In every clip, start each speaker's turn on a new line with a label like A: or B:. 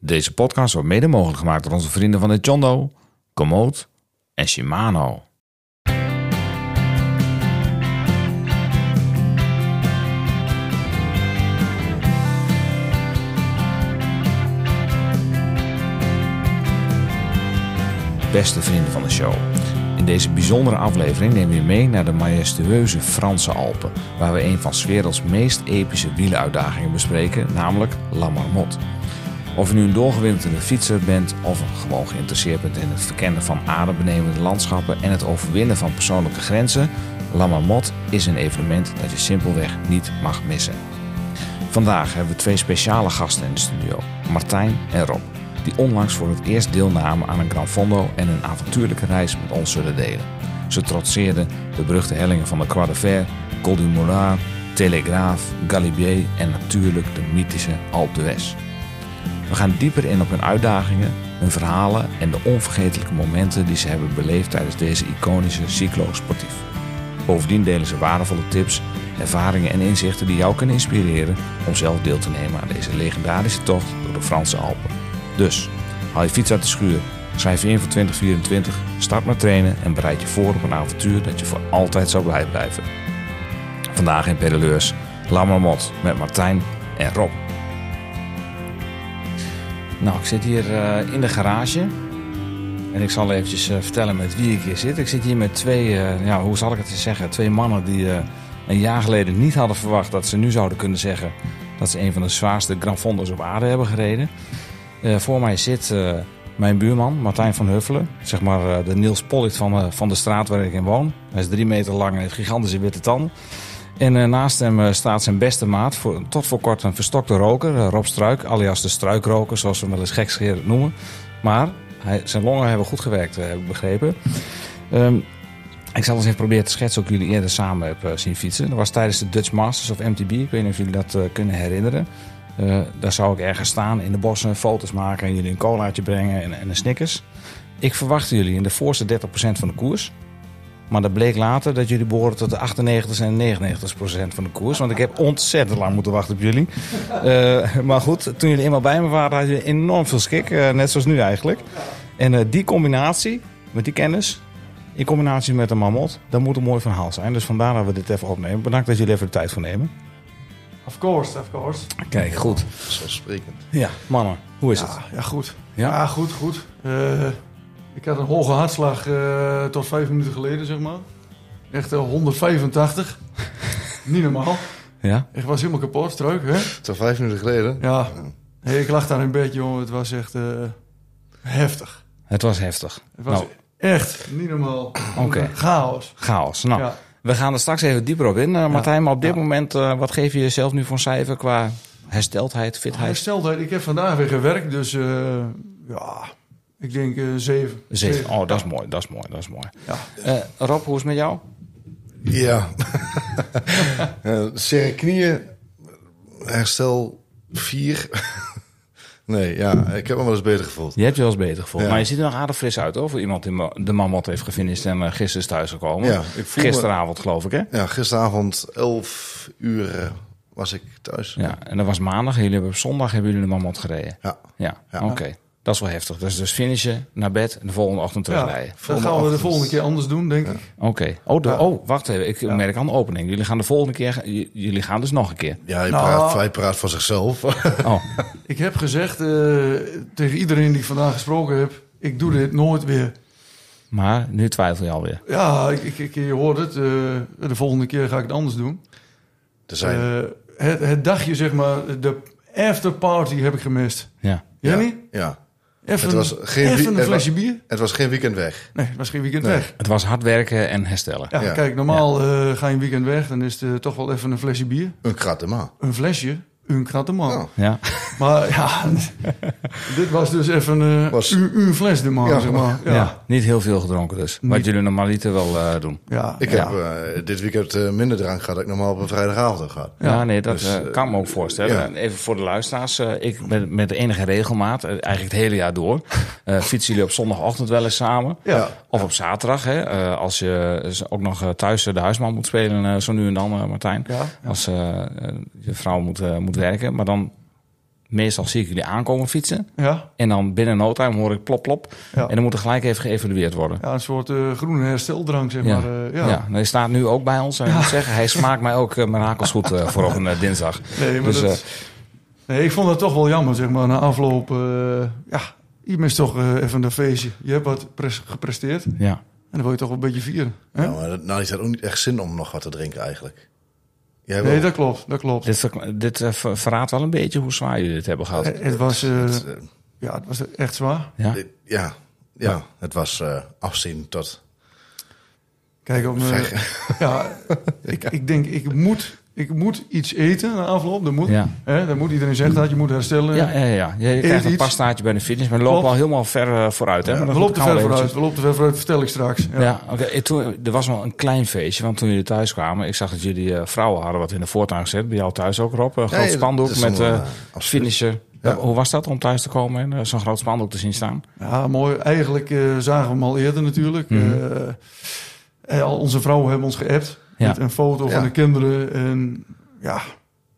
A: Deze podcast wordt mede mogelijk gemaakt door onze vrienden van het Jondo, Komoot en Shimano. Beste vrienden van de show. In deze bijzondere aflevering nemen we je mee naar de majestueuze Franse Alpen, waar we een van 's werelds meest epische wieluitdagingen bespreken, namelijk La Marmotte. Of je nu een doorgewinterde fietser bent of gewoon geïnteresseerd bent in het verkennen van adembenemende landschappen en het overwinnen van persoonlijke grenzen, La Marmotte is een evenement dat je simpelweg niet mag missen. Vandaag hebben we twee speciale gasten in de studio, Martijn en Rob, die onlangs voor het eerst deelnamen aan een Gran Fondo en een avontuurlijke reis met ons zullen delen. Ze trotseerden de beruchte hellingen van de Croix de Fer, Col du Moulin, Telegraaf, Galibier en natuurlijk de mythische Alpe d'Huez. We gaan dieper in op hun uitdagingen, hun verhalen en de onvergetelijke momenten die ze hebben beleefd tijdens deze iconische cyclosportief. Bovendien delen ze waardevolle tips, ervaringen en inzichten die jou kunnen inspireren om zelf deel te nemen aan deze legendarische tocht door de Franse Alpen. Dus, haal je fiets uit de schuur, schrijf je in voor 2024, start met trainen en bereid je voor op een avontuur dat je voor altijd zal blij blijven. Vandaag in Pedaleurs, Lammermot met Martijn en Rob. Nou, ik zit hier eh, in de garage. En ik zal eventjes eh, vertellen met wie ik hier zit. Ik zit hier met twee, eh, ja, hoe zal ik het eens zeggen, twee mannen die eh, een jaar geleden niet hadden verwacht dat ze nu zouden kunnen zeggen dat ze een van de zwaarste Gran Fondos op aarde hebben gereden. Eh, voor mij zit eh, mijn buurman Martijn van Huffelen, zeg maar eh, de Niels Pollitt van, eh, van de straat waar ik in woon. Hij is drie meter lang en heeft gigantische witte tanden. En eh, naast hem eh, staat zijn beste maat, voor, tot voor kort een verstokte roker, eh, Rob Struik, alias de struikroker, zoals we hem wel eens gekscherend noemen. Maar hij, zijn longen hebben goed gewerkt, eh, heb ik begrepen. Ehm, ik zal eens even proberen te schetsen hoe ik jullie eerder samen heb eh, zien fietsen. Dat was tijdens de Dutch Masters of MTB, ik weet niet of jullie dat eh, kunnen herinneren. Eh, daar zou ik ergens staan in de bossen, foto's maken en jullie een colaatje brengen en, en een Snickers. Ik verwachtte jullie in de voorste 30% van de koers. Maar dat bleek later dat jullie behoren tot de 98 en 99 procent van de koers. Want ik heb ontzettend lang moeten wachten op jullie. Eh, maar goed, toen jullie eenmaal bij me waren, hadden jullie enorm veel schik. eh, net zoals nu eigenlijk. En eh, die combinatie, met die kennis, in combinatie met een mammot, dat moet een mooi verhaal zijn. Dus vandaar dat we dit even opnemen. Bedankt dat jullie even de tijd voor nemen.
B: Of course, of course.
A: Kijk, goed.
C: Vanzelfsprekend.
A: Ja, mannen, hoe is het?
B: Ja, ja goed.
A: Ja?
B: Ja, goed, goed. Eh, ik had een hoge hartslag eh, tot vijf minuten geleden, zeg maar. Echt eh, 185. Niet normaal.
A: Ja?
B: Ik was helemaal kapot, struik, hè?
C: Tot vijf minuten geleden.
B: Ja. Hey, ik lag daar in bed, jongen. Het was echt eh, heftig.
A: Het was heftig.
B: Het was
A: Nou.
B: echt niet normaal.
A: Oké.
B: Chaos.
A: Chaos. Nou,
B: Ja.
A: we gaan er straks even dieper op in. eh, Martijn, maar op dit moment, eh, wat geef je jezelf nu voor een cijfer qua hersteldheid, fitheid?
B: Hersteldheid. Ik heb vandaag weer gewerkt, dus eh, ja, ik denk eh zeven.
A: Zeven. Oh, dat is mooi, dat is mooi, dat is mooi.
B: Ja.
A: Eh, Rob, hoe is het met jou?
C: Ja. Eh, Serre knieën. Herstel 4. nee, ja. Ik heb me wel eens beter gevoeld.
A: Je hebt je wel eens beter gevoeld.
C: Ja.
A: Maar je ziet er nog aardig fris uit, hoor. Voor iemand die ma- de mammot heeft gefinished en eh, gisteren is thuisgekomen.
C: Ja, ik voel me-
A: Gisteravond, geloof ik, hè?
C: Ja, gisteravond 11 uur eh, was ik thuis.
A: Ja, en dat was maandag. Jullie hebben op zondag hebben jullie de mammot gereden.
C: Ja.
A: Ja,
C: Ja.
A: oké. Dat is wel heftig. Dus, dus finishen, naar bed en de volgende ochtend terugrijden.
B: dat gaan we de volgende keer anders doen, denk ik.
A: Oké. Oh, de- oh, wacht even. Ik merk aan de opening. Jullie gaan de volgende keer... j- jullie gaan dus nog een keer.
C: Ja, hij,
B: Nou.
C: praat, hij praat voor zichzelf.
A: Oh,
B: Ik heb gezegd eh, tegen iedereen die ik vandaag gesproken heb: ik doe dit nooit weer.
A: maar nu twijfel je alweer.
B: Ja, ik, ik, ik, je hoort het. eh, de volgende keer ga ik het anders doen.
C: er zijn,
B: Eh, het, het dagje, zeg maar, de afterparty heb ik gemist.
A: Ja.
B: Jij
C: ja,
B: niet?
C: Ja.
B: Eh, Even,
C: Het was
B: een-
C: geen wie-
B: even een
C: het
B: flesje bier?
C: Het was geen weekend weg.
B: Nee, het was geen weekend
C: Nee.
B: weg.
A: Het was hard werken en herstellen.
B: Ja,
C: Ja.
B: Kijk, normaal eh, ga je een weekend weg, dan is het eh, toch wel even een flesje bier.
C: Een Nou, kratema.
B: Een flesje, een kratte man.
C: Ja.
A: Ja.
B: Maar ja, dit was dus even eh,
C: Was-
B: een, een fles de man,
C: Ja.
B: zeg maar.
A: Ja.
B: Ja,
A: Niet heel veel gedronken dus. Wat
B: Niet-
A: jullie normaliter wel eh, doen.
B: ja.
C: Ik
B: ja.
C: heb eh, dit weekend eh, minder drank gehad dan ik normaal op een vrijdagavond heb gehad.
A: Ja, nee, dat
C: Dus,
A: eh, kan ik me ook voorstellen.
C: ja.
A: En Even voor de luisteraars. eh, ik ben met enige regelmaat, eh, eigenlijk het hele jaar door, eh, fietsen jullie op zondagochtend wel eens samen.
B: Ja.
A: Of op zaterdag, hè, eh, als je z- ook nog eh, thuis de huisman moet spelen, eh, zo nu en dan, eh, Martijn.
B: Ja.
A: Als eh, eh, je vrouw moet, eh, moet werken. Maar dan meestal zie ik jullie aankomen fietsen.
B: Ja,
A: En dan binnen no time hoor ik plop plop.
B: Ja.
A: En dan moet er gelijk even geëvalueerd worden.
B: ja een soort eh, groene hersteldrang, zeg maar. eh,
A: Ja.
B: ja.
A: nou, hij staat nu ook bij ons. En ik moet zeggen, hij smaakt mij ook eh, mijn hakels goed eh, voor op een eh, dinsdag.
B: Nee, maar
A: Dus,
B: dat- nee, ik vond dat toch wel jammer, zeg maar, na afloop. eh, ja, je mist toch eh, even een feestje. Je hebt wat pres- gepresteerd en
A: Ja.
B: dan wil je toch wel een beetje vieren. Hè?
C: Ja, maar dat- nou, die had ook niet echt zin om nog wat te drinken eigenlijk. Jij wel.
B: nee, dat klopt, dat klopt.
A: Dit, ver- dit eh, ver- verraadt wel een beetje hoe zwaar jullie dit hebben gehad.
B: Eh, het, was, eh,
C: Het, eh,
B: ja, het was echt zwaar.
A: Ja?
C: dit- ja, ja, het was eh, afzien tot...
B: Kijk, op me, ja, ik, ik denk, ik moet, ik moet iets eten na afloop. Dat moet,
A: Ja.
B: hè, dat moet iedereen zeggen dat je moet herstellen.
A: Ja, ja, ja. Je krijgt een
B: iets.
A: pastaatje bij de fitness, maar we lopen
B: Klopt.
A: al helemaal ver eh, vooruit. Hè? maar
B: we
A: dat
B: lopen te
A: kan wel
B: ver vooruit,
A: eventjes.
B: we lopen te ver vooruit, vertel ik straks. Ja.
A: Ja, oké. En toen Er was nog een klein feestje, want toen jullie thuis kwamen... ik zag dat jullie eh, vrouwen hadden wat in de voortuin gezet. Bij jou thuis ook, Rob. Een groot
C: Nee, dat-
A: spandoek
C: dat is
A: met
C: allemaal,
A: eh,
C: eh, absoluut.
A: finisher.
C: Ja.
A: Hoe was dat om thuis te komen en eh, zo'n groot spandoek te zien staan?
B: Ja, mooi. Eigenlijk eh, zagen we hem al eerder natuurlijk.
A: Mhm.
B: Eh, eh, al onze vrouwen hebben ons geappt
A: Ja.
B: met een foto van
C: Ja.
B: de kinderen. En ja,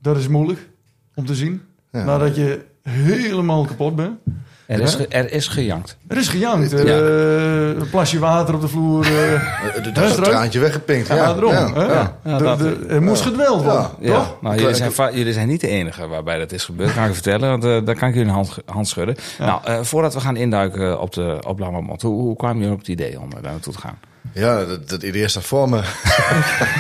B: dat is moeilijk om te zien.
C: Ja.
A: Nou,
B: Nadat je helemaal kapot bent.
A: Er is,
B: Ja.
A: ge- er is gejankt.
B: Er is gejankt. eh,
A: Ja.
B: een plasje water op de vloer. eh,
C: Eh, Dat
B: Hè,
C: is een
B: Struik?
C: traantje weggepinkt.
B: ja,
C: Ja,
B: daarom.
C: ja,
B: hè?
C: ja.
A: Ja,
B: De-
A: dat-
B: de- er moest gedweld worden,
C: Ja.
A: Ja,
B: toch?
A: nou, jullie, zijn, va- jullie zijn niet de enige waarbij dat is gebeurd. kan ik je vertellen, want eh, daar kan ik jullie een hand, ge- hand schudden. Nou, eh, voordat we gaan induiken op, de, op Lammermond, hoe, hoe kwam je op het idee om eh, daar naartoe te gaan?
C: Ja, dat, dat idee staat voor me.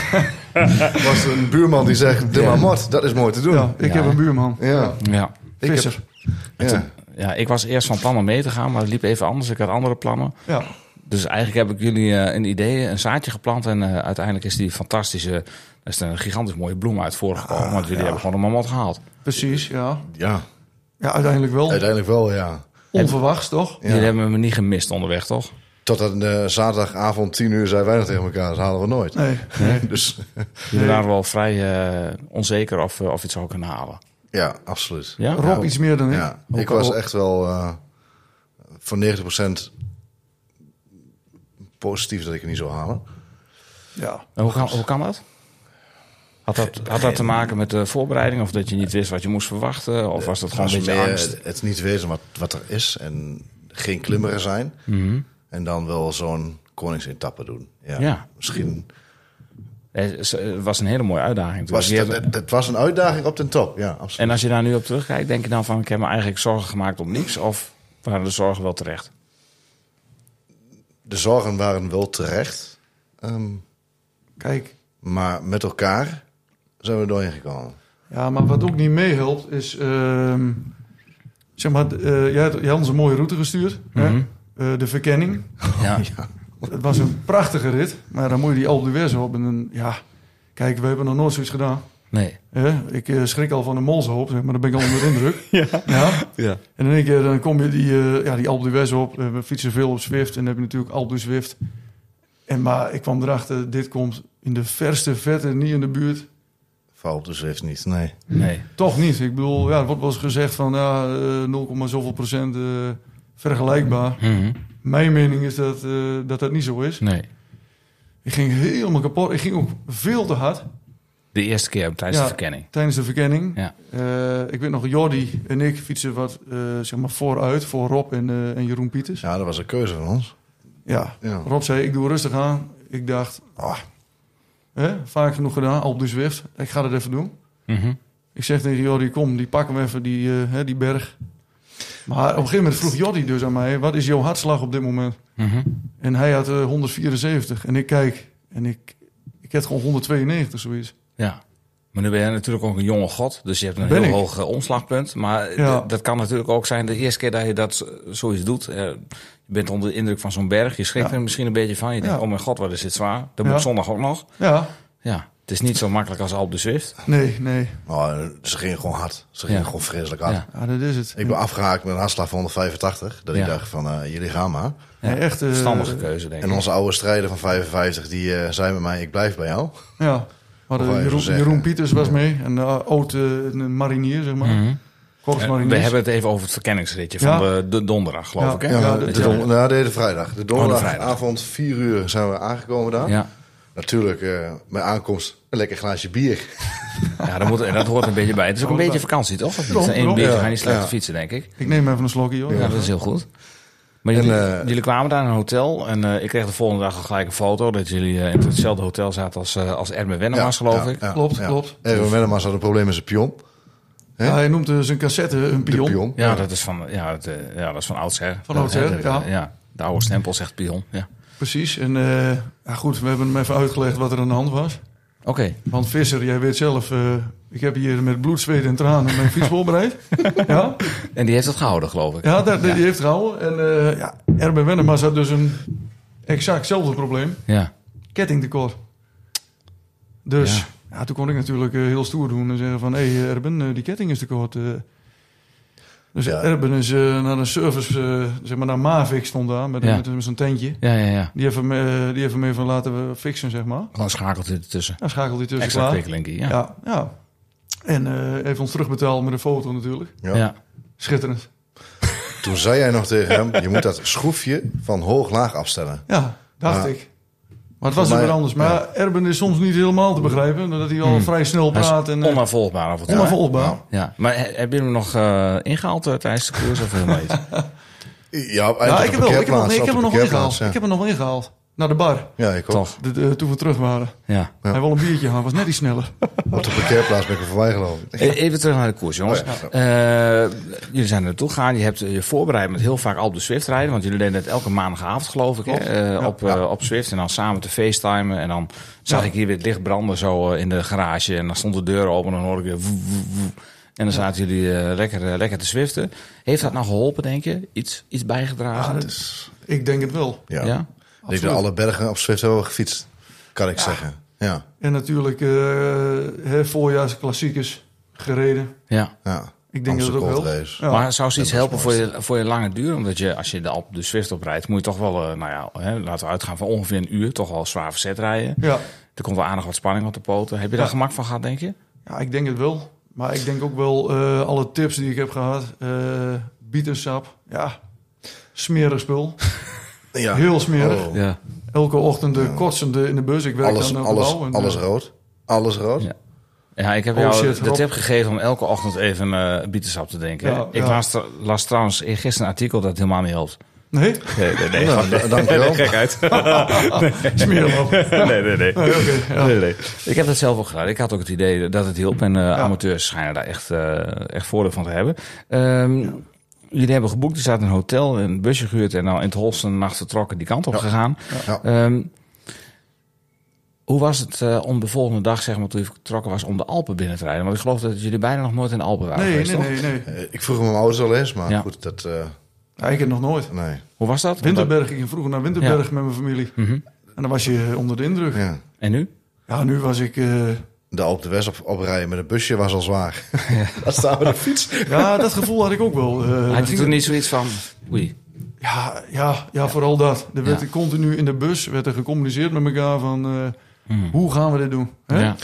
C: was een buurman die zegt, de
A: Ja.
C: marmot, dat is mooi te doen.
B: Ja,
A: Ja.
B: ik heb een buurman.
C: Ja.
A: Ja.
C: Ik heb-
B: Visser.
C: ja.
A: Ja, ik was eerst van plan om mee te gaan, maar het liep even anders. Ik had andere plannen.
B: Ja.
A: Dus eigenlijk heb ik jullie eh, een idee, een zaadje geplant. En eh, uiteindelijk is die fantastische, dat is een gigantisch mooie bloem uit voortgekomen. want jullie hebben gewoon een mamot gehaald.
B: precies. Ja.
C: ja,
B: ja, uiteindelijk wel.
C: uiteindelijk wel, ja.
B: Onverwachts, toch?
A: Jullie hebben me niet gemist onderweg, toch?
C: Totdat eh zaterdagavond 10 uur zijn wij nog tegen elkaar. Dat halen we nooit.
B: Nee. nee.
C: Dus
A: Jullie waren wel vrij eh, onzeker of, eh, of je het zou kunnen halen.
C: ja, absoluut.
A: Ja?
B: Rob iets meer dan ik.
C: Ja, ik was echt wel eh, voor 90% positief dat ik het niet zou halen.
B: Ja.
A: En hoe, kan, hoe kan dat? Had dat, had dat te maken met de voorbereiding? Of dat je niet wist wat je moest verwachten? Of was dat gewoon een
C: was
A: beetje
C: meer
A: angst?
C: Het niet weten wat, wat er is en geen klimmeren zijn.
A: Mhm.
C: En dan wel zo'n koningsetappe doen. Ja,
A: Ja.
C: Misschien.
A: Eh, Het was een hele mooie uitdaging.
C: Was,
A: natuurlijk. Je
C: het,
A: hebt-
C: het, het was een uitdaging op den top. Ja, absoluut.
A: en als je daar nu op terugkijkt, denk je dan van... ik heb me eigenlijk zorgen gemaakt om niks? Of waren de zorgen wel terecht?
C: De zorgen waren wel terecht. ehm,
B: Kijk,
C: maar met elkaar zijn we er doorheen gekomen.
B: Ja, maar wat ook niet meehelpt is... ehm, zeg maar, eh, jij, had, jij had ons een mooie route gestuurd.
A: Mhm.
B: Hè? Eh, de verkenning.
A: Ja.
B: Het was een prachtige rit. Maar dan moet je die Alpe d'Huez op. En dan, ja, kijk, we hebben nog nooit zoiets gedaan.
A: Nee.
B: hè? Ik eh, schrik al van de molshoop, zeg maar. Dan ben ik al onder de indruk.
A: Ja.
B: ja.
A: Ja.
B: En in één keer dan kom je die, eh, ja, die Alpe d'Huez op. Eh, we fietsen veel op Zwift. En dan heb je natuurlijk Alpe d'Huez Zwift. En, maar ik kwam erachter, dit komt in de verste vette niet in de buurt.
C: Val op de Zwift dus niet, nee.
A: Nee.
B: Toch niet. Ik bedoel, ja, er wordt wel eens gezegd van ja, eh, 0, zoveel procent eh, vergelijkbaar.
A: Mhm.
B: Mijn mening is dat, eh, dat dat niet zo is.
A: Nee.
B: Ik ging helemaal kapot. Ik ging ook veel te hard
A: De eerste keer tijdens de
B: Ja.
A: verkenning.
B: tijdens de verkenning.
A: Ja.
B: Eh, ik weet nog, Jordi en ik fietsen wat eh, zeg maar vooruit voor Rob en, eh, en Jeroen Pieters. Ja.
C: Ja, dat was een keuze van ons. Ja.
B: Rob zei, ik doe rustig aan. Ik dacht, ah, hè, vaak genoeg gedaan, op de Zwift. Ik ga dat even doen.
A: Mhm.
B: Ik zeg tegen Jordi, kom, die pakken we even, die, eh, hè, die berg. Maar op een gegeven moment vroeg Jordi dus aan mij... wat is jouw hartslag op dit moment?
A: Mhm.
B: En hij had eh, 174. En ik kijk, en ik, ik had gewoon 192, zoiets.
A: Ja. Maar nu ben jij natuurlijk ook een jonge god, dus je hebt een
B: Ben
A: heel
B: ik.
A: hoog eh, omslagpunt. Maar eh,
B: Ja.
A: d- dat kan natuurlijk ook zijn de eerste keer dat je dat z- zoiets doet. eh, je bent onder de indruk van zo'n berg, je schrikt
B: Ja.
A: er misschien een beetje van. Je denkt,
B: Ja.
A: oh mijn god, wat is dit zwaar. Dat
B: Ja.
A: moet zondag ook nog.
B: Ja,
A: Ja, het is niet zo makkelijk als Alp de Zwift.
B: nee, nee.
C: Nou, ze gingen gewoon hard. Ze gingen
A: Ja.
C: gewoon vreselijk hard.
A: Ja.
B: Ja, dat is het.
C: Ik ben afgehaakt met een hartslag van 185. Dat
A: Ja.
C: ik dacht van, eh, jullie gaan maar.
B: Ja, echt... eh,
A: Verstandige keuze, denk ik.
C: En onze oude strijder van 55, die eh, zei met mij, ik blijf bij jou.
B: Ja, maar
C: Of wel even
B: Jeroen,
C: zeggen.
B: Jeroen Pieters was mee. En eh, oud eh, een marinier, zeg maar.
A: Mhm. Eh,
B: Korpsmariniers.
A: we hebben het even over het verkenningsritje
B: Ja.
A: van eh, de, de donderdag, geloof
B: Ja.
A: ik.
C: Ja,
A: Hè?
B: dat-
C: de,
A: ja.
C: don- nou, de hele vrijdag. De
A: vrijdag.
C: donderdagavond, 4 uur zijn we aangekomen daar.
A: Oh, Ja.
C: Natuurlijk, eh, mijn aankomst, een lekker glaasje bier.
A: Ja, dat, moet, en dat hoort een beetje bij. Het is ook een beetje vakantie, toch? Of niet?
B: Klopt,
A: Eén
B: klopt.
A: beetje
C: Ja,
A: ga je niet slecht
C: ja.
A: fietsen, denk ik.
B: Ik neem even een slokje, hoor.
A: Ja, dat is heel goed. Maar
C: En,
A: jullie,
C: eh,
A: jullie kwamen daar in een hotel en eh, ik kreeg de volgende dag al gelijk een foto dat jullie eh, in hetzelfde hotel zaten als, eh als Erme Wennemars, geloof ik.
B: Klopt, klopt.
C: Erwin Wennemars had een probleem met zijn pion. Hè?
B: Ja, hij noemt eh, zijn cassette een
C: De
B: pion.
C: pion.
A: Ja, dat is van, ja, het, eh, ja, dat is van oudsher.
B: Van oudsher,
A: Dat-
B: ja.
A: ja. De oude stempel zegt pion. Ja.
B: Precies. En eh, ja, goed, we hebben hem even uitgelegd wat er aan de hand was.
A: Oké.
B: Want Visser, jij weet zelf, eh, ik heb hier met bloed, zweet en tranen mijn fiets voorbereid. ja,
A: En die heeft het gehouden, geloof ik.
B: ja dat, die heeft gehouden. En eh ja, Erben Wennemars had dus een exactzelfde probleem.
A: Ja.
B: Kettingtekort. Dus
A: Ja.
B: ja. toen kon ik natuurlijk eh, heel stoer doen en zeggen van... hé hey, Erben, eh, die ketting is tekort. eh. Dus
C: Ja.
B: Erben is eh, naar een service, eh, zeg maar naar Mavic stond daar... met,
A: Ja.
B: met, met zo'n tentje.
A: Ja, ja, ja.
B: Die heeft, hem, eh, die heeft hem even laten we fixen, zeg maar.
A: Dan schakelt hij ertussen.
B: Dan schakelt hij tussen
A: Extra
B: klaar.
A: kwikkelinkie, Dus ja.
B: Ja, ja. En eh, heeft ons terugbetaald met een foto natuurlijk.
C: Ja.
A: Ja.
B: Schitterend.
C: Toen zei jij nog tegen hem, je moet dat schroefje van hoog-laag afstellen.
B: Ja, dacht
C: Ja.
B: ik. Maar het was
C: Voor
B: er
C: mij-
B: weer anders. Maar
C: ja. Mm.
B: Erben is soms niet helemaal te begrijpen. Doordat hij al
A: Hmm.
B: vrij snel
A: Hij is
B: praat. En, eh,
A: Onafvolgbaar af en toe.
B: Ja. Onafvolgbaar.
C: Ja,
A: Ja. Maar he- hebben jullie hem nog eh, ingehaald eh, tijdens de koers of helemaal niet?
C: ja,
B: Ja,
C: ja
B: Nou, ik heb, wel, ik heb, wel, nee, ik heb hem nog wel ingehaald. Ik heb hem nog wel ingehaald. Naar de bar.
C: Ja, ik ook.
A: Toch?
B: De, de- eh, toen we terug waren.
A: Ja.
C: Ja.
B: Hij wil een biertje gaan. Was net iets sneller.
C: Op de parkeerplaats ben ik er voorbij gelopen.
A: E- Even terug naar de koers, jongens.
C: Oh ja.
A: Eh, jullie zijn er naartoe gegaan. Je hebt je voorbereid met heel vaak Alp de Swift rijden. Want jullie deden het elke maandagavond, geloof ik, hè?
B: Klopt,
A: eh,
B: ja.
A: op, eh, op Swift. En dan samen te facetimen. En dan zag
B: Ja.
A: ik hier weer het licht branden zo eh, in de garage. En dan stond de deur open en dan hoorde ik weer... woe, woe, woe. En dan zaten jullie eh, lekker, eh, lekker te swiften. Heeft dat nou geholpen, denk je? Iets, iets bijgedragen?
B: Ja, Ik denk het wel.
C: Ja.
A: Ja?
C: Ik denk dat alle bergen op Zwift hebben we gefietst, kan ik zeggen. Ja,
B: En natuurlijk eh hè, voorjaarsklassiekers gereden.
A: ja.
C: ja.
B: Ik denk dat het ook
C: Amstel
B: wel.
C: Gold Race.
B: Ja.
A: Maar zou zoiets
C: dat is
A: helpen voor je, voor je lange duur? Omdat je, als je de Alp de Swift oprijdt, moet je toch wel, eh, nou ja, hè, laten we uitgaan van ongeveer een uur, toch wel zwaar verzet rijden.
B: Ja.
A: Er komt wel aardig wat spanning op de poten. Heb je daar
B: Ja.
A: gemak van gehad, denk je?
B: ja, ik denk het wel. Maar ik denk ook wel eh, alle tips die ik heb gehad. eh bietensap. Ja. Smerig spul.
C: Ja.
B: Heel smerig.
C: Oh.
A: Ja.
B: Elke ochtend de kotsende in de bus. Ik werk
C: Alles,
B: dan op
C: alles,
B: de bouw en,
C: alles
B: eh,
C: rood. Alles rood.
A: Ja. Ja, ik heb
B: Oh
A: jou
B: shit,
A: de
B: Rob.
A: tip gegeven om elke ochtend even eh bietensap te denken.
B: Ja,
A: ik
B: ja.
A: Las, tr- las trouwens gisteren een artikel dat het helemaal niet helpt.
B: Nee,
A: Nee, nee, nee.
C: Nou, d- dank je wel.
A: gekheid.
B: smerig. Oké,
A: nee, nee, nee.
B: ja.
A: Nee, nee. Ik heb dat zelf ook gedaan. Ik had ook het idee dat het hielp. En eh, amateurs schijnen daar echt, eh, echt voordeel van te hebben. Ehm, Jullie hebben geboekt. Er staat een hotel, een busje gehuurd. En al in het holst een nacht vertrokken die kant op gegaan.
C: Ja.
A: Ehm, hoe was het eh, om de volgende dag, zeg maar, toen je vertrokken was, om de Alpen binnen te rijden? Want ik geloof dat jullie bijna nog nooit in de Alpen waren
B: Nee,
A: geweest,
B: nee,
A: toch?
B: nee, nee.
C: Eh, Ik vroeg hem mijn ouders al eens, maar
A: Ja.
C: goed, dat... eh,
B: Ja, ik heb nog nooit.
C: nee.
A: Hoe was dat?
B: Winterberg, ik ging vroeger naar Winterberg met mijn familie.
A: Mhm.
B: En dan was je eh, onder de indruk. Ja,
C: Ja.
A: En nu?
B: nu was ik... eh,
C: De Alp de West op, oprijden met een busje was al zwaar. Daar staan we de fiets.
B: ja, dat gevoel had ik ook wel. eh, dan
A: Had je
B: ging
A: toen
B: het-
A: niet zoiets van, oei,
B: Ja, ja, ja, vooral dat. Er werd
A: Ja.
B: continu in de bus werd er gecommuniceerd met elkaar van... eh,
A: Hmm.
B: hoe gaan we dit doen? Hè?
A: ja.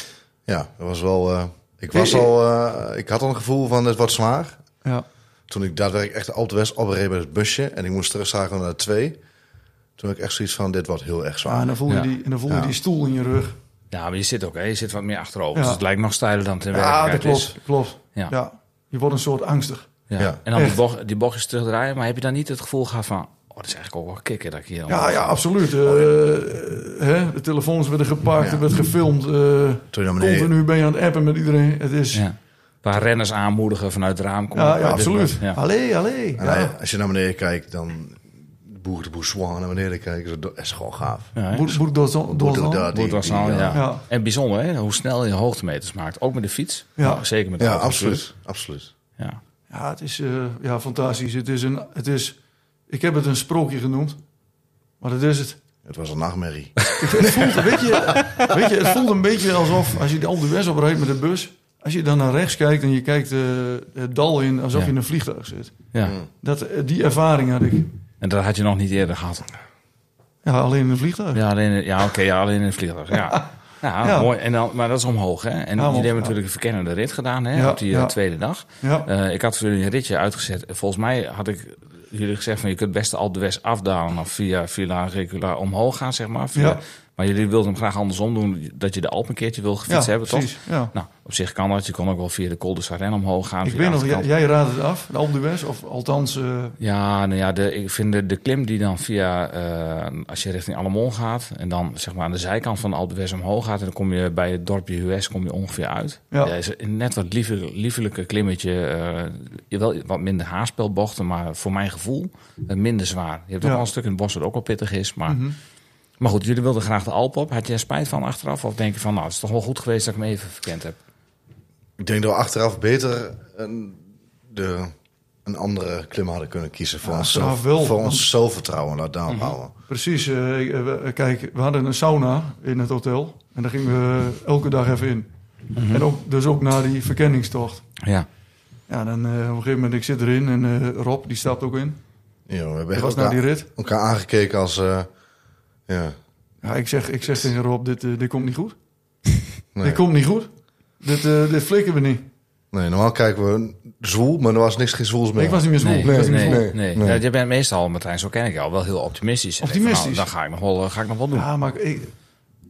C: Ja, dat was wel... eh, ik, was al, eh, ik had al een gevoel van het wordt zwaar.
B: Ja.
C: Toen ik daadwerkelijk echt de Alp de West opreed met het busje... en ik moest terugschakelen naar de twee... toen had ik echt zoiets van, dit wordt heel erg
B: Ah,
C: zwaar.
B: en dan voel je,
A: Ja.
B: die, en dan voel je
C: Ja.
B: die stoel in je rug.
A: ja, maar je zit ook, hè? je zit wat meer achterover.
B: Ja.
A: Dus het lijkt nog steiler dan het in
B: Ja, dat
A: werkelijkheid is.
B: klopt. klopt.
A: Ja.
B: Ja. Je wordt een soort angstig.
A: Ja.
C: Ja.
A: En dan die,
B: Echt.
A: bocht, die bochtjes terugdraaien. Maar heb je dan niet het gevoel gehad van... Oh, dat is eigenlijk ook wel kicken dat ik hier...
B: Ja, ja, absoluut. Eh, hè? De telefoons werden gepakt,
C: Ja.
B: er werd gefilmd. eh,
C: Toen je naar beneden...
B: Continu ben je aan het appen met iedereen. Het is... Ja,
A: Ja. Waar renners aanmoedigen vanuit het raam. Kom
B: ja,
A: op, dit
B: absoluut.
A: wordt- Ja.
B: Allee, allee.
C: En
B: Ja.
C: hij- als je naar beneden kijkt, dan... de Boer de bourgeois naar beneden kijken, zo, dat is gewoon gaaf.
A: Ja, hè?
B: Boer- boer door zon- door
C: Boer
B: zon.
C: daar, die-
A: Goed was
C: die,
A: nou,
C: eh,
A: ja.
B: Ja.
A: En bijzonder, hè? Hoe snel je hoogtemeters maakt. Ook met de fiets.
B: Ja.
A: Nou, zeker met de
C: Ja,
A: auto
C: absoluut. absoluut.
A: Ja.
B: Ja, het is eh, ja, fantastisch. Het is een, het is, ik heb het een sprookje genoemd, maar dat is het.
C: Het was een nachtmerrie.
B: Het voelt, weet, je, weet je, het voelt een beetje alsof als je de Alpe d'Huez oprijdt met de bus, als je dan naar rechts kijkt en je kijkt eh, het dal in alsof
A: Ja.
B: je in een vliegtuig zit.
A: ja.
C: Mm.
B: Dat, eh, die ervaring had ik.
A: En dat had je nog niet eerder gehad.
B: Ja, alleen in een vliegtuig.
A: Ja, alleen, ja oké, ja, alleen in het vliegtuig. Ja. Ja,
B: Ja.
A: mooi. En dan, maar dat is omhoog, hè? En
B: Ja,
A: jullie hebben
B: ja.
A: natuurlijk een verkennende rit gedaan, hè?
B: Ja,
A: op die eh,
B: ja.
A: tweede dag.
B: Ja.
A: Eh, ik had voor jullie een ritje uitgezet. Volgens mij had ik jullie gezegd van je kunt best de Alpe d'Huez afdalen of via Villa Regula omhoog gaan, zeg maar. Via
B: Ja.
A: Maar jullie wilden hem graag andersom doen, dat je de Alpen een keertje wil gefietst hebben, toch?
B: precies. Ja.
A: Nou, op zich kan dat. Je kon ook wel via de Col de Sarenne omhoog gaan.
B: Ik
A: via de
B: weet nog, jij,
A: achterkant.
B: jij raadde het af, de Alpe d'Huez, of althans... eh,
A: Ja, nou ja, de, ik vind de, de klim die dan via, eh, als je richting Alemon gaat en dan zeg maar aan de zijkant van de Alpe d'Huez omhoog gaat en dan kom je bij het dorpje Hues kom je ongeveer uit.
B: Ja.
A: Ja. is een net wat liever, liefelijke klimmetje, eh, wel wat minder haarspelbochten, maar voor mijn gevoel eh, minder zwaar. Je hebt ook
B: Ja.
A: wel een stuk in het bos dat ook wel pittig is, maar...
B: mhm.
A: Maar goed, jullie wilden graag de Alp op. Had je er spijt van achteraf? Of denk je van, nou, het is toch wel goed geweest dat ik me even verkend heb?
C: Ik denk dat we achteraf beter een, de, een andere klim hadden kunnen kiezen voor
B: Ja,
C: ons,
B: achteraf
C: zelf-
B: wel,
C: voor
B: want-
C: ons zelfvertrouwen laat daarop
A: Mhm.
C: houden.
B: Precies. eh, ik- eh, we- kijk, we hadden een sauna in het hotel. En daar gingen we elke dag even in.
A: Mhm.
B: En ook, dus ook na die verkenningstocht.
A: Ja.
B: Ja, dan eh, op een gegeven moment, ik zit erin en eh, Rob, die stapt ook in.
C: Ja, we hebben
B: Dat
C: echt
B: was na
C: elkaar,
B: die rit.
C: elkaar aangekeken als... eh, ja,
B: Ja, ik zeg, ik zeg tegen Rob, dit, eh, dit komt niet goed.
C: nee.
B: Dit komt niet goed. Dit, eh, dit flikken we niet.
C: nee, normaal kijken we zwoel, maar er was niks geen zwoels meer.
B: Ik was niet meer zo.
A: Nee,
B: ik was
A: nee,
B: niet meer
A: nee.
B: zo.
C: nee, nee.
A: Ja, je bent meestal, Martijn, zo ken ik jou, wel heel optimistisch. En ik denk van,
B: Optimistisch.
A: nou, dan ga ik nog wel, eh, ga ik nog wel doen.
B: Ja, maar ik,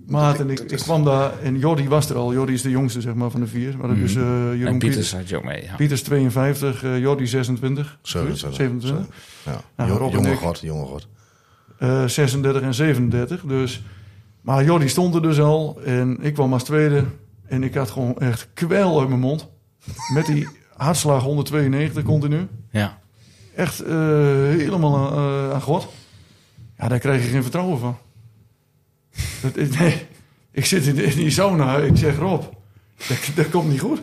B: maat en ik, ik kwam daar en Jordi was er al. Jordi is de jongste zeg maar, van de vier. Maar dat is eh, Jeroen
A: Mhm. en Pieters
B: Pieters.
A: had je ook mee. Ja.
B: Pieters 52, eh, Jordi 26. zoiets,
C: 27.
B: 27.
C: Ja.
B: Nou,
C: Jo-
B: Rob en
C: jonge
B: ik.
C: god, jonge god.
B: Eh, 36 en 37. Dus. Maar Jordi stond er dus al. En ik kwam als tweede. En ik had gewoon echt kwel uit mijn mond. Met die hartslag 192 continu.
A: Ja.
B: Echt eh, helemaal aan, eh, aan God. Ja, daar kreeg ik geen vertrouwen van. Dat, ik- nee, ik zit in, in die sauna. Ik zeg Rob, dat, dat komt niet goed.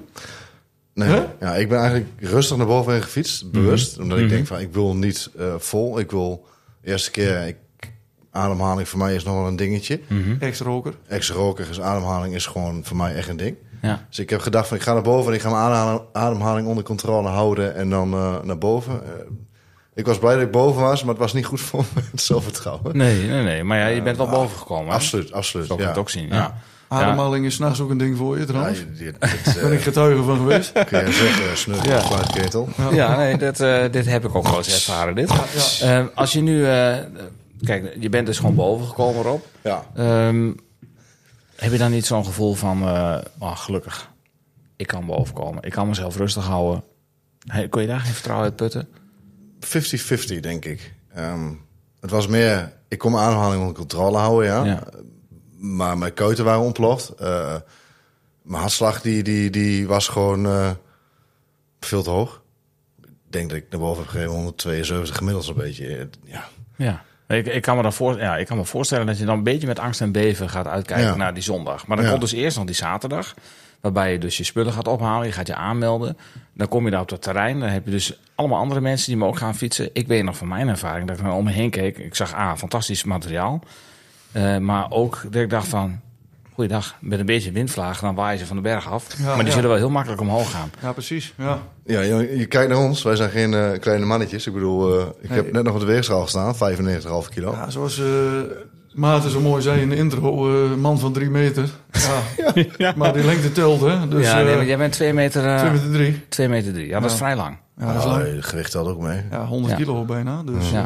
C: Nee,
B: Huh?
C: ja, ik ben eigenlijk rustig naar boven heen gefietst, bewust. Omdat ik denk van, ik wil niet eh, vol. Ik wil, eerste keer, ik, ademhaling voor mij is nog wel een dingetje.
A: mhm,
B: Ex-roker.
C: Ex-roker is ademhaling is gewoon voor mij echt een ding.
A: Ja.
C: Dus ik heb gedacht van, ik ga naar boven en ik ga mijn adem- ademhaling onder controle houden en dan eh, naar boven. Eh, ik was blij dat ik boven was, maar het was niet goed voor mijn zelfvertrouwen.
A: Nee, nee, nee. Maar ja, je bent wel
C: ah,
A: boven gekomen. hè?
C: Absoluut, absoluut.
A: Zo kan
C: ja.
A: Mm. het ook zien, ja.
B: Ademhaling is s'nachts ook een ding voor je
C: Ja,
B: trouwens.
C: je- dit, dit, eh,
B: ben ik getuige van geweest.
C: kun je zeggen, snurken,
A: Ja.
C: zwaardketel.
A: Ja, ja nee, dat, eh, dit heb ik ook wel eens ervaren, dit. Eh, als je nu... eh, kijk, je bent dus gewoon boven gekomen, Rob.
C: Ja.
A: Ehm, heb je dan niet zo'n gevoel van... eh, ah, gelukkig, ik kan boven komen. Ik kan mezelf rustig houden. Hey, kon je daar geen vertrouwen uit putten?
C: 50-50, denk ik. Ehm, het was meer, ik kon mijn ademhaling onder controle houden, ja.
A: Ja.
C: Maar mijn kuiten waren ontploft. Eh, mijn hartslag die, die, die was gewoon eh, veel te hoog. Ik denk dat ik naar boven heb gegeven 172 gemiddeld zo'n beetje. Eh, Ja.
A: Ja. Ik, ik, kan me dan voor, ja, ik kan me voorstellen dat je dan een beetje met angst en beven gaat uitkijken
C: Ja.
A: naar die zondag. Maar dan
C: Ja.
A: komt dus eerst nog die zaterdag, waarbij je dus je spullen gaat ophalen, je gaat je aanmelden. Dan kom je daar op dat terrein, dan heb je dus allemaal andere mensen die me ook gaan fietsen. Ik weet nog van mijn ervaring dat ik naar om me heen keek. Ik zag, ah, fantastisch materiaal. Eh, maar ook dat ik dacht van, goeiedag, met een beetje windvlaag, dan waaien ze van de berg af.
B: Ja,
A: maar die
B: ja.
A: zullen wel heel makkelijk omhoog gaan.
B: Ja, precies. Ja.
C: Ja, je, je kijkt naar ons. Wij zijn geen eh, kleine mannetjes. Ik bedoel, eh, ik heb
B: Nee.
C: net nog op de weegschaal gestaan. 95,5 kilo.
B: Ja, zoals eh Maarten zo mooi zei in de intro, eh, man van drie meter. Ja, Maar die lengte telt, hè? Dus
A: ja,
B: ja,
A: nee, maar jij bent 2 meter, eh,
B: 2 meter drie.
A: twee meter drie. Ja, dat is
B: Ja.
A: vrij lang.
B: Ja, dat is
C: Ah,
B: lang.
C: het gewicht telt ook mee.
B: Ja, 100
A: Ja.
B: kilo bijna. Dus
A: Ja.
B: ja,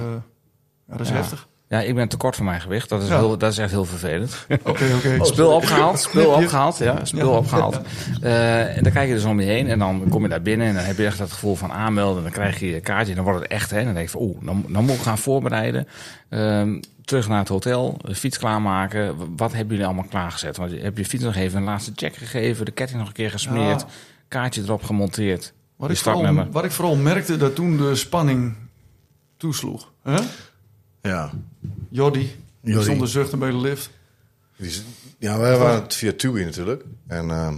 B: ja dat is
A: Ja.
B: heftig.
A: Ja, ik ben tekort voor mijn gewicht. Dat is,
B: Ja. Oh,
A: heel, dat is echt heel vervelend.
B: Oké, oké.
A: spul opgehaald, spul opgehaald, ja, spul opgehaald. Eh, en dan kijk je dus om je heen en dan kom je daar binnen en dan heb je echt dat gevoel van aanmelden. En dan krijg je je kaartje en dan wordt het echt, hè. Dan denk je van, oeh, dan, dan moet ik gaan voorbereiden. Ehm, terug naar het hotel, de fiets klaarmaken. W- Wat hebben jullie allemaal klaargezet? Want je- heb je fiets nog even een laatste check gegeven, de ketting nog een keer gesmeerd,
B: Ja.
A: kaartje erop gemonteerd.
B: Wat,
A: je
B: ik vooral,
A: startnummer.
B: wat ik vooral merkte, dat toen de spanning toesloeg. Hè?
C: Ja.
B: Jordi, die
C: Jordi.
B: stond te zuchten bij de lift.
C: Die is- Ja, wij waren het via Tui natuurlijk. En ehm,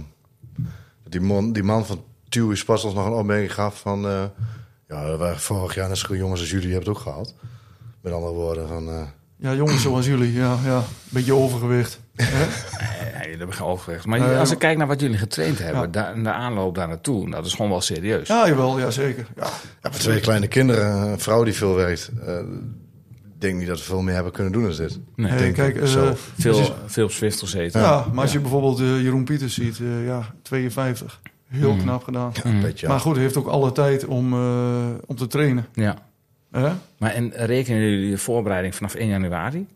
C: die, man, die man van Tui is pas ons nog een opmerking gaf van... eh, ja, we waren vorig jaar net zo goed jongens als jullie, je hebt het ook gehad. Met andere woorden van... eh,
B: Ja, jongens zoals jullie. Ja, ja. Beetje overgewicht.
A: Ja, jullie hebben geen overgewicht. Maar
B: Nee,
A: als
B: maar-
A: ik kijk naar wat jullie getraind hebben,
B: Eh, Ja.
A: daar, de aanloop daar naartoe, nou, dat is gewoon wel serieus.
B: Ja, jawel. Ja, zeker. Ja,
C: ja, met twee kleine kinderen, een vrouw die veel werkt. eh, ik denk niet dat we veel meer hebben kunnen doen dan dit.
A: Nee.
B: Hey,
C: Denk
B: kijk,
C: ik
B: eh,
C: zo.
A: Veel,
B: precies-
A: veel op Zwift gezeten.
B: ja. maar als je bijvoorbeeld eh, Jeroen Pieters ziet, eh, ja, 52. Heel
A: Hmm.
B: knap gedaan.
C: Ja, een beetje, ja.
B: Mm. Maar goed, hij heeft ook alle tijd om, eh, om te trainen.
A: Ja.
B: Hè?
A: Maar en rekenen jullie de voorbereiding vanaf 1 januari?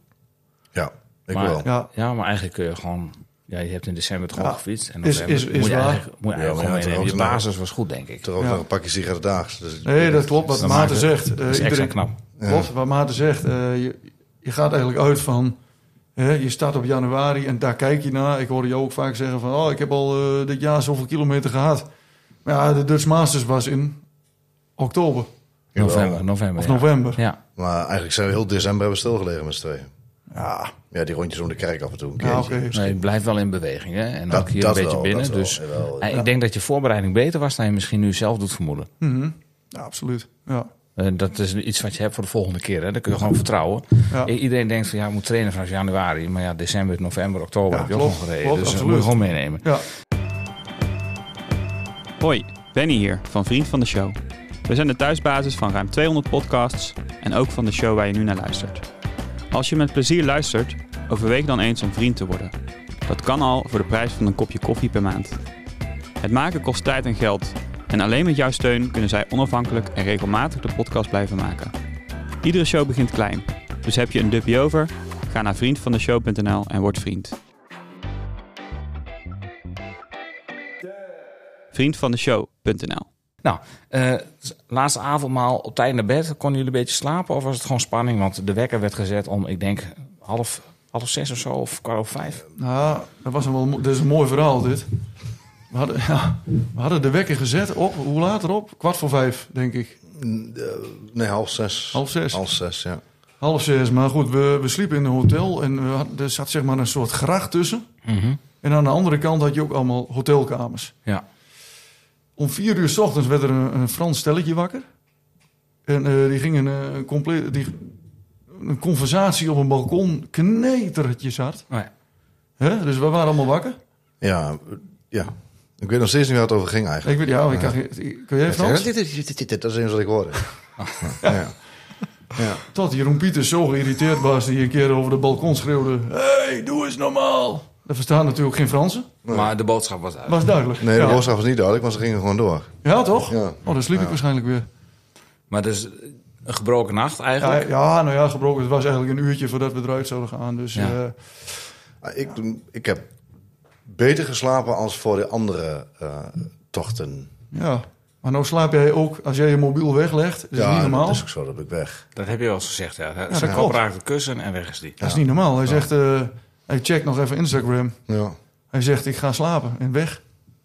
C: ja. Ik
A: Maar-
C: wel.
B: Ja,
A: Ja, maar eigenlijk kun je gewoon... Ja, je hebt in december toch gewoon
B: Ja,
A: gefietst. En
B: is-
A: november
B: is- is
A: moet je
B: waar. Eh,
A: eigenlijk, moet je
C: Ja, maar
A: eigenlijk
C: ja,
A: gewoon meenemen.
C: het
A: Je
C: was-
A: basis was goed, denk ik.
C: Toch ook
B: Ja.
C: nog een pakje sigaret daags. Dus,
B: nee, dat klopt. Wat
A: Dat
B: Maarten
A: maakt-
B: zegt. eh,
A: Dat is extra
B: iedereen-
A: knap.
C: Ja.
B: Klopt, wat Maarten zegt. eh, je, je gaat eigenlijk uit van... hè, je start op januari en daar kijk je naar. Ik hoorde je ook vaak zeggen van... Oh, ik heb al eh, dit jaar zoveel kilometer gehad. Maar ja, de Dutch Masters was in oktober
C: Jawel.
A: November, november.
B: of
A: ja.
B: november.
A: Ja,
C: Maar eigenlijk zijn we heel december hebben we stilgelegen met z'n tweeën.
B: Ja,
C: Ja, die rondjes om de kerk af en toe. Een
B: ja
C: keertje.
B: oké.
A: nee, het blijft wel in beweging. Hè? En ook hier een beetje
C: wel,
A: binnen.
C: dat wel,
A: dus
C: jawel.
A: eh, ik denk dat je voorbereiding beter was dan je misschien nu zelf doet vermoeden.
B: Mhm. Ja, absoluut. Ja.
A: Eh, dat is iets wat je hebt voor de volgende keer. Hè? Daar kun je gewoon vertrouwen.
B: Ja.
A: I- Iedereen denkt van ja, ik moet trainen vanaf januari. Maar ja, december, november, oktober
B: Ja,
A: heb je ook
B: klopt,
A: nog gereden.
B: klopt,
A: dus dat
B: absoluut.
A: moet je gewoon meenemen.
B: ja.
D: Hoi, Benny hier van Vriend van de Show. We zijn de thuisbasis van ruim 200 podcasts en ook van de show waar je nu naar luistert. Als je met plezier luistert, overweeg dan eens om vriend te worden. Dat kan al voor de prijs van een kopje koffie per maand. Het maken kost tijd en geld. En alleen met jouw steun kunnen zij onafhankelijk en regelmatig de podcast blijven maken. Iedere show begint klein, dus heb je een dubje over? Ga naar vriendvandeshow.nl en word vriend. Vriendvandeshow.nl
A: Eh, s- laatste avondmaal op tijd naar bed. Konden jullie een beetje slapen of was het gewoon spanning? Want de wekker werd gezet om, ik denk, half, half zes of zo of kwart over vijf.
B: Nou, dat, was een wel, mo- dat is een mooi verhaal dit. We hadden, ja, we hadden de wekker gezet op, hoe laat erop? Kwart voor vijf, denk ik.
C: Nee, half zes.
B: Half zes.
C: Half zes, ja.
B: Half zes, maar goed, we, we sliepen in een hotel en we hadden- er zat zeg maar een soort gracht tussen. En aan de andere kant had je ook allemaal hotelkamers.
A: Ja.
B: Om vier uur s ochtends werd er een, een Frans stelletje wakker. En eh, die gingen eh, een, compleet, die, een conversatie op een balkon knetertjes hard.
A: Oh ja.
B: Hè? Dus we waren allemaal wakker.
C: Ja, ja. Ik weet nog steeds niet waar het over ging eigenlijk.
B: Ik weet, ja, ik kan, geen- kun jij Frans?
C: Dit, dit, dit, dit, dit, Dat is eens wat ik hoorde. Ja. Ja.
B: Tot Jeroen Pieters zo geïrriteerd was die een keer over de balkon schreeuwde... hey, doe eens normaal! Dat verstaan natuurlijk geen Fransen.
A: Maar de boodschap was uit.
B: Was duidelijk.
C: Nee, de
B: ja.
C: boodschap was niet duidelijk, maar ze gingen gewoon door.
B: Ja, toch?
C: Ja.
B: Oh, dan sliep ik waarschijnlijk weer.
A: Maar dus een gebroken nacht
B: Ja,
A: eigenlijk.
B: ja, nou ja, gebroken. Het was eigenlijk een uurtje voordat we eruit zouden gaan. Dus
A: Ja.
B: eh,
C: Ah, Ik, ik heb beter geslapen als voor de andere eh, tochten.
B: ja. Maar nou slaap jij ook als jij je mobiel weglegt. Dat is niet normaal.
C: dat is ook zo, dat heb dus ik weg.
A: Dat heb je wel eens gezegd. Ja. Zijn
B: dat
A: kop
B: klopt.
A: raakt het kussen en weg is die.
B: Dat is niet normaal. Hij zegt, eh, hij checkt nog even Instagram.
C: Ja.
B: Hij zegt, ik ga slapen en weg.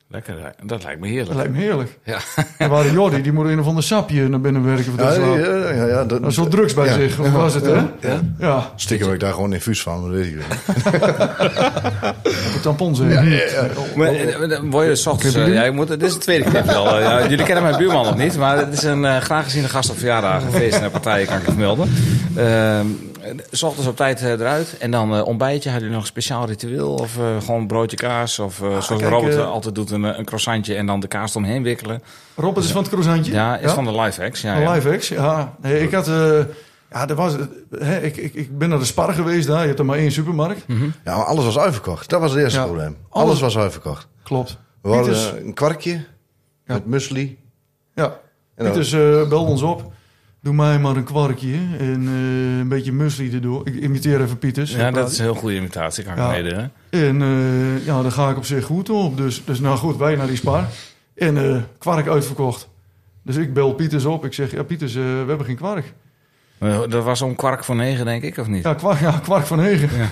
A: Lekker, hè? dat lijkt me heerlijk.
B: Dat lijkt me heerlijk.
A: Ja.
B: En waar de Jordi, die moet een of ander sapje naar binnen werken. Voor
C: Ja,
B: dat
C: ja,
B: slaap.
C: ja, ja, ja, dat-
B: Een soort drugs bij
C: Ja.
B: zich, of was het, hè? Ja. ja.
C: Stiekem heb ik daar gewoon infuus van, maar dat weet ik niet.
B: Een tampon zeker.
A: Maar, eh, dan word je s ochtends... eh, ja, ik moet, dit is de tweede clip wel. eh, ja, jullie kennen mijn buurman nog niet, maar het is een eh, graag geziene gast op verjaardagen, feesten en partijen, kan ik je vermelden. Ehm, s ochtends op tijd eh, eruit en dan eh, ontbijtje. Hadden jullie nog een speciaal ritueel of eh, gewoon broodje kaas? Of eh, zoals
B: kijk,
A: Robert eh,
B: eh,
A: altijd doet, een, eh, een croissantje en dan de kaas omheen wikkelen.
B: Rob, het is van het croissantje.
A: Ja, is van de lifehacks. Ja, ja.
B: Een live ex, ja. Nee, ik had... eh, ja, dat was, hè, ik, ik, ik ben naar de Spar geweest daar. Je hebt er maar één supermarkt.
A: Mhm.
C: Ja, maar alles was uitverkocht. Dat was het eerste
B: Ja.
C: probleem.
B: Alles-
C: Alles was uitverkocht.
B: Klopt.
C: We hadden
B: Pieters-
C: eh, een kwarkje met muesli.
B: Ja,
C: En dan-
B: Pieters eh belde ons op. Doe mij maar een kwarkje en eh, een beetje muesli erdoor. Ik imiteer even Pieters.
A: Ja, dat is een heel goede imitatie, kan ik
B: Ja.
A: meedelen.
B: En eh, ja, daar ga ik op zich goed op. Dus, dus nou goed, wij naar die spar. En eh kwark uitverkocht. Dus ik bel Pieters op. Ik zeg, ja Pieters, eh, we hebben geen kwark.
A: Eh, Dat was om kwark voor negen, denk ik, of niet?
B: Ja, kwark, ja, kwark van Hegen.
A: Ja.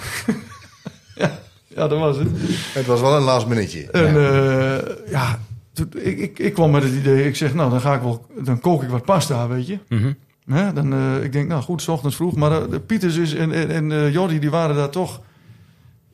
B: Ja. ja, dat was het.
C: Het was wel een laatst minuutje.
B: En eh, ja, toen, ik, ik, ik kwam met het idee. Ik zeg, nou, dan, ga ik wel, dan kook ik wat pasta, weet je.
A: Mhm.
B: Hè, dan, eh, ik denk, nou goed, s ochtends vroeg. Maar eh, de Pieters is en, en, en eh, Jordi, die waren daar toch...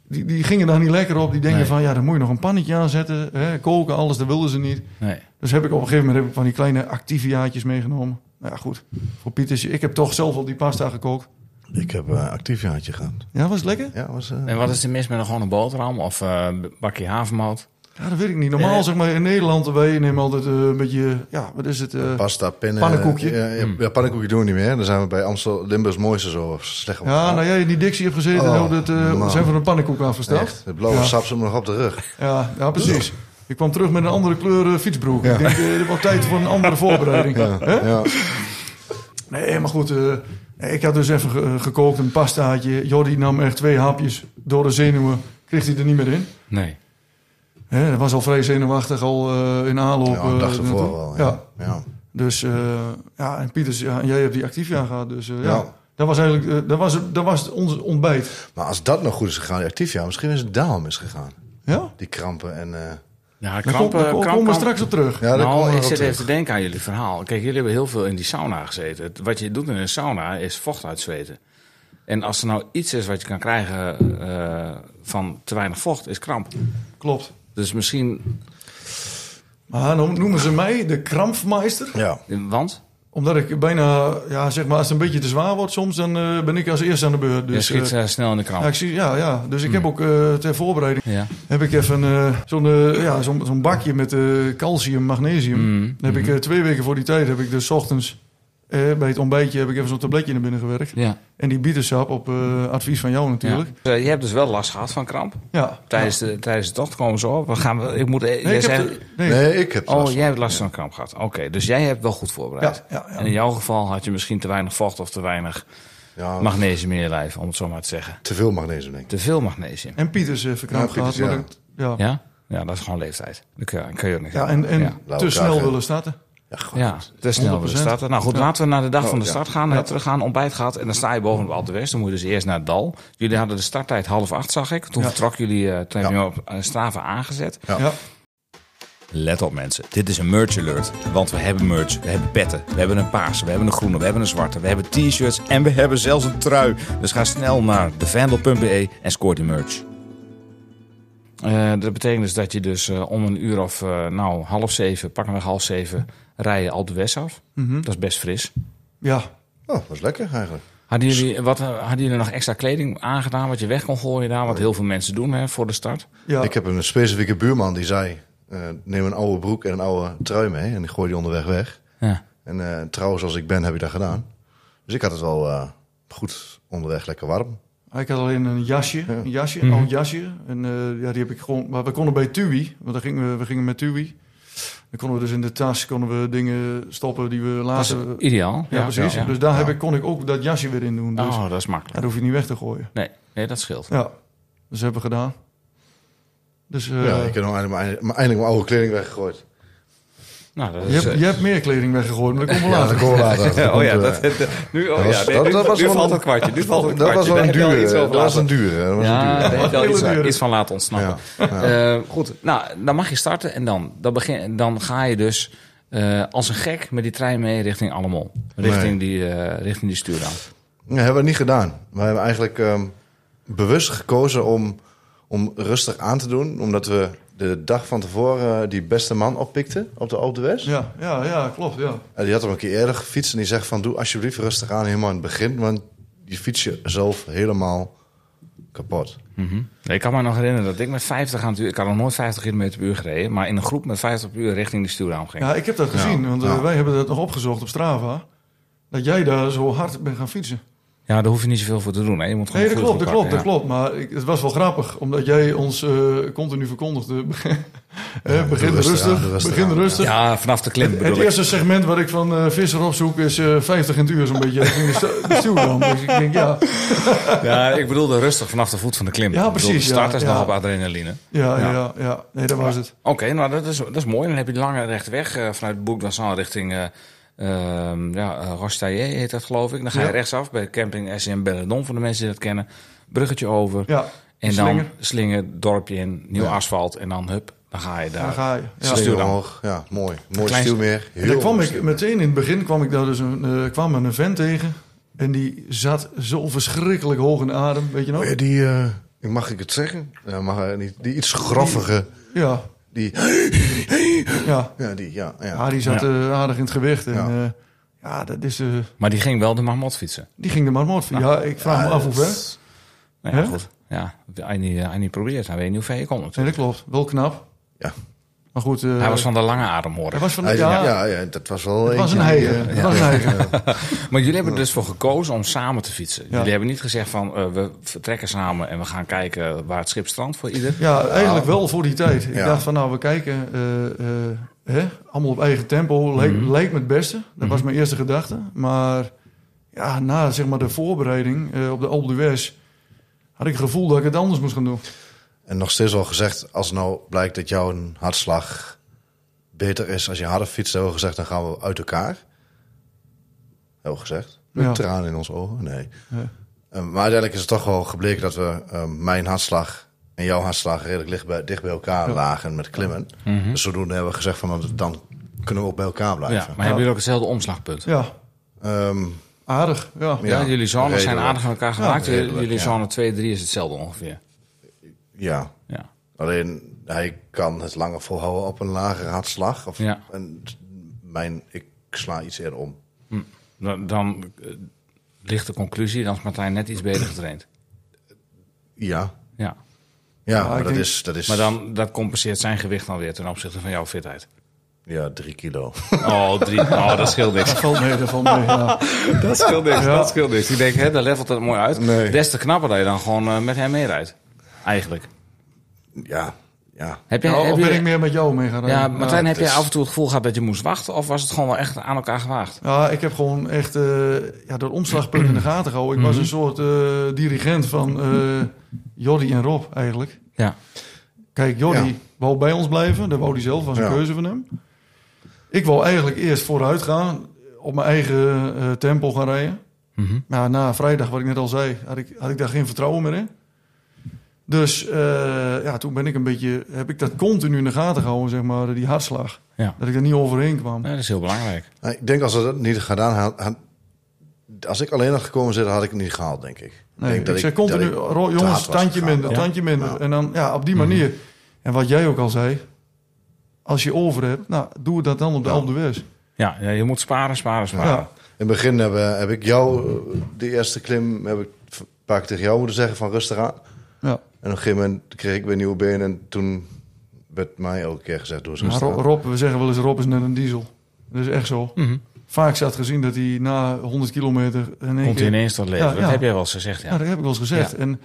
B: Die, die gingen daar niet lekker op. Die denken
A: Nee.
B: van, ja, dan moet je nog een pannetje aanzetten. Hè, koken, alles, dat wilden ze niet.
A: Nee.
B: Dus heb ik op een gegeven moment heb ik van die kleine activiaatjes meegenomen. Nou ja, goed. Voor Pieters, ik heb toch zelf al die pasta gekookt.
C: Ik heb een actief jaartje gehad.
B: Ja, was het lekker?
C: Ja, was, eh,
A: En wat is er mis met een gewone boterham of eh, een bakje havermout?
B: Ja, dat weet ik niet. Normaal,
A: Eh.
B: zeg maar, in Nederland, wij nemen altijd eh, een beetje... Ja, wat is het? eh,
C: pasta, pennen.
B: Pannenkoekje.
C: Ja, ja,
A: Mm.
C: ja, pannenkoekje doen we niet meer. Dan zijn we bij Amstel Limburgs Mooiste zo slecht op.
B: Ja, nou jij in die Dixie hebt gezeten
C: Oh,
B: en ook dat, eh,
C: man.
B: zijn van een pannenkoek afgestapt.
C: Echt, het blauwe
B: Ja.
C: sap zit me nog op de rug.
B: Ja, ja, precies. Ik kwam terug met een andere kleur eh, fietsbroek.
C: Ja.
B: Ik denk, eh, er wordt tijd voor een andere voorbereiding.
C: Ja,
B: Hè?
C: ja.
B: Nee, maar goed. eh, ik had dus even ge- gekookt, een pastaatje. Jordi nam echt twee hapjes door de zenuwen. Kreeg hij er niet meer in.
A: Nee.
B: Hè, hij was al vrij zenuwachtig, al eh, in aanloop.
C: Ja, een dag
B: eh,
C: ervoor
B: naartoe.
C: wel.
B: Ja.
C: Ja. Ja.
B: Dus eh, ja, en Pieters, ja, jij hebt die Activia gehad. Dus eh, ja.
C: Ja.
B: dat was eigenlijk eh, dat was, dat was ons ontbijt.
C: Maar als dat nog goed is gegaan, die actief ja, misschien is het daarom misgegaan.
B: Ja?
C: Die krampen en... eh,
A: Ja,
B: Daar kom-
A: krampen,
B: daar kom-
A: kramp-
B: komen we
A: kramp-
B: straks op terug.
C: ja, daar komen
A: nou,
C: we
A: ik
C: op
A: zit
C: terug.
A: even te denken aan jullie verhaal. Kijk, jullie hebben heel veel in die sauna gezeten. Het- Wat je doet in een sauna is vocht uitzweten. En als er nou iets is wat je kan krijgen eh, van te weinig vocht, is kramp.
B: Klopt.
A: Dus misschien,
B: Maar dan noemen ze mij de krampfmeister.
C: Ja,
A: want
B: Omdat ik bijna, ja, zeg maar, als het een beetje te zwaar wordt soms, dan eh, ben ik als eerste aan de beurt.
A: je
B: Dus,
A: schiet
B: eh,
A: eh, snel in de Hmm. kramp.
B: ja, ik zie, ja, ja, dus ik heb ook eh, ter voorbereiding
A: Ja.
B: heb ik even eh, zo'n eh, ja, zo'n zo'n bakje met eh, calcium, magnesium.
A: Mm.
B: Dan heb ik eh, twee weken voor die tijd, heb ik dus 's ochtends eh, bij het ontbijtje, heb ik even zo'n tabletje naar binnen gewerkt.
A: Ja.
B: En die bietensap op eh, advies van jou natuurlijk.
A: Ja. Eh, je hebt dus wel last gehad van kramp.
B: Ja.
A: Tijdens de, tijdens de tocht komen ze op. We gaan, we- ik moet, eh,
B: Nee,
A: jij
B: ik heb
A: zei-
B: de- nee.
C: nee, ik heb het
A: oh,
C: last
A: jij hebt last van kramp gehad. Oké, dus jij hebt wel goed voorbereid.
B: Ja, ja, ja.
A: En in jouw geval had je misschien te weinig vocht of te weinig
C: van. Ja,
A: magnesium in je lijf, om het zo maar te zeggen.
C: te veel magnesium, denk ik.
A: Te veel magnesium.
B: En Pieters heeft verkramp
C: Ja,
B: gehad.
C: Pieters,
B: Ja.
C: ja.
B: ja. ja.
A: Ja? Ja, dat is gewoon leeftijd. Dan kun je, dan kun je ook niks aan
B: en,
A: doen.
B: en
A: ja.
C: Lauwe
B: te
C: kraag,
B: snel
C: hè?
B: willen starten.
C: Ja, goed.
A: Ja, te snel weer
B: 100%.
A: starten. Nou goed, laten we naar de dag van de
C: ja.
A: start gaan. Hè, Terug gaan, ontbijt gehad. En dan sta je bovenop Alpe West. Dan moet je dus eerst naar het dal. Jullie hadden de starttijd half acht, zag ik. Toen
B: Ja.
A: vertrok jullie, eh, toen
C: Ja.
A: hebben jullie op eh, Strava aangezet.
C: Ja.
B: Ja.
A: Let op mensen, dit is een merch alert. Want we hebben merch, we hebben petten, we hebben een paarse, we hebben een groene, we hebben een zwarte, we hebben t-shirts en we hebben zelfs een trui. Dus ga snel naar thevandel.be en scoor die merch. dat betekent dus dat je dus eh, om een uur of eh, nou half zeven, pakken we half zeven, rij je Alpe West af.
B: Mhm.
A: Dat is best fris.
B: Ja.
C: Oh, dat was lekker eigenlijk.
A: Hadden jullie, wat, eh, hadden jullie nog extra kleding aangedaan wat je weg kon gooien daar? Wat heel veel mensen doen hè, voor de start.
B: ja.
C: Ik heb een specifieke buurman die zei... eh, neem een oude broek en een oude trui mee. En die gooi die onderweg weg.
A: Ja.
C: En eh, trouwens, als ik ben, heb ik dat gedaan. Dus ik had het wel eh, goed onderweg, lekker warm.
B: Ik had alleen een jasje, een jasje,
A: Mhm.
B: een oud jasje. En eh, ja, die heb ik gewoon... Maar we konden bij TUI, want daar gingen we, we gingen met TUI. Dan konden we dus in de tas konden we dingen stoppen die we
A: Dat is
B: later... Ah, Ja,
A: ideaal.
B: precies.
A: ja.
B: Dus daar heb ik, kon ik ook dat jasje weer in doen. Dus
A: Oh, dat is
B: ja, dat
A: makkelijk.
B: hoef je niet weg te gooien.
A: Nee, nee dat scheelt.
B: Ja, dus dat hebben we gedaan. Dus eh,
C: ja, ik heb nog eindelijk mijn, mijn- eindelijk mijn oude kleding weggegooid.
A: Nou, dat
B: je,
A: is, eh,
B: hebt, je hebt meer kleding weggegooid, maar dat komt wel
C: Ja,
B: later.
C: dat komen we later. achter.
A: Ja,
C: komt,
A: oh ja,
C: eh,
A: dat, nu, oh
C: dat
A: ja,
C: was-
A: nee,
C: dat-
A: nu,
C: dat was
A: nu
C: wel-
A: valt een kwartje. Nu valt een
C: dat
A: kwartje.
C: was wel
A: Daar
C: een
A: heb je al
C: duur.
A: iets over
C: Dat was
A: laten-
C: een duur. Dat was
A: Ja,
C: een
A: daar
C: duur.
A: heb je al
B: Hele
A: iets,
B: duur.
A: iets van laten ontsnappen. Eh, goed, nou, dan mag je starten. En dan, dan, begin, dan ga je dus eh, als een gek met die trein mee richting Allemol. Richting, die, eh, richting die stuurdam.
C: Ja, hebben we niet gedaan. We hebben eigenlijk ehm, bewust gekozen om, om rustig aan te doen. Omdat we de dag van tevoren eh, die beste man oppikten op de Alpe d'Huez.
B: Ja, ja, ja, klopt, ja.
C: En die had hem een keer eerder gefietst. En die zegt van doe alsjeblieft rustig aan helemaal aan het begin. Want je fiets jezelf helemaal kapot.
A: Mhm. Ik kan me nog herinneren dat ik met 50 aan het uur... Ik had nog nooit 50 km per uur gereden. Maar in een groep met 50 per uur richting die stuurdam ging.
B: Ja, ik heb dat gezien, want eh,
C: ja.
B: wij hebben dat nog opgezocht op Strava. Dat jij daar zo hard bent gaan fietsen.
A: Ja, daar hoef je niet zoveel voor te doen. Hè. Je moet gewoon
B: Nee,
A: een
B: dat
A: goede
B: klopt, dat
A: groep
B: klopt, dat
A: pakken,
B: klopt. Maar ik, het was wel grappig, omdat jij ons eh, continu verkondigde... eh, begin
C: rustig
B: rustig,
C: aan, rustig
B: begin
C: aan.
B: rustig.
A: ja. Ja, vanaf de klim
B: Het
A: bedoel ik.
B: eerste segment wat ik van eh, Visser opzoek is eh 50 in het uur zo'n beetje. richting de stu- de stuwdam. Dus ik denk, ja,
A: Ja, ik bedoelde rustig vanaf de voet van de klim.
B: Ja,
A: Ik bedoel,
B: precies,
A: De start
B: ja,
A: is
B: ja.
A: nog op adrenaline.
B: ja, ja, ja, ja. Nee, dat was het.
A: Oké, nou dat is, dat is mooi. Dan heb je de lange recht weg eh, vanuit Boekdassan richting eh ehm, ja, eh, Rostaillet heet dat geloof ik. Dan ga je
B: Ja.
A: rechtsaf bij camping SM Belledon voor de mensen die dat kennen. Bruggetje over
B: Ja,
A: en
B: slinger.
A: dan slingen, dorpje in, nieuw asfalt en dan hup, dan ga je daar.
B: daar ga je. Ja.
A: Stuur dan.
C: omhoog. Ja, mooi. Mooi
A: Klein-
C: stuurmeer.
B: En daar
C: Heel
B: kwam
C: mooi
B: ik
C: stuurmeer.
B: meteen in het begin kwam ik daar dus een, eh, kwam een vent tegen. En die zat zo verschrikkelijk hoog in de adem, weet je
C: Oh ja,
B: nog?
C: die, eh, ik mag ik het zeggen? Ja, mag, eh, niet, die iets graffige.
B: Ja,
C: Die,
B: ja.
C: ja, die, ja, ja.
B: ja die zat
A: Ja.
B: eh, aardig in het gewicht. En,
C: Ja.
B: ja, ja dat is, eh,
A: Maar die ging wel de Mahmot fietsen.
B: die ging er maar moord
C: Nou,
B: van. Ja, ik vraag
C: eh,
B: me af hoe ver.
A: Nou ja,
B: Hè?
A: goed. Ja, als je niet- als je niet probeert, dan weet je niet hoe ver je komt. natuurlijk.
B: Nee, dat klopt. Wel knap.
C: Ja.
B: Maar goed, eh,
A: Hij was van de lange adem hoor.
B: hij
A: ik.
B: was van
C: Hij-
B: ja,
C: ja, ja, dat was wel
B: Het was een
C: eentje.
B: heiger. Het was een heiger.
A: Maar jullie hebben er dus voor gekozen om samen te fietsen.
B: Ja.
A: Jullie hebben niet gezegd van eh, we vertrekken samen en we gaan kijken waar het schip strandt voor ieder.
B: Ja, eigenlijk wel voor die tijd. Ik
C: Ah. Ja.
B: dacht van, nou, we kijken. eh,
A: Mhm.
B: eh, hè? Allemaal op eigen tempo. Leek, leek me het beste. Dat was mijn eerste gedachte. Maar ja, na zeg maar, de voorbereiding eh, op de Alpe d'Huez... had ik het gevoel dat ik het anders moest gaan doen.
C: En nog steeds al gezegd, als nou blijkt dat jouw hartslag beter is als je harder fietst, hebben we gezegd, dan gaan we uit elkaar. Heel gezegd. Met
B: Ja.
C: tranen in onze ogen, nee.
B: Ja.
C: Eh, maar uiteindelijk is het toch wel gebleken dat we eh, mijn hartslag en jouw hartslag redelijk licht bij, dicht bij elkaar
B: Ja.
C: lagen met klimmen.
A: Mhm.
C: Dus zodoende hebben we gezegd van, nou, dan kunnen we ook bij elkaar
A: Ja,
C: blijven.
A: maar hebben jullie ook hetzelfde omslagpunt?
B: Ja,
C: Ehm,
B: aardig. Ja.
A: Ja, jullie zones zijn
C: redelijk.
A: aardig aan elkaar gemaakt.
C: Ja, redelijk,
A: jullie
C: ja.
A: zone 2, 3 is hetzelfde ongeveer.
C: Ja,
A: Ja.
C: alleen hij kan het langer volhouden op een lagere hartslag. Of
A: Ja.
C: een, mijn, ik sla iets eerder om.
A: Dan, dan eh, ligt de conclusie, dan is Martijn net iets beter getraind.
C: Ja,
A: Ja.
C: Ja,
B: Ja,
C: maar
B: Nou, ik
C: dat,
B: denk-
C: is, dat is
A: Maar dan, dat compenseert zijn gewicht dan weer ten opzichte van jouw fitheid.
C: ja, drie kilo.
A: Oh, drie. Oh, dat scheelt niks.
B: Dat valt mee, dat valt mee. Ja.
A: Dat scheelt niks, dat scheelt niks. Ik denk, hè, daar levelt dat mooi uit.
C: Nee.
A: Des te knapper dat je dan gewoon eh, met hem meerijdt. Eigenlijk.
C: ja, ja.
A: Heb jij,
B: Ja,
A: heb
B: Nou, of ben ik
A: je,
B: meer met jou mee gaan rijden?
A: ja, Martijn, heb
C: het
A: jij
C: is-
A: af en toe Oh, het gevoel gehad dat je moest wachten? Of was het gewoon wel echt aan elkaar gewaagd?
B: Ja, ik heb gewoon echt eh, ja, dat omslagpunt in de gaten gehouden. Ik was
A: Mhm.
B: een soort eh, dirigent van eh Jordi en Rob eigenlijk.
A: Ja.
B: Kijk, Jordi
C: Ja.
B: wou bij ons blijven. Dat wou hij zelf, was een
C: Ja.
B: keuze van hem. Ik wou eigenlijk eerst vooruit gaan, op mijn eigen eh, tempo gaan rijden.
A: Mhm.
B: Maar na vrijdag, wat ik net al zei, had ik, had ik daar geen vertrouwen meer in. Dus eh, ja, toen ben ik een beetje, heb ik dat continu in de gaten gehouden, zeg maar, die hartslag.
A: Ja.
B: Dat ik er niet overheen kwam.
A: Nee, dat is heel belangrijk.
C: Nou, ik denk als we dat niet gedaan had, had- als ik alleen had gekomen zitten, had ik het niet gehaald, denk ik.
B: Nee,
C: denk
B: ik zeg continu,
C: dat ik
B: "Ro-
C: te hard
B: jongens,
C: was
B: tandje
C: gegaan.
B: minder,
C: Ja.
B: tandje minder.
C: Ja. Mhm.
B: En dan, ja, op die manier. En wat jij ook al zei, als je over hebt, nou, doe dat dan op de
C: Ja.
B: Alpe d'Huez.
A: Ja, ja, je moet sparen, sparen, sparen.
B: Ja.
C: In het begin heb, eh, heb ik jou, eh, de eerste klim, heb ik een paar keer tegen jou moeten zeggen van rustig aan.
B: Ja.
C: En op een gegeven moment kreeg ik weer nieuwe benen en toen werd mij elke keer gezegd door
B: Maar
C: rustig
B: Ro-
C: aan.
B: Rob, we zeggen wel eens, Rob is net een diesel. Dat is echt zo.
A: Mhm.
B: Vaak zat gezien dat hij na 100 kilometer... In één
A: Komt
B: keer-
A: hij ineens tot leven.
B: Ja,
A: Dat
B: ja.
A: heb jij wel eens gezegd,
B: Ja,
A: ja.
B: dat heb ik wel eens gezegd. En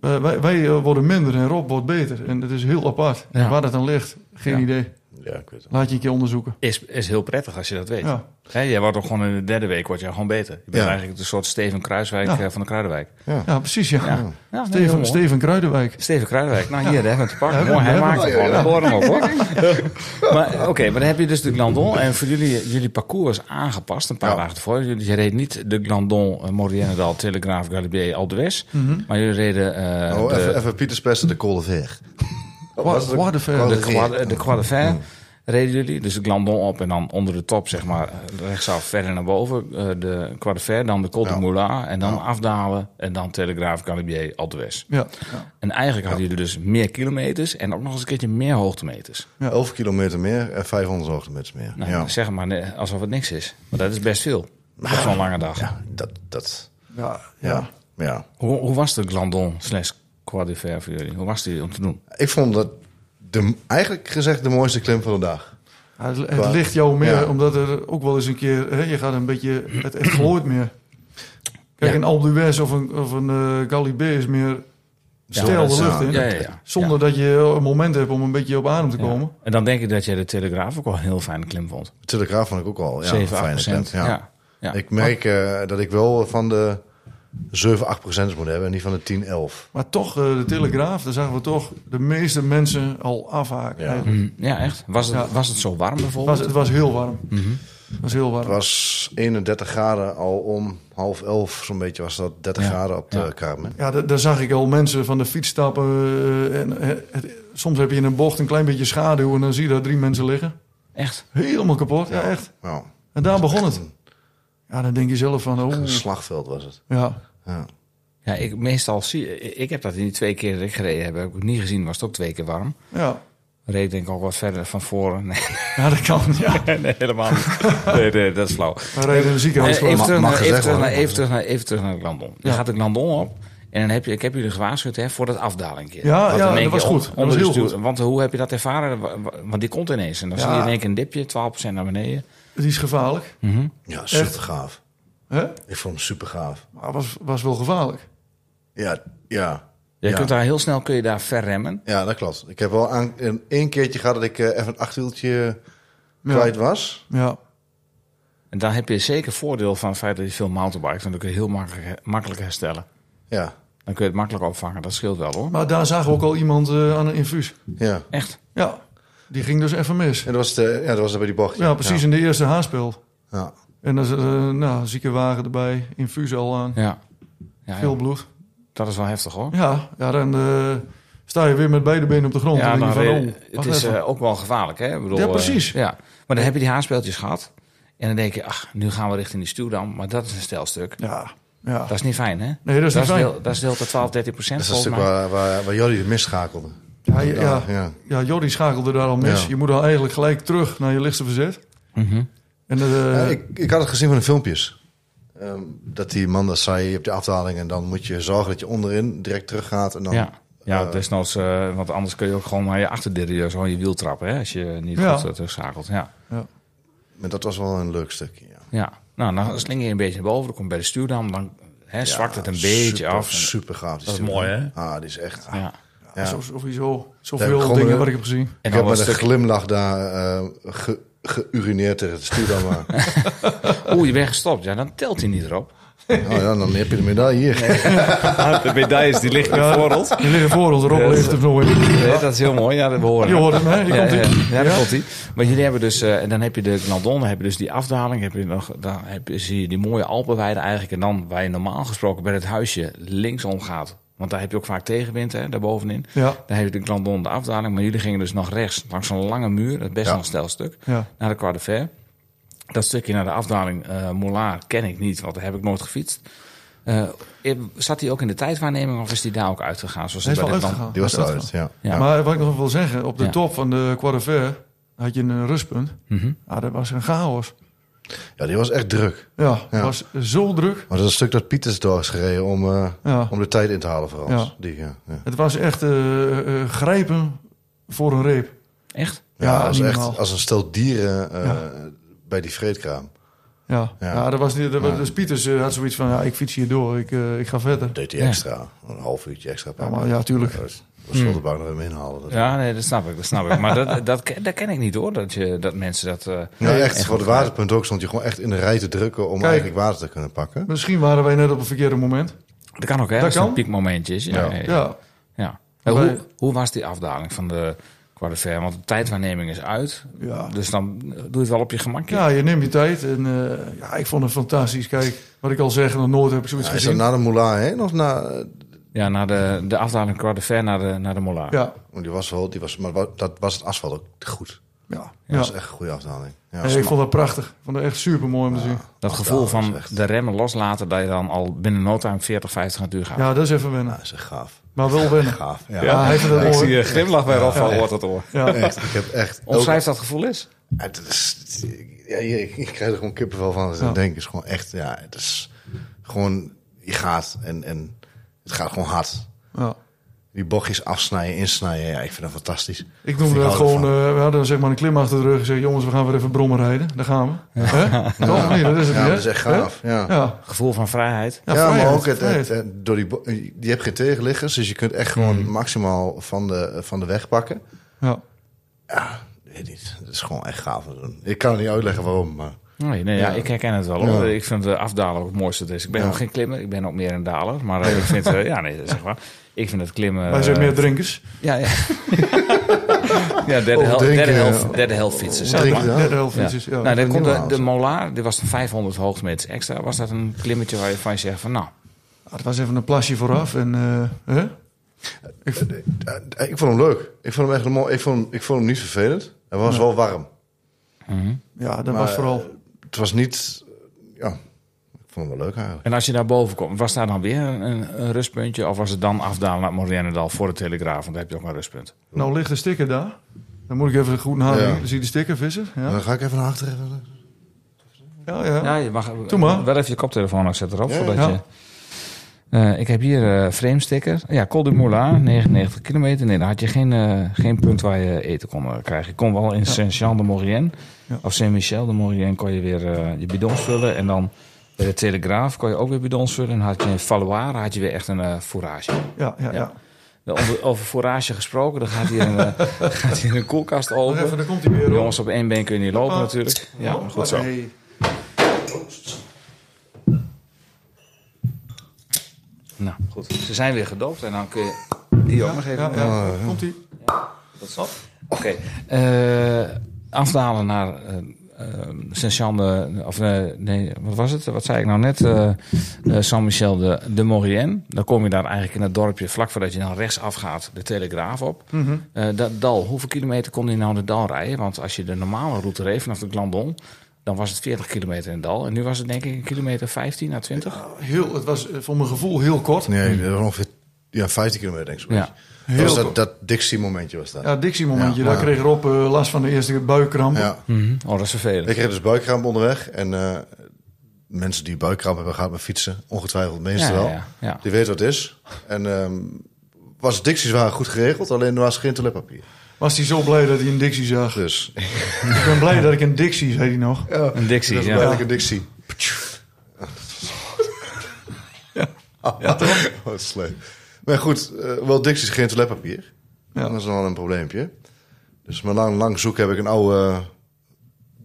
B: eh, wij, wij eh, worden minder en Rob wordt beter. En dat is heel apart.
A: Ja.
B: Waar dat dan ligt, geen
A: Ja.
B: idee.
C: Ja, ik weet het.
B: Laat je een keer onderzoeken.
A: Is, is heel prettig als je dat weet.
B: Ja.
A: Hè, jij wordt ook gewoon in de derde week wordt jij gewoon beter. Je bent
C: Ja.
A: eigenlijk een soort Steven Kruiswijk
B: Ja.
A: eh, van de Kruidenwijk.
B: ja, precies ja.
A: Ja. Ja, nee, heel
B: Steven,
A: mooi.
B: Steven Kruidenwijk.
A: Steven Kruidenwijk. Nou, hier, daar hebben we het te pakken.
B: Ja,
A: Mooi, hij
B: we
A: maakt het
C: hebben
A: gewoon.
C: het.
A: Ik hoor hem ook, hoor. Maar oké, maar dan heb je dus de Glandon. En voor jullie, jullie parcours is aangepast een paar
C: Ja.
A: dagen ervoor. Jullie reden niet de Glandon, eh, Moriennendal, Telegraaf, Galibier, Alpe d'Huez. Maar jullie reden eh,
C: Mhm. Oh,
A: de,
C: even, even Pieterspesten, de Koldeveer.
B: Wat- wat een ver-
A: de, Quad- de Croix de Fer
C: Mhm.
A: reden jullie. Dus de Glandon op en dan onder de top, zeg maar, eh, rechtsaf verder naar boven. eh, de Croix de Fer, dan de Col de
C: Ja.
A: Moulin. En dan afdalen en dan Telegraaf, Galibier, Alpe d'Huez.
B: Ja.
A: En eigenlijk hadden jullie dus meer kilometers en ook nog eens een keertje meer hoogtemeters.
C: 11 kilometer meer en 500 hoogtemeters meer.
A: Nou,
C: ja.
A: Zeg maar ne- alsof het niks is. Maar dat is best veel. Op zo'n lange dag.
C: ja, dat, dat,
B: Ja, ja.
C: ja. ja.
A: Hoe, hoe was de Glandon slash Quadifer voor jullie? Hoe was die om te doen?
C: Ik vond dat de, eigenlijk gezegd de mooiste klim van de dag.
B: Ja, Het, het
C: Qua-
B: ligt jou meer,
C: ja.
B: omdat er ook wel eens een keer... Hè, je gaat een beetje... Het, het glooit meer. Kijk, een Alpe d'Huez of een, of een eh, Galibé is meer stijl
C: dat
B: de
C: is-
B: lucht in.
A: Ja, ja, ja.
B: Zonder dat je een moment hebt om een beetje op adem te
A: Ja.
B: komen.
A: En dan denk ik dat jij de Telegraaf ook wel een heel fijne klim vond.
C: De Telegraaf vond ik ook al. Ja,
A: 7,
C: een
A: 8
C: fijne klim.
A: procent. Ja. Ja.
C: Ik merk eh, dat ik wel van de 7, 8 procent moet hebben en niet van de 10, 11.
B: Maar toch, eh, de Telegraaf, daar zagen we toch de meeste mensen al afhaken.
C: Ja.
B: eigenlijk.
A: Mm, ja, echt. Was het,
B: Ja.
A: was het zo warm
B: Het,
A: bijvoorbeeld? Mhm.
B: was, het was heel warm. Het was heel warm.
C: Het was 31 graden al om half 11, zo'n beetje was dat 30
A: Ja.
C: graden op de
A: Ja.
C: Carmen.
B: Ja, da- daar zag ik al mensen van de fiets stappen. eh, en, eh, het- soms heb je in een bocht een klein beetje schaduw en dan zie je daar drie mensen liggen.
A: Echt.
B: Helemaal kapot, ja, echt.
C: Nou,
A: Mm.
B: En daar begon het.
C: Een,
B: Ja, dan denk je zelf van, oh,
C: een slagveld was het.
B: ja.
C: Ja.
A: Ja, ik, meestal zie ik, ik heb dat in die twee keer dat ik gereden heb, heb ik ook niet gezien, was het ook twee keer warm.
B: ja.
A: Reed denk ik ook wat verder van voren. Nee,
B: Ja, dat kan. Ja.
A: nee helemaal niet. Nee, nee, dat is flauw.
B: We rijden in een ziekenhuis.
A: Eh, even,
C: mag-
A: terug
C: mag
A: naar,
C: gezegd
A: even, terug naar,
C: worden.
A: even terug naar even terug naar het Landon. Je
B: Ja.
A: gaat het Landon op en dan heb je, ik heb jullie gewaarschuwd hè, voor dat afdaling keer.
B: Ja,
A: Wat
B: ja,
A: in één
B: dat was
A: keer
B: goed. Dat
A: onder
B: was
A: de
B: heel
A: stuur-
B: goed.
A: Want hoe heb je dat ervaren? Wa- wa- Want die komt ineens en dan
B: Ja.
A: zie je in één keer een dipje, 12% naar beneden.
B: Het is gevaarlijk.
A: Mhm.
C: ja, super gaaf.
B: Hè?
C: Ik vond hem super gaaf.
B: Maar het was, was wel gevaarlijk.
C: Ja, ja.
A: Je
C: Ja.
A: kunt daar heel snel kun je daar verremmen.
C: Ja, dat klopt. Ik heb wel aan, eh, een, één keertje gehad dat ik eh, even een achtwieltje
B: Ja.
C: kwijt was.
B: Ja.
A: En daar heb je zeker voordeel van het feit dat je veel mountainbikes. Want dan kun je heel makkelijk, makkelijk herstellen.
C: Ja,
A: Dan kun je het makkelijk opvangen. Dat scheelt wel hoor.
B: Maar daar zagen we ook al iemand eh, aan een infuus.
C: ja.
A: Echt.
B: Ja, die ging dus even mis.
C: En dat was, de, ja, dat was er bij die bocht.
B: Ja, precies in de eerste haarspel.
C: Ja.
B: En dan is er, eh, nou, ziekenwagen erbij, infuus al aan,
A: Ja. Ja,
B: veel
A: ja.
B: bloed.
A: Dat is wel heftig hoor.
B: Ja, ja dan eh, sta je weer met beide benen op de grond.
A: Ja,
B: en
A: dan
B: denk je van,
A: re-
B: oh,
A: het
B: wacht
A: is
B: even.
A: eh, ook wel gevaarlijk, hè? Ik bedoel,
B: Ja,
A: eh,
B: precies.
A: ja. Maar dan heb je die haarspeeltjes gehad. En dan denk je, ach, nu gaan we richting die stuwdam. Maar dat is een stelstuk.
B: ja, ja.
A: Dat is niet fijn, hè?
B: Nee, dat is niet fijn.
A: Deel, dat is deel tot 12, 13 procent
C: Dat is een stuk
A: volgens mij.
C: waar, waar, waar jullie het misschakelde.
B: Ja, ja, ja.
C: ja.
B: ja, Jordi schakelde daar al mis.
C: Ja.
B: Je moet dan eigenlijk gelijk terug naar je lichtste verzet.
A: Mhm.
B: En eh,
C: Ja, ik, ik had het gezien van de filmpjes. Ehm, dat die man dat zei, je hebt de afdaling en dan moet je zorgen dat je onderin direct teruggaat. En dan,
A: Ja. Ja,
C: Eh,
A: desnoods, eh, want anders kun je ook gewoon maar je achterdeur zo in je wiel trappen, hè? Als je niet
B: Ja.
A: goed eh, terugschakelt, ja.
C: Maar dat was wel een leuk stukje. Ja.
A: Ja. Nou, dan slinger je een beetje naar boven. Dan kom je bij de stuwdam. Dan hè, zwakt het een beetje
C: super,
A: af.
C: Super gaaf. die
A: Dat is
C: studio.
A: mooi, hè?
C: Ah, die is echt...
A: Ja.
C: ja.
B: zo- sowieso
C: Daar
B: zoveel
C: begonnen
B: dingen
C: we-
B: wat ik heb gezien.
A: En
C: Ik
A: dan
C: heb
A: was
C: met
A: het
C: een
A: stuk,
C: glimlach daar eh, ge- geürineerd tegen het stuur dan maar.
A: oeh, je bent gestopt. Ja, dan telt hij niet erop.
C: Oh ja, dan heb je de medaille hier.
A: de medailles, die liggen
B: Ja, die liggen voor ons. Rob leeft er nog in.
A: Nee, dat is heel mooi. Ja, dat behoren.
B: Je hoort hem, hè? Die
A: Ja,
B: komt
A: ja,
B: in.
A: ja, daar
B: Ja.
A: komt-ie. Maar jullie hebben dus, eh, en dan heb je de Knaldon, dan heb je dus die afdaling, heb je nog, dan heb je, zie je die mooie Alpenweide eigenlijk. En dan waar je normaal gesproken bij het huisje linksom gaat, want daar heb je ook vaak tegenwind, hè, daarbovenin.
B: Ja,
A: Dan heb je de Knaldon, de afdaling, maar jullie gingen dus nog rechts, langs een lange muur, dat is best
C: Ja.
A: wel een stelstuk,
B: ja.
A: naar de Croix de Fer. Dat stukje naar de afdaling eh Molaar ken ik niet, want daar heb ik nooit gefietst. Eh, zat die ook in de tijdwaarneming of is die daar ook uitgegaan? Zoals
B: Hij is
A: het
B: wel
A: bij de Grand-
B: uitgegaan.
C: Die was
B: Hij is
C: eruit, ja.
A: Ja.
B: Maar wat ik nog wil zeggen, op de
A: Ja.
B: top van de Quarrever had je een rustpunt.
A: Mhm.
B: Ah, dat was een chaos.
C: Ja, die was echt druk.
B: Ja, het
C: Ja.
B: was zo druk.
C: Maar dat is een stuk dat Pieters door is gereden om, eh,
B: Ja.
C: om de tijd in te halen voor ons.
B: Ja.
C: Die, ja, ja.
B: Het was echt eh, eh, grijpen voor een reep.
A: Echt?
B: Ja,
C: Ja, als,
B: niet
C: echt,
B: normaal.
C: als een stel dieren eh, bij die vreedkraam.
B: Ja, ja.
C: Ja.
B: dat was niet. Dat was, Dus Pieters eh, had zoiets van: ja, ik fiets hier door, ik, eh, ik ga verder.
C: deed hij
A: Ja.
C: extra. Een half uurtje extra.
B: Ja, maar ja, tuurlijk.
C: Dat zullen de bank nog even inhalen. Dat-
A: Ja, nee, dat snap ik, dat snap ik. Maar dat, dat, ken- dat ken ik niet hoor, dat, je, dat mensen dat... eh,
C: Nee, echt. Voor het waterpunt ook stond je gewoon echt in de rij te drukken om
B: Kijk.
C: eigenlijk water te kunnen pakken.
B: Misschien waren wij net op het verkeerde moment.
A: Dat kan ook hè,
B: Dat
A: als het
B: kan.
A: een piekmomentje is. Ja.
C: Ja.
A: ja, ja.
B: Ja,
A: Ja. En
B: Wij-
A: Hoe, hoe was die afdaling van de quarterfair? Want de tijdwaarneming is uit,
B: ja.
A: dus dan doe je het wel op je gemakje.
B: ja je neemt je tijd. En eh, ja, ik vond het fantastisch. Kijk, wat ik al zeg, nog nooit heb ik zoiets
C: Ja, is dat
B: gezien.
C: na de Moulin heen of na... eh,
A: Ja, naar de, de afdaling quarterfair naar de, naar de Molar.
B: Ja,
C: want Die was wel, die was, maar wa- dat was het asfalt ook goed.
B: ja.
C: Dat
B: ja.
C: was echt een goede afdaling. Ja,
B: Hey, ik vond dat prachtig. Ik vond dat echt super mooi om te zien.
A: Dat gevoel
C: afdaling
A: van
C: is echt-
A: de remmen loslaten, dat je dan al binnen no time 40, 50 aan het uur gaat.
B: Ja, dat is even
C: Ja,
B: wennen.
C: is echt gaaf.
B: Maar wel wennen.
C: Gaaf, ja.
B: Ja, hij vindt dat mooi.
A: je glimlach bij Rafa, hoort dat hoor.
B: Ja.
C: Echt, ik heb echt...
A: Omschrijf dat gevoel eens.
C: Ja, het is- ja, je- ik, ik krijg er gewoon kippenvel van. Dus
B: Ja.
C: ik denk, het is gewoon echt... Ja, het is gewoon... Je gaat en, en het gaat gewoon hard.
B: Ja.
C: Die bochtjes afsnijden, insnijden. Ja, ik vind dat fantastisch.
B: Ik
C: Ik
B: noemde
C: hou
B: dat gewoon,
C: ervan.
B: eh, we hadden zeg maar een klim achter de rug. Ik zeg, jongens, we gaan weer even brommen rijden. Daar gaan we. Hè? Toch? Nee, dat is het
C: Ja,
B: niet, hè?
C: dat is echt gaaf. Ja.
B: Hè? Ja.
A: Gevoel van vrijheid.
C: Ja, maar
B: vrijheid,
C: ook het,
B: vrijheid.
C: het, het- door die, bo- je hebt geen tegenliggers, dus je kunt echt gewoon maximaal van de, van de weg pakken.
B: Ja.
C: Ja, weet niet. Het is gewoon echt gaaf. om te doen. Ik kan het niet uitleggen waarom, maar
A: Nee, nee ja.
C: Ja.
A: ik herken het wel. Hoor.
C: Ja.
A: Ik vind de afdalen ook het mooiste. Dus ik ben
C: Ja.
A: ook geen klimmer, ik ben ook meer een daler. Maar eh, ik vind, eh, ja, nee, zeg maar. Ik vind het klimmen.
B: Wij zijn
A: eh,
B: meer drinkers.
A: Ja, ja. ja, derde, hel,
C: Overdrinken,
A: derde,
C: eh,
A: helft, derde helft fietsen. zeg
C: drinken.
A: maar.
C: Ja.
B: Derde helft
A: Ja.
B: fietsers, ja.
A: nou, dan
C: is
A: komt de,
C: normaal,
A: de
C: zeg.
A: Molaar, die was dan 500 hoogtemeters extra. Was dat een klimmetje waar je van je zegt van nou,
B: Ah, het was even een plasje vooraf. En, eh, hè?
C: eh, eh, ik vond hem leuk. Ik vond hem echt mooi. Ik vond, hem- ik vond hem niet vervelend. Hij was wel warm.
B: Ja, dat
C: Maar,
B: was vooral...
C: eh, Het was niet... eh, Ja, ik vond hem wel leuk eigenlijk.
A: en als je daar boven komt, was daar dan weer een, een, een rustpuntje? Of was het dan afdalen naar Morianendal voor de Telegraaf? Want daar heb je ook een rustpunt.
B: Nou ligt de sticker daar. Dan moet ik even goed naar
C: Ja.
B: Zie je de sticker, vissen? Ja,
C: Dan ga ik even naar achteren.
B: ja. ja.
A: Ja, je mag
B: Doe maar.
A: wel even je koptelefoon afzetten, Rob.
C: Ja,
A: voordat
B: ja.
A: je... Eh, ik heb hier eh frame sticker. Ja, Col du Moulin, 99 kilometer. Nee, daar had je geen, eh, geen punt waar je eten kon eh, krijgen. Je kon wel in Saint-Jean de Maurienne
B: Ja.
A: of Saint-Michel de Maurienne kon je weer eh, je bidons vullen. En dan bij de Telegraaf kon je ook weer bidons vullen. En had je in Valoire had je weer echt een eh, fourage.
B: ja, ja,
A: Ja.
B: ja.
A: Over, over fourage gesproken, dan gaat hier een, eh, gaat hier een koelkast
B: Nog
A: open.
B: even, dan komt hij weer. hoor.
A: Jongens, op één been kun je niet lopen
B: Ah.
A: natuurlijk. Ja,
B: Oh,
A: goed zo.
B: nee.
C: Proost.
A: Nou, goed. Ze zijn weer gedoopt en dan kun je die ook nog even...
B: Ja,
C: Ah,
B: ja. Komt ie.
A: Dat is Oké. Eh, afdalen naar eh eh, Saint-Jean de... Of eh, nee, wat was het? Wat zei ik nou net? Eh eh, Saint-Michel de, de Maurienne. Dan kom je daar eigenlijk in het dorpje, vlak voordat je dan rechtsaf gaat, de Telegraaf op. Eh, dat dal, hoeveel kilometer kon hij nou de dal rijden? Want als je de normale route reed vanaf de Glandon, dan was het 40 kilometer in het dal. En nu was het denk ik een kilometer 15 à 20.
B: Heel, het was eh, voor mijn gevoel heel kort.
C: Nee, dat was ongeveer ja, 15 kilometer, denk ik. zoiets.
A: Ja.
C: Dat
B: Heel
C: was dat,
B: goed.
C: dat Dixie-momentje was dat.
B: Ja, Dixie-momentje.
C: Ja,
B: daar
C: ja.
B: kreeg Rob eh, last van de eerste buikkramp.
C: Ja.
A: Mhm. Oh, dat is vervelend.
C: Ik heb dus buikkramp onderweg. En eh, mensen die buikkramp hebben gehad met fietsen, ongetwijfeld meestal
A: ja,
C: wel.
A: ja, ja.
C: Die weet wat het is. En ehm, was Dixies waren goed geregeld, alleen er was geen toiletpapier.
B: Was hij zo blij dat hij een Dixie zag.
C: Dus
B: ik ben blij dat ik een Dixie, zei hij nog.
A: Een Dixie,
C: dat is
A: ja.
C: duidelijk een Dixie. Ja, toch? Wat slecht. Maar goed, eh, wel Dixies, geen toiletpapier.
B: Ja.
C: Dat is dan wel een probleempje. Dus maar lang, lang zoek heb ik een oude eh,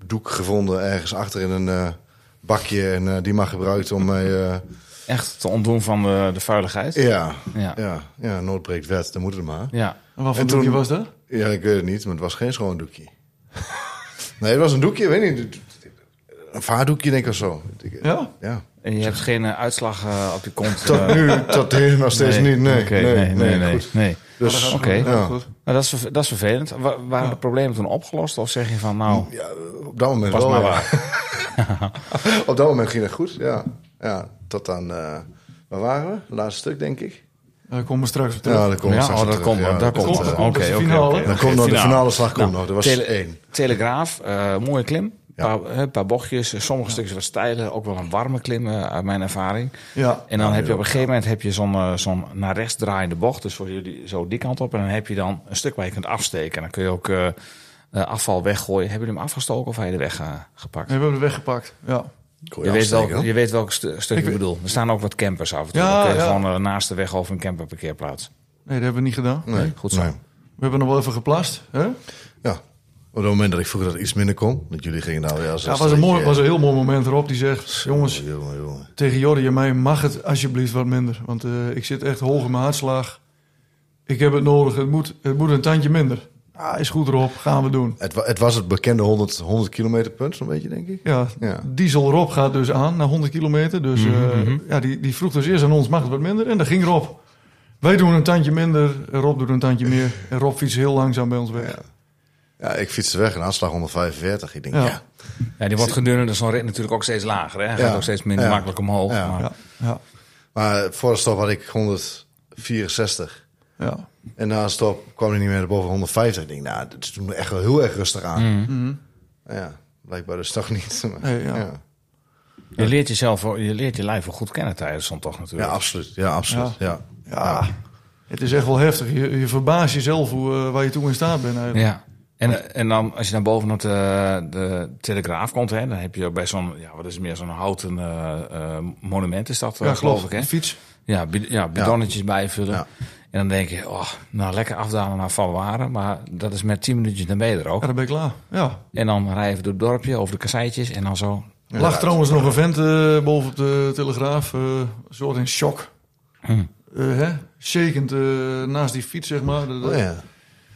C: doek gevonden ergens achter in een eh, bakje. En eh, die mag gebruikt om mij... eh,
A: Echt te ontdoen van de, de vuiligheid.
C: ja,
A: Ja.
C: ja, ja, nood breekt wet, dan moet het maar.
A: Ja.
B: En wat voor
C: En
B: doekje
C: toen-
B: was dat?
C: Ja, ik weet het niet, maar het was geen schoon doekje. nee, het was een doekje, ik weet niet. Een vaardoekje, denk ik of zo. Ik-
B: Ja?
C: Ja.
A: En je hebt geen eh, uitslag eh, op je kont.
C: Tot
A: eh,
C: nu, tot nu nog steeds niet. Nee,
A: Oké, nee, nee, nee.
C: goed.
A: nee.
C: Dus,
A: Oké.
C: ja.
B: Goed.
A: Maar dat, is, verve- dat is vervelend. Wa- waren de problemen toen opgelost? Of zeg je van, nou, eh,
C: ja, eh, op dat moment
A: pas
C: wel,
A: maar
C: ja.
A: waar.
C: Op dat moment ging het goed, ja. Ja, tot aan... eh, waar waren we? Laatste stuk, denk ik.
B: Daar komen we straks op terug.
C: Ja, dat komt
A: Ja,
C: straks
A: oh,
C: op
A: dat
C: terug,
A: komt
C: ja.
A: nog, dat komt
B: komt
A: nog.
B: nog, dat
A: Oké,
B: is de
A: oké,
B: finale.
A: oké.
C: Dan komt nog de
A: Finale.
C: finale slag komt
A: Nou,
C: nog. Dat was
A: tele-
C: één.
A: Telegraaf, eh, mooie klim.
C: Ja.
A: Een paar, hè, een paar bochtjes, eh, sommige stukjes wat steiler. Ook wel een warme klim eh, uit mijn ervaring.
B: Ja.
A: En dan heb je op een gegeven moment heb je zo'n eh, zo'n naar rechts draaiende bocht. Dus voor jullie zo die kant op. En dan heb je dan een stuk waar je kunt afsteken. En dan kun je ook eh, eh, afval weggooien. Hebben jullie hem afgestoken of heb je de weg eh, gepakt?
B: We hebben hem weggepakt. Ja.
C: Kon
A: Je
C: je
A: weet,
C: afsteken,
A: wel, je weet welk stu- stuk ik
B: weet-
A: bedoel. Er staan ook wat campers af en toe.
B: Ja,
A: Dan kun je
B: ja.
A: Gewoon eh, naast de weg over een camperparkeerplaats.
B: Nee, dat hebben we niet gedaan.
C: hoor. Nee,
A: Goed zo.
C: nee.
B: We hebben nog wel even geplast. Hè?
C: Ja. Op het moment dat ik vroeg dat het iets minder kon, dat jullie gingen nou ja,
B: Ja, het was een, mooi, was een heel mooi moment erop. Die zegt, jongens,
C: Jongen, jongen.
B: tegen Jordi en mij mag het alsjeblieft wat minder. Want eh, ik zit echt hoog in mijn hartslag. Ik heb het nodig. Het moet, het moet een tandje minder. Ah, is goed Rob, gaan we doen.
C: Het, wa- het was het bekende 100, 100 kilometer punt, zo'n beetje, denk ik.
B: Ja,
C: Ja.
B: diesel Rob gaat dus aan naar 100 kilometer. Dus eh, ja, die, die vroeg dus eerst aan ons, mag het wat minder? En dat ging Rob. Wij doen een tandje minder, en Rob doet een tandje meer. En Rob fietst heel langzaam bij ons weg.
C: Ja. Ja, ik fietste weg en aanslag 145. Ik denk,
B: Ja.
C: ja. ja.
A: Ja, die wordt gedurende zo'n rit natuurlijk ook steeds lager. Hè? Hij gaat
C: Ja.
A: ook steeds minder
C: Ja.
A: makkelijk omhoog.
C: Ja.
A: Maar,
B: Ja, ja,
C: Maar voor de stop had ik 164.
B: ja.
C: En na de stop kwam hij niet meer naar boven 150. Ik denk, nou, dit doet me echt wel heel erg rustig aan.
B: Mhm.
C: Ja, blijkbaar dus toch niet. Maar,
B: Nee, ja.
C: Ja.
A: Je leert jezelf, wel- je leert je lijf wel goed kennen tijdens zo'n tocht
C: ja,
A: natuurlijk.
C: absoluut. Ja, absoluut. Ja.
B: Ja, Ah. het is echt wel heftig. Je, je verbaast jezelf hoe, eh, waar je toe in staat bent eigenlijk.
A: Ja. En, eh, en dan, als je dan boven op de, de Telegraaf komt, hè, dan heb je bij zo'n, ja, wat is het meer, zo'n houten eh, eh, monument is dat, eh, geloof ik. Hè?
B: Fiets.
A: Ja, bi- ja bidonnetjes bijvullen.
C: Ja.
A: En dan denk je, oh, nou lekker afdalen naar Valwaren, maar dat is met 10 minuutjes dan ben je er ook.
B: Ja, dan ben ik klaar. Ja.
A: En dan rijden we door het dorpje, over de kasseitjes en dan zo.
B: Lag trouwens nog een vent eh, boven op de Telegraaf. eh, een soort in shock.
A: Hm.
B: Eh, hè? Shakend eh, naast die fiets, zeg maar. Dat-
C: Oh, ja.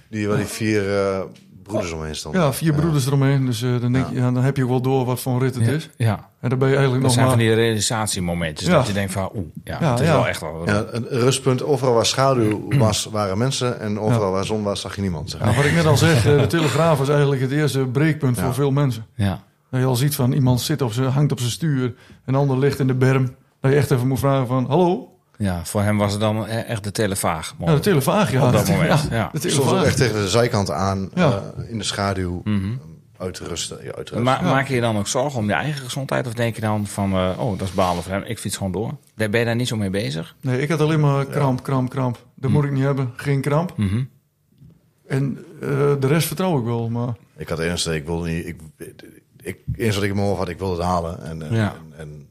C: Die, waar die vier eh, broeders omheen stonden.
B: Ja, vier broeders eromheen. Dus eh, dan, denk je, ja, dan heb je ook wel door wat voor een rit het
A: Ja,
B: is.
A: ja.
B: En dan ben je eigenlijk
A: dat
B: nog
A: zijn
B: maar...
A: van die realisatiemomentjes.
B: Ja.
A: Dat je denkt van, oeh, ja,
B: Ja,
A: het is
B: ja.
A: wel echt wel...
C: Ja, een rustpunt. Overal waar schaduw was, waren mensen. En overal waar zon was, zag je niemand. Zeg.
B: Nou, wat ik net al zeg, eh, de Telegraaf was eigenlijk het eerste breekpunt
C: Ja.
B: voor veel mensen.
A: Ja.
B: Dat je al ziet van iemand zit op zijn, hangt op zijn stuur. Een ander ligt in de berm. Dat je echt even moet vragen van, hallo?
A: ja, voor hem was het dan eh, echt de telefaag.
B: Ja, de televaag, ja.
A: Op dat moment,
B: Ja,
A: ja.
B: de
C: Soms ook
B: televaag.
C: echt tegen de zijkant aan,
B: Ja.
C: eh, in de schaduw, um,
A: Mhm.
C: uitrusten. Ja, uitrusten.
A: Ma- Maak je je dan ook zorgen om je eigen gezondheid? Of denk je dan van, eh, oh, dat is balen voor hem, ik fiets gewoon door? Daar ben je daar niet zo mee bezig?
B: Nee, ik had alleen maar kramp, kramp, kramp. Dat moet ik niet hebben. Geen kramp.
A: Mhm.
B: En eh, de rest vertrouw ik wel, maar...
C: Ik had eerst, ik wilde niet, ik, ik, eerst wat ik in mijn hoofd had, ik wilde het halen. En, en,
A: Ja.
C: en, en,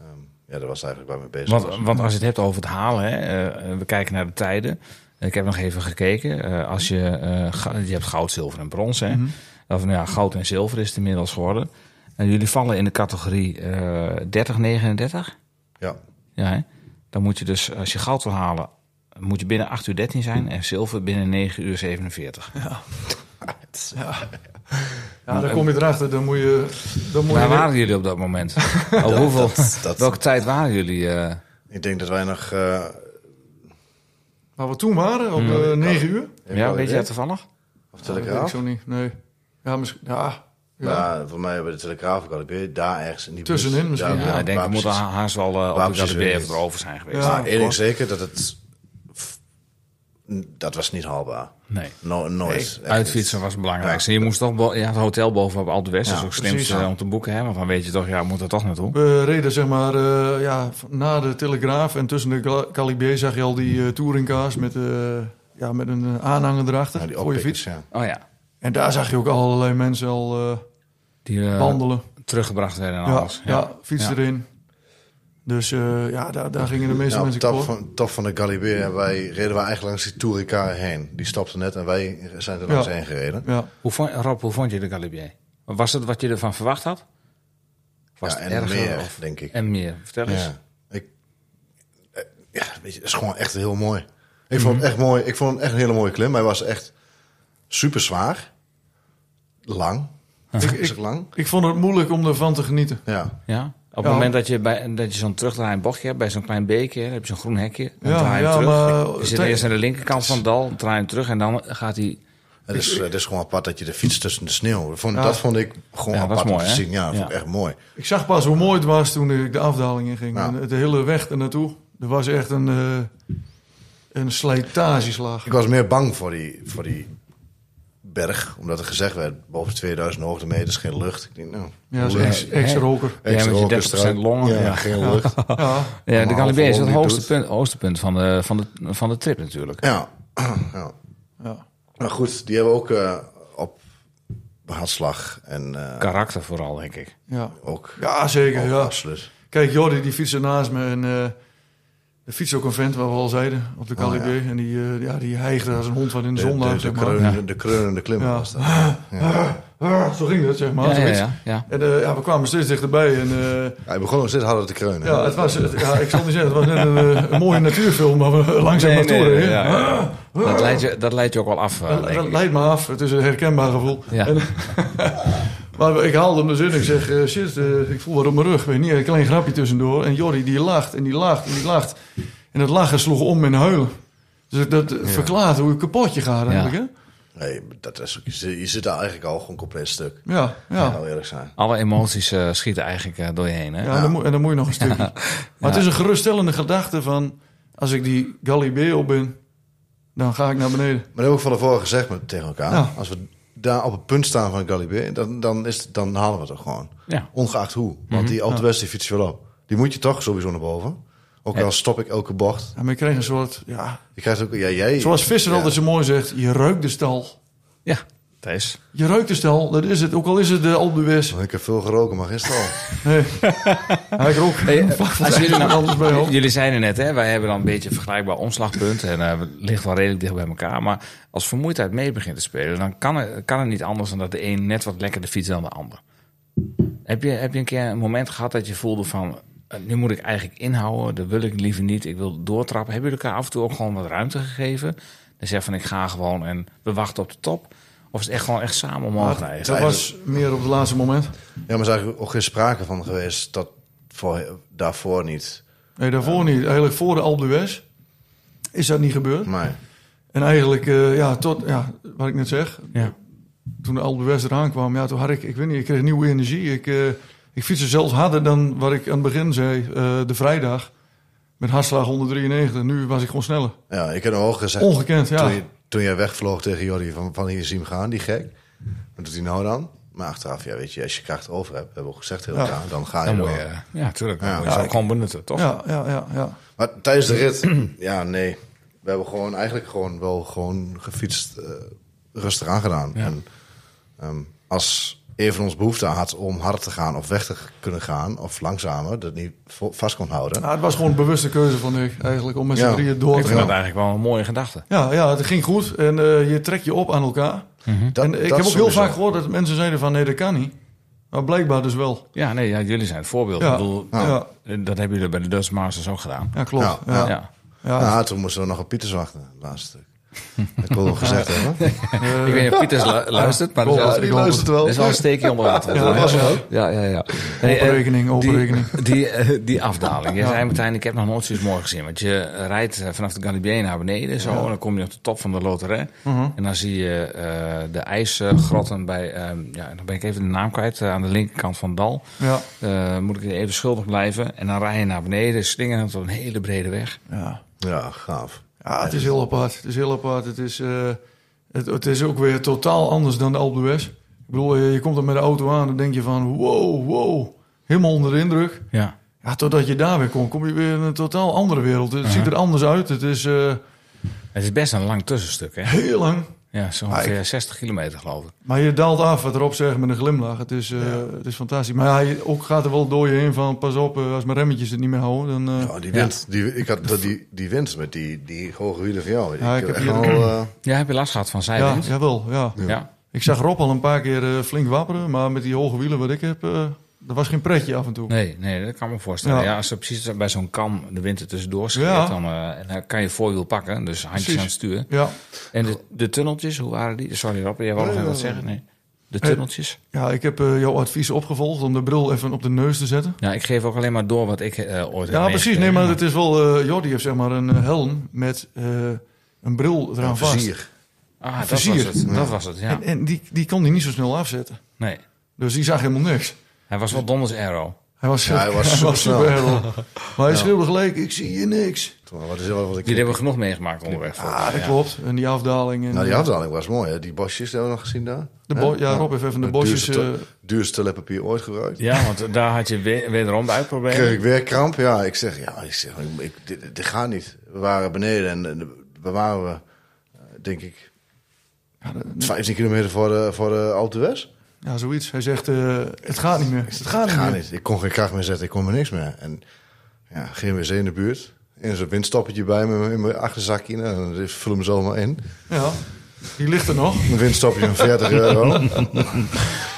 C: ehm, ja, daar was het eigenlijk bij me bezig.
A: Want, want als je het hebt over het halen, hè, eh, we kijken naar de tijden. Ik heb nog even gekeken. Eh, als je,
C: Mhm.
A: eh, ga- je hebt goud, zilver en brons. Hè? Of, nou ja, goud en zilver is het inmiddels geworden. Eh, En jullie vallen in de categorie eh 3039.
C: Ja.
A: Ja, hè? Dan moet je dus, als je goud wil halen, moet je binnen 8 uur 13 zijn. En zilver binnen 9 uur 47.
B: Ja, dan kom je erachter, dan moet je... Dan moet
A: Waar
B: je
A: waren jullie op dat moment? Op hoeveel,
C: dat-
A: welke tijd waren jullie? eh?
C: Ik denk dat wij nog... eh,
B: Waar we toen waren, om eh 9 uur?
C: heb
A: ja,
C: wel
A: weet je
C: idee?
A: dat toevallig?
C: Of
B: Dat weet ik
C: Telegraaf?
B: zo niet, nee. Ja, misschien... Ja, ja.
C: Maar voor mij hebben we de Telegraaf ook al een keer daar ergens. In die
B: Tussenin
C: bus.
B: misschien,
A: Ja,
B: ja,
A: ik denk, we
C: waar
A: moeten
C: precies.
A: ha- haast wel eh,
C: Waar
A: op de
C: precies
A: KDB
C: weer is.
A: even erover zijn geweest.
B: Ja.
C: Maar één ding
B: klopt.
C: zeker, dat het... f- Dat was niet haalbaar.
A: Nee.
C: No, nooit. Echt niet.
A: Uitfietsen was het belangrijkste. je moest toch bo- ja, het hotel bovenop Alt West.
C: Ja,
A: dat is ook slimst
B: precies.
A: eh, om te boeken. Hè? Want dan weet je toch, ja, we moeten er toch naartoe.
B: We reden zeg maar eh, ja, na de Telegraaf en tussen de Gal- Calibier zag je al die eh, touringcars met, eh, ja, met een eh, aanhanger erachter
C: Ja, die
B: voor je
C: oppikkers,
B: fiets.
C: Ja.
A: Oh ja.
B: En daar zag je ook allerlei mensen al eh,
A: Die eh,
B: wandelen.
A: teruggebracht werden en
B: ja,
A: alles.
B: ja. fiets
A: Ja.
B: erin. Dus eh, ja, daar, daar gingen de meeste
C: Ja, op
B: mensen
C: top
B: kapot.
C: Nou, van, top van de Galibier hebben wij, reden we eigenlijk langs die Tourica heen. Die stopte net en wij zijn er langs
B: Ja.
C: heen gereden.
B: Ja.
A: Hoe vond, Rob, hoe vond je de Galibier? Was het wat je ervan verwacht had? Was
C: Ja,
A: het
C: en
A: erger?
C: meer,
A: of-
C: denk ik.
A: En meer. Vertel eens.
C: Ja. Ik, eh, ja, weet je, het is gewoon echt heel mooi. Ik vond
B: Mhm.
C: het echt mooi. Ik vond het echt een hele mooie klim. Hij was echt super zwaar. Lang.
B: Ik,
C: Is
B: ik,
C: het lang?
B: ik vond het moeilijk om ervan te genieten.
C: Ja.
A: Ja? Op het
B: Ja.
A: moment dat je, bij, dat je zo'n terugdraaiend bochtje hebt, bij zo'n klein beekje, dan heb je zo'n groen hekje. Dan
B: Ja,
A: draai je hem
B: ja,
A: terug.
B: maar- eh,
A: je zit
B: Tij-
A: eerst aan de linkerkant van het dal, draai je hem terug en dan gaat hij...
C: Het is, het is gewoon apart dat je de fiets tussen de sneeuw. Dat vond,
B: Ja.
C: dat vond ik gewoon
A: Ja, dat is
C: apart
A: mooi,
C: om te
A: hè?
C: zien. Ja, dat vond
A: Ja.
C: ik echt mooi.
B: Ik zag pas hoe mooi het was toen ik de afdaling in ging.
C: Ja.
B: En de hele weg ernaartoe. Er was echt een, eh een slijtageslag.
C: Ik was meer bang voor die, voor die berg. Omdat er gezegd werd, boven 2000 hoogtemeters geen lucht. Ik denk, nou...
B: Ja, dat
C: hoe-
B: is ex- ex-roker.
A: Ja, met je
C: rook is
A: 30%
C: eruit.
A: longen,
C: Ja,
A: ja.
C: geen lucht.
B: Ja.
A: Ja, de
C: Normaal
A: Galibier is
C: gewoon
A: het
C: niet
A: hoogste
C: doet.
A: punt, hoogtepunt van de, van, de, van de trip natuurlijk.
C: Ja. ja.
B: Ja.
C: Maar goed, die hebben we ook eh, op hartslag. En eh,
A: Karakter vooral, denk ik.
B: Ja.
C: ook...
B: ja, zeker.
C: ook
B: Ja.
C: Absoluut.
B: Kijk, Jordi die fietste naast me en eh de fiets ook een vent, wat we al zeiden, op de Calibre. En die, eh, ja, die hijgde als een hond van in de
C: Oh, De,
B: zon.
C: de,
B: daar,
C: de,
B: zeg maar.
C: kreunende, de kreunende klimmen
B: Ja.
C: was dat.
B: Ah, zo ging dat, zeg maar.
A: ja, ja,
B: zoiets.
A: ja, ja.
B: En eh, ja, we kwamen steeds dichterbij. En, eh,
C: Hij begon nog steeds harder te kreunen.
B: ja, het was, het- ja, ik zal niet zeggen, het was net een, eh, een mooie natuurfilm, maar we langzaam
A: Nee,
B: naartoe
A: nee,
B: reden.
A: ja, ja. Dat, leidt je, dat leidt je ook wel af, eh,
B: Dat-
A: denk
B: Dat
A: ik.
B: leidt me af. Het is een herkenbaar gevoel.
A: Ja.
B: En- maar ik haalde hem dus in. Ik zeg, eh, shit, eh, ik voel wat op mijn rug. Weet je niet, een klein grapje tussendoor. En Jordi die lacht en die lacht en die lacht. En het lachen sloeg om in huilen. Dus dat eh, verklaart hoe je kapot je gaat eigenlijk, hè?
C: Nee, dat is, je, zit- je zit daar eigenlijk al gewoon compleet stuk.
B: Ja, ja.
C: Nou eerlijk zijn.
A: Alle emoties eh, schieten eigenlijk eh, door je heen. Hè?
B: ja en, dan moet, en dan moet je nog een stukje. Maar het is een geruststellende gedachte van... als ik die Galileo op ben, dan ga ik naar beneden.
C: Maar dat heb ik van tevoren gezegd met, tegen elkaar.
B: Ja.
C: Als we daar op het punt staan van Galibier, dan, dan, is het, dan halen we het er gewoon.
A: Ja.
C: Ongeacht hoe. Want
B: Mhm.
C: die Alt West die fiets je wel op. Die moet je toch sowieso naar boven. Ook al stop ik elke bocht.
B: En ik kreeg een soort... Ja,
C: Je krijgt ook, ja, jij,
B: zoals Visser
C: ja.
B: altijd zo mooi zegt, je ruikt de stal.
A: Ja, Thijs.
B: Je ruikt de stal, dat is het. Ook al is het de Alpe d'Huez.
C: Ik heb veel geroken, maar gisteren al.
B: Nee. Hij rook.
A: Als jullie, nou-
B: anders bij hoor.
A: jullie zeiden net, hè, wij hebben dan een beetje een vergelijkbaar omslagpunt. En eh, het ligt wel redelijk dicht bij elkaar. Maar als vermoeidheid mee begint te spelen, dan kan het, kan het niet anders dan dat de een net wat lekkerder fietst dan de ander. Heb je, heb je een keer een moment gehad dat je voelde van. eh, Nu moet ik eigenlijk inhouden, dat wil ik liever niet. Ik wil doortrappen. Hebben jullie elkaar af en toe ook gewoon wat ruimte gegeven? Dan zeg van ik ga gewoon en we wachten op de top. Of is het echt gewoon echt samen omhoog rijden?
B: Dat was meer op het laatste moment.
C: Ja, maar er is eigenlijk ook geen sprake van geweest dat voor, daarvoor niet.
B: Nee, daarvoor niet. Eigenlijk voor de Alpe d'Huez is dat niet gebeurd.
C: Maar
B: En eigenlijk, eh, ja, tot ja, wat ik net zeg.
A: Ja.
B: Toen de Alpe d'Huez eraan kwam, ja, toen had ik, ik weet niet, ik kreeg nieuwe energie. Ik, eh ik fietste zelfs harder dan wat ik aan het begin zei, eh, de vrijdag. Met hartslag 193. Nu was ik gewoon sneller.
C: ja, ik heb hem ook gezegd.
B: Ongekend, ja.
C: Toen, je, toen jij wegvloog tegen Jordi van, van hier zien hem gaan, die gek. Wat doet hij nou dan? Maar achteraf, ja, weet je, als je kracht over hebt, hebben we ook gezegd heel
B: Ja.
C: elkaar, dan ga je
A: Dan
C: door.
A: moet je, eh, ja, tuurlijk. Dan
C: Ja.
A: moet je ze ook gewoon benutten, toch?
B: Ja, ja, ja, ja.
C: Maar tijdens de rit, ja, nee. We hebben gewoon eigenlijk gewoon wel gewoon gefietst, eh, rustig aangedaan. En, ehm, als een van ons behoefte had om harder te gaan of weg te g- kunnen gaan, of langzamer, dat niet vo- vast kon houden.
B: Nou, het was gewoon een bewuste keuze van ik eigenlijk om met z'n
C: Ja.
B: drieën door
A: Ik
B: te
A: vind
B: gaan.
A: dat eigenlijk wel een mooie gedachte.
B: Ja, ja, het ging goed. En eh, je trekt je op aan elkaar.
C: Dat-
B: en ik
C: dat
B: heb ook heel
C: sowieso.
B: vaak gehoord dat mensen zeiden van nee, dat kan niet. Maar blijkbaar dus wel.
A: Ja, nee, ja, jullie zijn het voorbeeld.
B: Ja.
A: Ik bedoel,
B: Ja, ja,
A: eh, dat hebben jullie bij de Dutch Masters ook gedaan.
B: klopt.
C: Ja,
B: Ja,
A: Ja.
B: ja.
C: Nou, toen moesten we nog op Pieters wachten, het laatste stuk. Dat kon nog gezegd hebben.
B: Eh,
A: Ik weet niet of Pieters lu- luistert, maar dat is
B: Ja,
A: wel-
B: die
A: dat is
C: luistert
A: wel-
C: wel.
A: dat is wel een steekje onder water.
B: Ja, dat was het ook.
A: Ja, ja, ja. Nee, eh,
B: Openrekening, openrekening.
A: Die, die, eh, die afdaling. Jij zei meteen, ik heb nog nooit zoiets mooi gezien. Want je rijdt eh, vanaf de Galibier naar beneden. Zo, en dan kom je op de top van de Loterij.
B: Mhm.
A: En dan zie je eh, de ijsgrotten bij... eh, ja, dan ben ik even de naam kwijt. eh, aan de linkerkant van het dal.
B: ja.
A: Eh, moet ik je even schuldig blijven. En dan rij je naar beneden. Slingerend op een hele brede weg.
B: Ja.
C: Ja, gaaf.
B: Ja, het is heel apart. Het is heel apart. Het is, eh, het, het is ook weer totaal anders dan de Alpe d'Huez. Ik bedoel, je, je komt er met de auto aan dan denk je van wow, wow. Helemaal onder de indruk.
A: Ja.
B: Ja, totdat je daar weer komt, kom je weer in een totaal andere wereld. Het ziet er anders uit. Het is eh,
A: Het is best een lang tussenstuk, hè?
B: heel lang.
A: Ja, zo
B: Maar Ah, ik-
A: ongeveer 60 kilometer, geloof ik.
B: Maar je daalt af, wat erop zeggen met een glimlach. Het is, eh, het is fantastisch. Maar ja, je- ook gaat er wel door je heen van... pas op, eh, als mijn remmetjes het niet meer houden, dan... eh,
C: Ja, Oh, die wind, die, ik had dat die, die wind met die, die hoge wielen van jou.
B: Ja, ik heb
C: echt
B: hier-
C: wel, eh,
A: Ja, heb je last gehad van
B: ja,
A: zijwind?
B: jawel, ja.
A: Ja.
B: Ik zag Rob al een paar keer eh, flink wapperen. Maar met die hoge wielen wat ik heb, eh dat was geen pretje af en toe.
A: Nee, nee, dat kan me voorstellen. Ja.
B: Ja.
A: als er precies bij zo'n kam de wind er tussendoor scheert,
B: Ja.
A: dan, eh, en dan kan je voorwiel pakken. Dus handjes
B: Precies.
A: aan het sturen.
B: Ja,
A: En de, de tunneltjes, hoe waren die? Sorry Rob, jij wou nog even wat zeggen? Nee. De tunneltjes?
B: ja ik heb eh, jouw advies opgevolgd om de bril even op de neus te zetten.
A: Ja, ik geef ook alleen maar door wat ik eh ooit heb
B: Ja, precies. Nee,
A: meegekregen.
B: maar het is wel... eh Jordi heeft zeg maar een eh, helm met eh, een bril eraan
C: een
B: vast.
C: vizier.
A: Ah, dat
B: Vizier.
A: was het. Dat was het, ja.
B: En, en die, die kon hij niet zo snel afzetten.
A: Nee,
B: Dus die zag helemaal niks.
A: hij was wel donders arrow.
B: Hij was,
C: Ja, hij was supersnel.
B: superheld. Maar hij schreeuwde gelijk, ik zie hier niks.
C: Toen, wat is er wel wat ik...
A: Die hebben we genoeg meegemaakt onderweg.
B: Ah, dat klopt. En die afdaling. En,
C: Nou, die afdaling was mooi, hè? Die bosjes die hebben we nog gezien daar.
B: De bo-
C: Hè?
B: ja, Rob heeft even de
C: Het
B: bosjes,
C: Duurste,
B: eh,
C: duurste leppapier ooit gebruikt.
A: Ja, want daar had je weer, wederom de
C: kreeg
A: uitproblemen.
C: ik weer kramp. Ja, ik zeg, ja, ik zeg, ik, dit, dit gaat niet. We waren beneden en eh, waar waren we, eh, denk ik, 15 kilometer voor de, voor de Alpe d'Huez.
B: ja, zoiets. Hij zegt, eh, het gaat niet meer. Het gaat
C: Het
B: niet
C: gaat
B: meer.
C: niet. Ik kon geen kracht meer zetten, ik kon me niks meer. En ja, geen wc in de buurt. En zo'n windstoppertje bij me in mijn achterzakje. Nou, dan vul hem zo maar in.
B: Ja, die ligt er nog.
C: Een windstoppertje van 40 euro.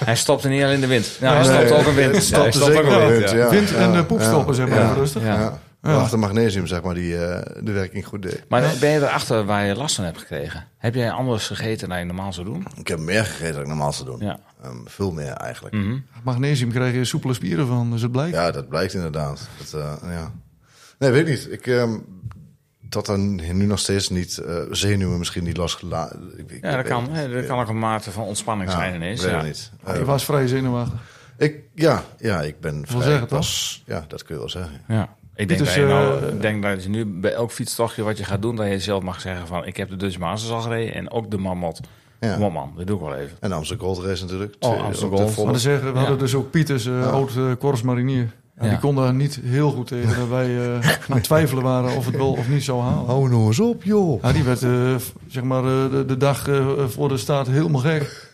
A: Hij stopte niet alleen de wind. Nou,
B: Ja,
A: hij stopte
C: nee,
A: ook een wind.
C: hij
A: Ja, hij
C: stopte
A: stopte ook
C: zeker
A: een
C: een
A: wind,
C: wind,
A: ja.
C: ja.
B: Wind en de poep stoppen, eh, zeg maar,
C: ja,
B: even rustig.
A: Ja.
C: Ja. Achter magnesium, zeg maar, die eh, de werking goed deed.
A: Maar ben je erachter waar je last van hebt gekregen? Heb jij anders gegeten dan je normaal zou doen?
C: Ik heb meer gegeten dan ik normaal zou doen.
A: Ja.
C: Ehm, veel meer eigenlijk.
B: Magnesium krijg je soepele spieren van, dus het blijkt.
C: Ja, dat blijkt inderdaad. Dat, eh, ja. Nee, weet ik niet. Ik ehm dat dan nu nog steeds niet eh, zenuwen misschien niet losgelaten. Ik- ik-
A: Ja, dat
C: weet
A: kan.
C: het
A: hè. Dat kan ook een mate van ontspanning
C: Ja,
A: zijn ineens.
C: weet
A: Ja.
C: het niet.
B: Hij
C: Eh,
B: was vrij zenuwachtig.
C: ik, ja, ja, ik ben vrij
B: zeggen,
C: pas. Ja, dat kun je wel zeggen.
A: Ja. Ik denk,
B: Dit
A: dat
B: is,
A: je nou,
B: eh,
A: ik denk dat je nu bij elk fietstochtje wat je gaat doen, dat je zelf mag zeggen van ik heb de Dutch Masters al gereden en ook de Mammot.
C: Ja.
A: Kom op man, dat doe ik wel even.
C: En Amsterdam Gold Race natuurlijk.
A: Oh,
C: Twee-
A: Amstel
C: ook de
A: Gold.
C: volle.
B: Maar dan zeggen, we
A: Ja.
B: hadden dus ook Pieters, eh, oud eh korpsmarinier. Ja,
A: Ja.
B: Die kon daar niet heel goed tegen. Dat wij eh, aan het twijfelen waren of het wel of niet zou halen.
C: Hou nou eens op, joh.
B: Ja, die werd eh, v- zeg maar, eh, de, de dag eh, voor de staat helemaal gek.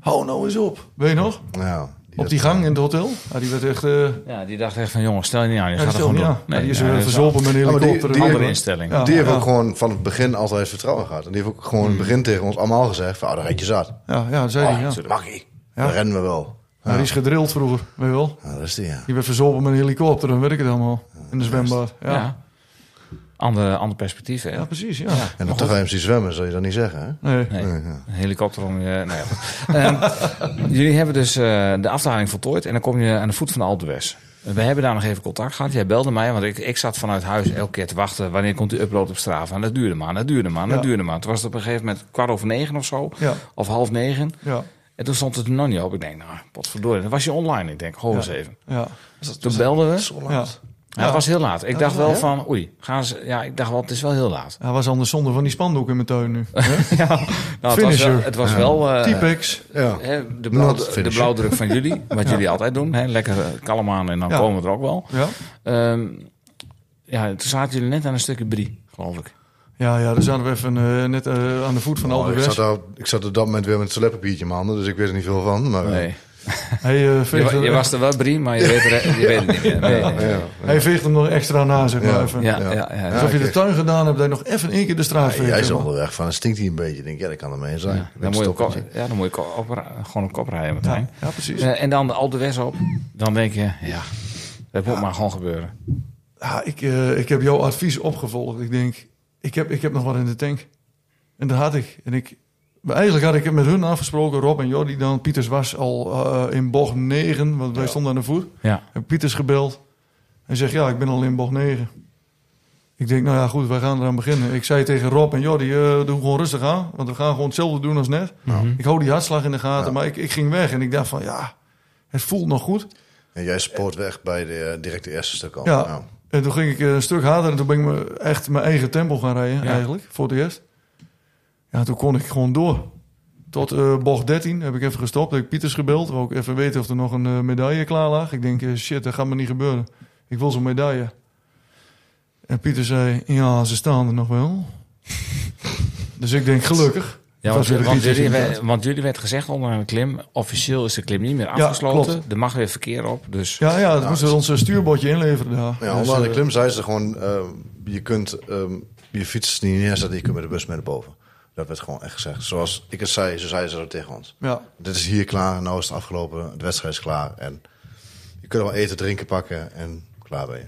B: Hou nou eens op. Weet je nog?
C: Nou, die
B: Op die gang in het hotel. Ja, die werd echt... eh,
A: Ja, die dacht echt van jongens, stel je niet aan, je
B: ja, die
A: gaat het gewoon
B: stel-
A: doen.
B: ja. Ja, die is
A: ja,
B: eh,
A: dat
B: verzolpen met een
C: maar die-
B: helikopter.
C: die-
A: een
B: en-
A: andere instelling.
B: Ja.
C: die heeft ook gewoon van het begin altijd vertrouwen gehad. En die heeft ook gewoon in het begin tegen ons allemaal gezegd: van, oh, daar red je zat.
B: ja, ja, dat zei
C: Oh,
B: die, ja.
C: dat mag ik.
B: Ja.
C: Dan rennen we wel.
B: Ja, die is gedrild vroeger, weet je wel.
C: Nou, dat is die, ja.
B: Die werd verzolpen met een helikopter, dan weet ik het allemaal. In de zwembad. Ja, ja.
A: Ja. Ander, ander perspectief, hè?
B: precies, ja.
C: En dan toch even zien zwemmen, zou je dat niet zeggen, hè?
B: Nee.
A: Nee, een helikopter om je... Nou ja. Ehm, jullie hebben dus eh, de afdaling voltooid en dan kom je aan de voet van de Alpe d'Huez. We hebben daar nog even contact gehad. Jij belde mij, want ik, ik zat vanuit huis elke keer te wachten. Wanneer komt die upload op Strava? En dat duurde maar, en dat duurde maar, en dat
B: Ja.
A: duurde maar. Toen was het op een gegeven moment kwart over negen of zo.
B: Ja.
A: Of half negen.
B: Ja,
A: En toen stond het er nog niet op. Ik denk, nou, potverdorie. Dan was je online. Ik denk, hou eens even.
B: ja.
A: Toen belden we.
C: Zo
B: ja.
A: Ja, het was heel laat. Ik dacht
B: dat
A: wel
B: was-
A: van, oei, gaan ze... Ja, ik dacht wel, het is wel heel laat.
B: Hij was anders zonder van die spandoek in mijn tuin nu. hè?
A: Ja, nou, het was wel...
B: Finisher.
A: Het was wel eh,
B: T-Pex.
C: Ja.
A: Hè, de,
C: Not
A: blauw- de
C: finisher.
A: blauwdruk van jullie, wat jullie altijd doen. Hè, lekker eh, kalm aan en dan
B: Ja.
A: komen we er ook wel.
B: Ja.
A: Ehm, ja, toen zaten jullie net aan een stukje brie, geloof ik.
B: Ja, ja, daar zaten we even eh, net eh, aan de voet van
C: Oh,
B: Alpe
C: ik,
B: d'Huez.
C: zat daar, ik zat op dat moment weer met een toiletpapiertje in mijn handen, dus ik wist er niet veel van. Maar, eh,
A: Nee.
B: Hij, eh,
A: Je,
B: veegt
A: wa- je
B: er-
A: was er wel, Brie, maar je weet, er, je weet het niet meer. Nee, nee.
C: Ja,
B: hij veegt hem nog extra na, zeg maar.
C: Ja.
B: Even.
A: Ja, ja, ja.
C: Ja.
B: Alsof je de
C: kijk.
B: tuin gedaan hebt, dat je nog even één keer de straat
C: Ja,
B: veegt.
C: jij is
B: helemaal.
C: onderweg van, dan stinkt hij een beetje. Ik denk, ja, dat kan ermee zijn.
A: Ja,
C: Ik
A: dan,
C: ben
A: moet je op,
C: stoppen.
A: kop- ja, dan moet je kop- op- gewoon op kop rijden, Martijn.
B: ja, ja, precies.
A: Eh, en dan al de weg op. Dan denk je, ja, dat moet maar gewoon gebeuren.
B: Ja, ik, eh, ik heb jouw advies opgevolgd. Ik denk, ik heb, ik heb nog wat in de tank. En dat had ik. En ik, maar eigenlijk had ik het met hun afgesproken, Rob en Jordi dan. Pieters was al eh, in bocht 9, want wij stonden aan de voer.
A: Ja.
B: Heb Pieters gebeld. Hij zegt, ja, ik ben al in bocht 9. Ik denk, nou ja, goed, wij gaan eraan beginnen. Ik zei tegen Rob en Jordi, eh doe gewoon rustig aan. Want we gaan gewoon hetzelfde doen als net.
A: Nou, Mhm.
B: Ik hou die hartslag in de gaten, maar ik, ik ging weg. En ik dacht van, ja, het voelt nog goed.
C: En jij spoort weg bij de eh, direct de eerste stuk al.
B: Ja.
C: Nou,
B: En toen ging ik eh, een stuk harder en toen ben ik me echt mijn eigen tempo gaan rijden,
A: Ja.
B: eigenlijk, voor het eerst. Ja, toen kon ik gewoon door. Tot eh, bocht 13 heb ik even gestopt, heb ik Pieters gebeld, wou ik even weten of er nog een eh, medaille klaar lag. Ik denk, eh, shit, dat gaat me niet gebeuren. Ik wil zo'n medaille. En Pieter zei, ja, ze staan er nog wel. dus ik denk, gelukkig.
A: Ja,
B: Het
A: want,
B: was weer de
A: want
B: Pieters
A: jullie,
B: inderdaad.
A: werd, want jullie werd gezegd onder een klim, officieel is de klim niet meer afgesloten.
B: klopt.
A: er mag weer verkeer op. Dus
B: Ja, ja, dat
C: Ja,
B: moesten we ons eh, stuurbordje inleveren daar.
C: ja,
B: Dus,
C: onder de
B: eh,
C: klim zei ze gewoon, ehm, je kunt ehm, je fiets niet neerzetten, je kunt met de bus mee naar boven. Dat werd gewoon echt gezegd. Zoals ik het zei, zo zei ze dat tegen ons.
B: Ja,
C: Dit is hier klaar, nou is het afgelopen, de wedstrijd is klaar. En je kunt wel eten, drinken pakken en klaar ben je.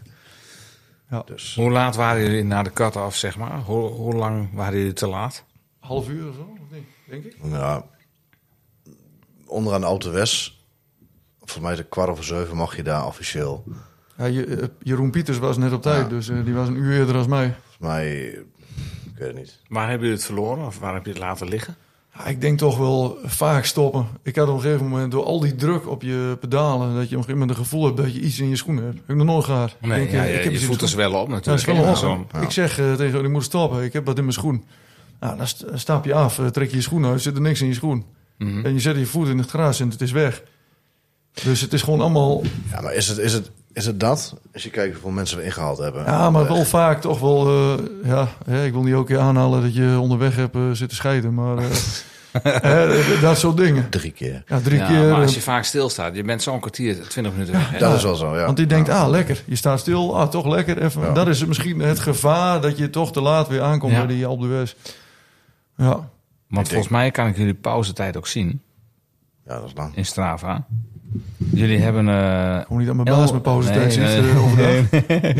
B: Ja.
C: Dus
A: hoe laat waren jullie na de kat af, zeg maar? Hoe, hoe lang waren jullie te laat?
B: half uur of zo, of niet, denk ik.
C: Ja, Nou, onderaan de Auto West. Volgens mij de kwart over zeven mag je daar officieel. Volgens
B: Ja, Je- eh, Jeroen Pieters was net op tijd,
C: Ja.
B: dus eh, die was een uur eerder als mij.
C: mij, ik weet het niet.
A: Waar hebben jullie het verloren of waar heb je het laten liggen?
B: Ja, ik denk toch wel vaak stoppen. Ik had op een gegeven moment door al die druk op je pedalen... dat je op een gegeven moment het gevoel hebt dat je iets in je schoenen hebt. Heb ik nog nooit gehad. Ik
A: Nee,
B: denk,
A: ja,
B: eh,
A: ja,
B: ik heb
A: je
B: iets in
A: voet
B: de
A: is
B: schoen.
A: wel op natuurlijk.
B: Ja, dat is wel
A: Ja,
B: een
A: zo.
B: awesome. Ik zeg eh, tegen hem, ik moet stoppen. Ik heb wat in mijn schoen. Nou, dan st- stap je af, eh, trek je je schoen uit, zit er niks in je schoen.
A: Mhm.
B: En je zet je voet in het gras en het is weg. Dus het is gewoon allemaal...
C: Ja, maar is het, is het, is het dat? Als je kijkt hoeveel mensen we ingehaald hebben.
B: Ja, maar wel vaak toch wel... eh, ja, hè, ik wil niet ook keer aanhalen dat je onderweg hebt eh, zitten scheiden. Maar eh, eh, dat soort dingen.
C: Drie keer.
B: Ja, drie
A: Ja,
B: keer...
A: maar
B: eh,
A: als je vaak stilstaat, je bent zo'n kwartier, 20 minuten weg. hè?
C: Dat is wel zo, ja.
B: Want die denkt, ah, lekker. Je staat stil, ah, toch lekker. Even.
C: Ja.
B: Dat is misschien het gevaar dat je toch te laat weer aankomt
A: Ja.
B: bij die Alpe d'Huez. Ja.
A: Want volgens mij kan ik jullie pauzetijd ook zien
C: Ja, dat is lang.
A: in Strava. Jullie hebben... eh,
B: Hoe niet dat mijn
A: El-
B: baas met pauze tijd
A: Nee,
B: zit
A: nee.
B: eh, overdag.
C: Volgens mij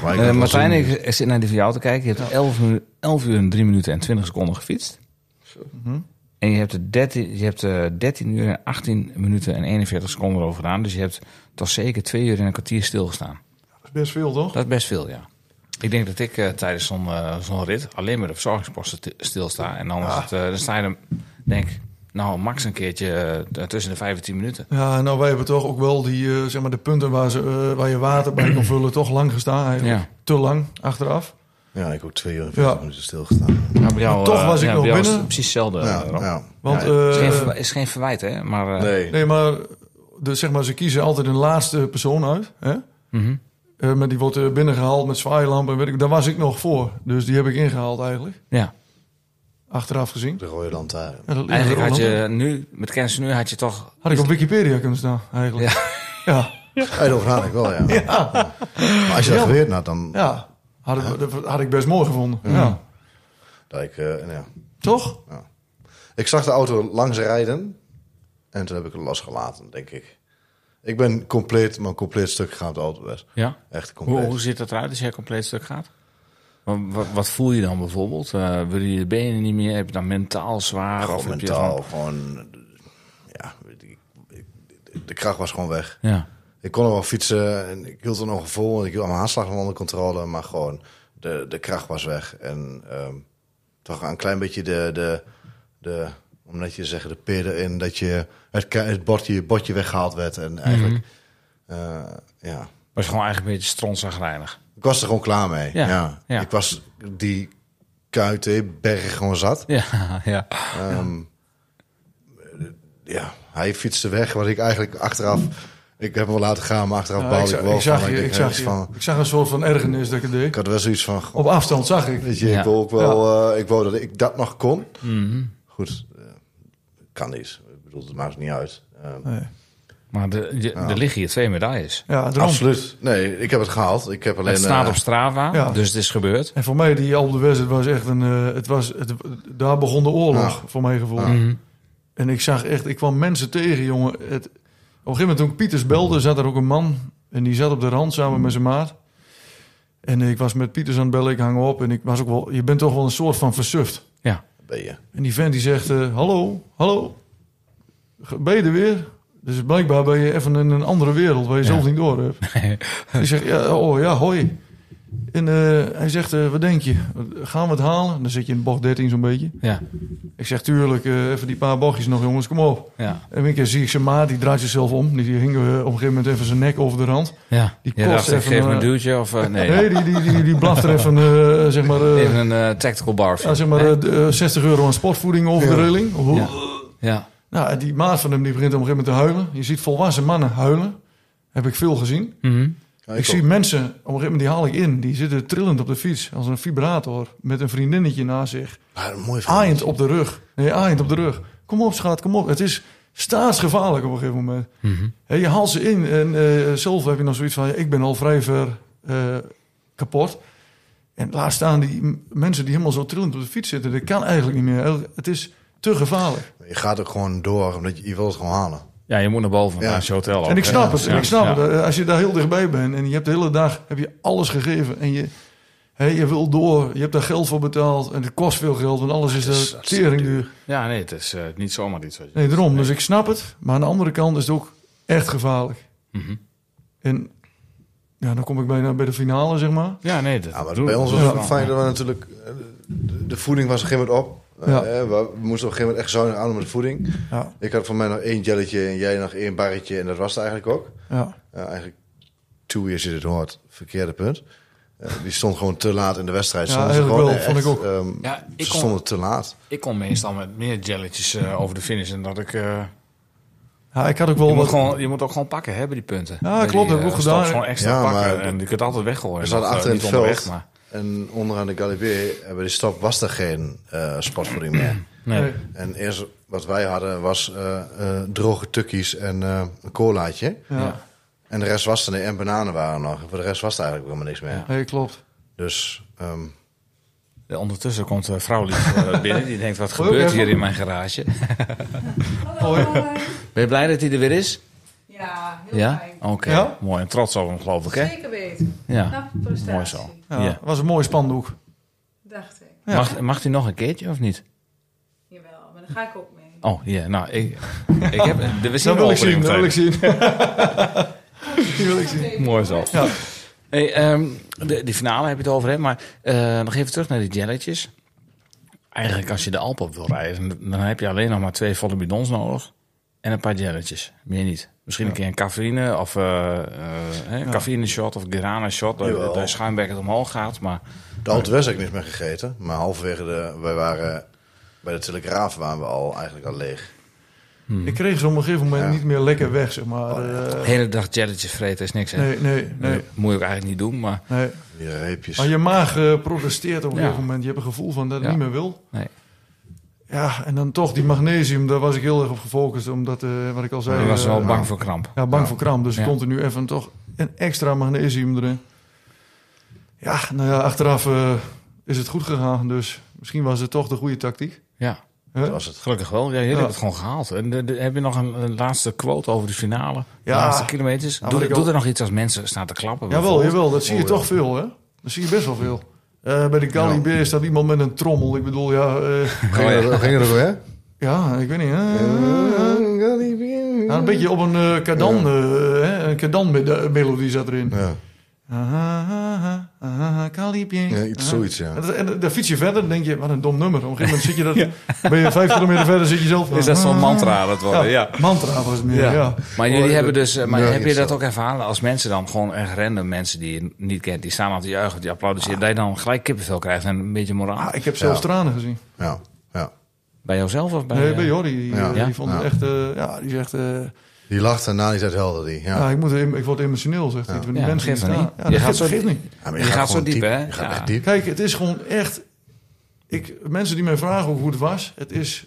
C: kan
A: Eh
C: het wel
A: Martijn,
C: zien.
A: ik zit naar die van jou te kijken. Je hebt 11, uur- 11 uur en 3 minuten en 20 seconden gefietst.
B: Mhm.
A: En je hebt, de 13, je hebt eh 13 uur en 18 minuten en 41 seconden over gedaan. Dus je hebt toch zeker 2 uur en een kwartier stilgestaan.
B: Dat is best veel, toch?
A: Dat is best veel, ja. Ik denk dat ik eh, tijdens zo'n eh, zo'n rit alleen maar de verzorgingsposten ti- stilsta. En
C: Ah.
A: anders het, eh, dan sta je er, denk ik, nou max een keertje eh, tussen de 5 en 10 minuten.
B: Ja, nou, wij hebben toch ook wel die, eh, zeg maar, de punten waar, ze, eh, waar je water bij kan vullen, toch lang gestaan eigenlijk.
A: Ja.
B: Te lang, achteraf.
C: Ja, ik heb ook twee uur en vijftig
B: Ja.
C: minuten stilgestaan.
A: Nou, bij jou,
B: Maar toch
A: eh,
B: was ik
A: ja,
B: nog
A: bij jou is
B: binnen.
A: het Precies hetzelfde,
C: Ja,
A: eh, Rob.
C: ja.
B: Want,
C: Ja,
A: Is, geen,
B: eh,
A: verwa- is geen verwijt, hè? Maar, eh,
C: nee.
B: nee, maar, de, zeg maar, ze kiezen altijd een laatste persoon uit, hè?
A: mhm.
B: Eh, maar die wordt eh, binnengehaald met zwaailampen en weet ik. Daar was ik nog voor. Dus die heb ik ingehaald eigenlijk.
A: Ja.
B: Achteraf gezien.
C: De rode lantaarn.
B: Ja, dat-
A: Eigenlijk had
B: Roland.
A: je nu, met kennis nu, had je toch...
B: Had ik op Wikipedia kunnen staan, eigenlijk. Ja.
C: Ja, dat vraag ik wel, ja.
B: Ja.
C: Maar als je dat
B: Ja.
C: geweerd had, dan...
B: ja. Had, ik, dat had ik best mooi gevonden.
C: Mm.
B: Ja.
C: Dat ik, eh, ja.
B: Toch?
C: Ik zag de auto langs rijden en toen heb ik het losgelaten, denk ik. Ik ben compleet, maar compleet stuk gegaan op de autoweg.
A: Ja.
C: Echt compleet.
A: Hoe, hoe ziet dat eruit als jij compleet stuk gaat? Wat, wat, wat voel je dan bijvoorbeeld? Eh wil je je benen niet meer? Heb je dan mentaal zwaar?
C: Gewoon
A: of heb je
C: mentaal,
A: gewoon-
C: gewoon... eh, Ja, ik- ik- de kracht was gewoon weg.
A: Ja.
C: Ik kon nog wel fietsen en ik hield er nog vol en ik hield mijn hartslag nog onder controle, maar gewoon de, de kracht was weg. En ehm, toch een klein beetje de, de, de om net te zeggen, de peer erin dat je het, ka- het bordje, bordje weggehaald werd.
B: Mhm.
C: En eigenlijk, eh, ja,
A: Was je gewoon eigenlijk een beetje strontzagrijnig.
C: ik was er gewoon klaar mee.
A: Ja,
C: Ja,
A: ja.
C: Ik was die KUT-bergen gewoon zat.
A: Ja, ja.
C: Ehm, ja, hij fietste weg, wat ik eigenlijk achteraf... Ik heb hem wel laten gaan, maar achteraf
B: Ja,
C: baalde
B: Nou, ik,
C: ik,
B: za- ik zag
C: wel van.
B: je,
C: denk,
B: ik
C: ja,
B: zag
C: iets
B: je.
C: van-
B: Ik zag een soort van ergernis dat ik het
C: Ik
B: deed.
C: had wel zoiets van, goh,
B: Op afstand zag ik.
C: weet je,
A: Ja.
C: ik, wil ook wel, eh, ik wou dat ik dat nog kon. Goed, eh, kan niet. Ik bedoel, het maakt niet uit. Eh,
B: Nee.
A: Maar de, je- er liggen hier twee medailles.
B: Ja, daarom.
C: Absoluut. Nee, ik heb het gehaald. Ik heb alleen,
A: Het staat
C: eh,
A: op Strava,
B: ja.
A: dus het is gebeurd.
B: En voor mij, die Alpe de West, het was echt een... eh, het was, het, daar begon de oorlog, voor mijn gevoel.
A: Mhm.
B: En ik zag echt, ik kwam mensen tegen, jongen. Het, op een gegeven moment, toen Pieters belde, zat er ook een man. En die zat op de rand samen met zijn maat. En ik was met Pieters aan het bellen, ik hang op. En ik was ook wel, je bent toch wel een soort van versuft.
C: ben je.
B: En die vent die zegt, eh, hallo, hallo. Ge- Ben je er weer? Dus blijkbaar ben je even in een andere wereld waar je
A: Ja.
B: zelf niet door hebt. ik zeg, ja, oh ja, hoi. En eh, hij zegt, eh, wat denk je? Gaan we het halen? Dan zit je in bocht 13 zo'n beetje.
A: Ja,
B: Ik zeg, tuurlijk, eh, even die paar bochtjes nog, jongens, kom op.
A: ja,
B: En een keer zie ik zijn maat, die draait zichzelf om. Die hing eh, op een gegeven moment even zijn nek over de rand.
A: ja.
B: Die
A: Je
B: kost
A: dacht, ik
B: even,
A: geef me
B: eh,
A: een duwtje of... eh, nee,
B: Nee, die, die, die, die blaft er even, eh, zeg maar, eh,
A: even een eh, tactical bar.
B: ja, zeg maar
A: Nee?
B: eh, d- eh, 60 euro aan sportvoeding over de reling. Oeh.
A: Ja. ja.
B: Nou, en die maat van hem die begint op een gegeven moment te huilen. Je ziet volwassen mannen huilen. Heb ik veel gezien.
A: Mhm.
C: Ja,
B: ik
C: ik
B: zie
C: ook.
B: mensen, op een gegeven moment die haal ik in. Die zitten trillend op de fiets, als een vibrator. Met een vriendinnetje naast zich.
C: Maar een mooi verhaal.
B: Aaiend op de rug. Nee, aaiend op de rug. Kom op, schat, kom op. Het is staatsgevaarlijk op een gegeven moment.
A: Mhm.
B: Hè, je haalt ze in en eh, zelf heb je nog zoiets van... ja, ik ben al vrij ver eh, kapot. En laat staan die m- mensen die helemaal zo trillend op de fiets zitten. Dat kan eigenlijk niet meer. Het is te gevaarlijk.
C: Je gaat ook gewoon door, omdat je, je wil het gewoon halen.
A: Ja, je moet naar boven.
C: Ja.
A: Ja. Als je hotel ook,
B: en ik
A: hè.
B: snap het.
A: Ja.
B: Ik snap
A: Ja.
B: het. Eh, Als je daar heel dichtbij bent en je hebt de hele dag heb je alles gegeven... en je, hè, je wil door, je hebt daar geld voor betaald... en het kost veel geld, want alles is
C: is
B: de
C: hartstikke
B: tering duur.
A: Ja, nee, het is eh, niet zomaar iets. Wat je...
B: Nee, daarom. Dus ik snap het. Maar aan de andere kant is het ook echt gevaarlijk.
A: Mhm.
B: En ja, dan kom ik bijna bij de finale, zeg maar.
A: Ja, nee, dat
C: Ja, maar
A: doe-
C: bij ons was
A: doe-
C: het fijn dat we natuurlijk... eh, De, de voeding was op een gegeven moment op. Eh,
B: Ja.
C: eh, we, we moesten op een gegeven moment echt zuinig aan met de voeding.
B: Ja,
C: Ik had voor mij nog één jelletje en jij nog één barretje. En dat was het eigenlijk ook.
B: ja.
C: Ja, Eh, eigenlijk, toe je zit het hoort, verkeerde punt. Eh, die stond gewoon te laat in de wedstrijd.
B: Ja,
C: Stonden ze
B: eigenlijk
C: gewoon
B: wel, vond ik
C: echt,
B: ook.
C: ehm,
A: Ja, ik
C: ze
A: kon-
C: stonden te laat.
A: Ik kom meestal met meer jelletjes eh, over de finish. En dat ik, eh,
B: ja ik had ook
A: je,
B: wel
A: moet
B: wat...
A: gewoon, je moet ook gewoon pakken hebben, die punten.
B: Ja,
A: Bij
B: klopt,
A: die,
B: dat heb ik
A: eh,
B: ook
A: stops
B: gedaan.
A: gewoon extra
C: Ja,
A: pakken.
C: maar-
A: en je kunt altijd weggooien.
C: We zaten
A: Dat, eh,
C: achter in
A: niet
C: het veld.
A: onderweg, maar...
C: En onderaan de Galibier, en bij die stap, was er geen eh sportvoeding meer.
A: Nee.
B: Nee.
C: En eerst wat wij hadden was eh, eh, droge tukkies en eh, een colaatje.
B: Ja,
C: En de rest was er niet. En bananen waren er nog. En Voor de rest was er eigenlijk helemaal niks meer.
A: Ja.
B: nee, klopt.
C: Dus ehm,
A: Ja, Ondertussen komt eh, vrouw Lief eh, binnen. Die denkt, wat
B: Wil je ook
A: gebeurt
B: even?
A: hier in mijn garage?
B: Hoi.
A: Ben je blij dat hij er weer is?
E: Ja, heel
A: Ja? Oh,
E: fijn.
A: Oké,
B: Ja?
A: mooi. En trots op hem, geloof ik, hè?
E: Zeker weten.
A: Ja,
E: Knap prestatie.
A: mooi zo.
B: Ja,
A: Ja.
B: was een mooi spandoek.
E: Dacht ik.
B: Ja.
A: Mag, mag hij nog een keertje of niet?
E: Jawel, maar daar ga ik ook mee.
A: Oh, ja. Nou, ik, ik heb... We zien
B: Dat
A: een
B: wil ik
A: opening
B: zien, dat wil
A: meteen.
B: ik zien. Die wil ik zien.
A: Mooi zo.
B: Ja.
A: Hey, ehm, de, die finale heb je het over, hè? maar eh, nog even terug naar die jelletjes. Eigenlijk als je de Alpen op wil rijden, dan heb je alleen nog maar twee volle bidons nodig. En een paar jelletjes, meer niet. Misschien een keer een cafeïne of eh, eh, hè, een cafeïne shot of Girana shot. Dat,
C: Jawel.
A: dat je schuimbekkend omhoog gaat. Maar
C: de Alte West heb ik niks meer gegeten. Maar halverwege de... Wij waren... Bij de Telegraaf waren we al eigenlijk al leeg.
B: Ik kreeg ze op een gegeven moment
C: Ja.
B: niet meer lekker weg, zeg maar.
A: de
B: Eh,
A: hele dag jelletjes vreten is niks. Hè?
B: nee, nee, nee.
A: Dat moet je ook eigenlijk niet doen. Maar
B: nee.
C: Die reepjes.
B: Maar je maag eh, protesteert op een
A: Dus- Ja.
B: gegeven moment. Je hebt een gevoel van dat het
A: Ja.
B: niet meer wil.
A: Nee.
B: Ja, en dan toch die magnesium, daar was ik heel erg op gefocust. Omdat, eh, wat ik al zei...
A: je was
B: eh,
A: wel bang voor kramp.
B: Ja, bang voor kramp. Dus
A: Ja.
B: continu even toch een extra magnesium erin. Ja, nou ja, achteraf eh, is het goed gegaan. Dus misschien was het toch de goede tactiek.
A: Ja,
B: Hè?
C: Dat was het.
A: gelukkig wel. Ja, jullie
B: Ja.
A: hebben het gewoon gehaald. En de- de- heb je nog een, een laatste quote over de finale?
B: Ja.
A: De laatste kilometers?
B: Nou,
A: doet
B: wat ik
A: doet
B: al-
A: er nog iets als mensen staan te klappen?
B: Jawel,
A: bijvoorbeeld?
B: jawel, dat zie je
C: Oh, ja.
B: toch veel, hè? Dat zie je best wel veel. Eh, bij de Galibé staat iemand met een trommel. Ik bedoel, ja, eh,
C: Ging
A: Oh, ja.
C: er- Ging er ook hè?
B: ja ik weet niet. eh, nou, een beetje op een eh, kadan, eh, hè, een kadan-melodie zat erin. Ah,
C: Ja,
B: Aha, aha, aha, Calibier.
C: ja iets,
B: Aha.
C: zoiets, ja.
B: ah, En, dat- en dan fiets je verder, dan denk je, wat een dom nummer. Op een gegeven moment zit je dat, ben je vijf kilometer verder, zit je zelf... Ah,
A: Is dat zo'n mantra dat worden? Ja.
B: Mantra was het meer,
A: Ja.
B: ja.
A: Maar jullie hebben dus, eh, maar
C: Ja,
A: heb je dat
C: interessant.
A: ook ervaren als mensen dan gewoon echt random mensen die je niet kent, die staan aan te juichen, die applaudisseren, dat je dan gelijk kippenvel krijgt en een beetje moraal?
B: Ah, ik heb zelfs
C: Ja.
B: tranen gezien.
C: Ja, ja.
A: bij jouzelf of bij?
B: Nee,
A: eh,
B: bij Jordi. Die,
C: Ja.
B: eh,
A: Ja?
B: die vond het
C: Ja.
B: echt... eh, ja, die zegt... eh,
C: Die lacht en na die zei helder die. Ja.
B: ja, ik, moet, em- ik word emotioneel, zegt hij.
C: Ja.
B: toen die
A: Ja, dat
B: mensen
A: geeft
B: die
A: dan niet.
B: staan. Ja, dat geeft,
A: zo
B: geeft niet.
C: Ja, maar
A: je gaat zo
C: gewoon
A: diep, hè?
C: Je gaat
A: Ja.
C: echt diep.
B: Kijk, het is gewoon echt... Ik, mensen die mij vragen hoe het was, het is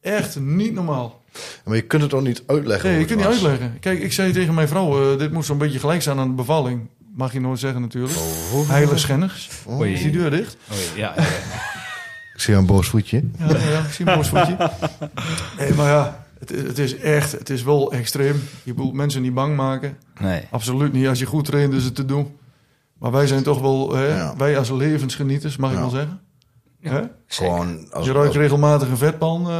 B: echt niet normaal.
C: Maar je kunt het ook niet uitleggen.
B: Nee,
C: hoe
B: ik kan
C: het
B: niet
C: was.
B: uitleggen. Kijk, ik zei tegen mijn vrouw, eh, dit moet zo'n beetje gelijk zijn aan de bevalling. Mag je nooit zeggen natuurlijk.
C: Oh.
B: Heilig schenners.
A: Oei.
B: Is die deur dicht?
A: Oei, ja, ja.
C: Ik zie een boos voetje.
B: Ja, ja, ja, ik zie een boos voetje. Nee, maar ja, het, is- het is echt, het is wel extreem. Je bedoelt mensen niet bang maken.
A: Nee.
B: Absoluut niet. Als je goed traint is het te doen. Maar wij zijn toch wel, hè,
C: Ja.
B: wij als levensgenieters, mag ik
C: Ja.
B: wel zeggen. Hè?
A: Zeker.
C: Gewoon als,
B: Je ruikt
C: als-
B: regelmatig een vetpan eh,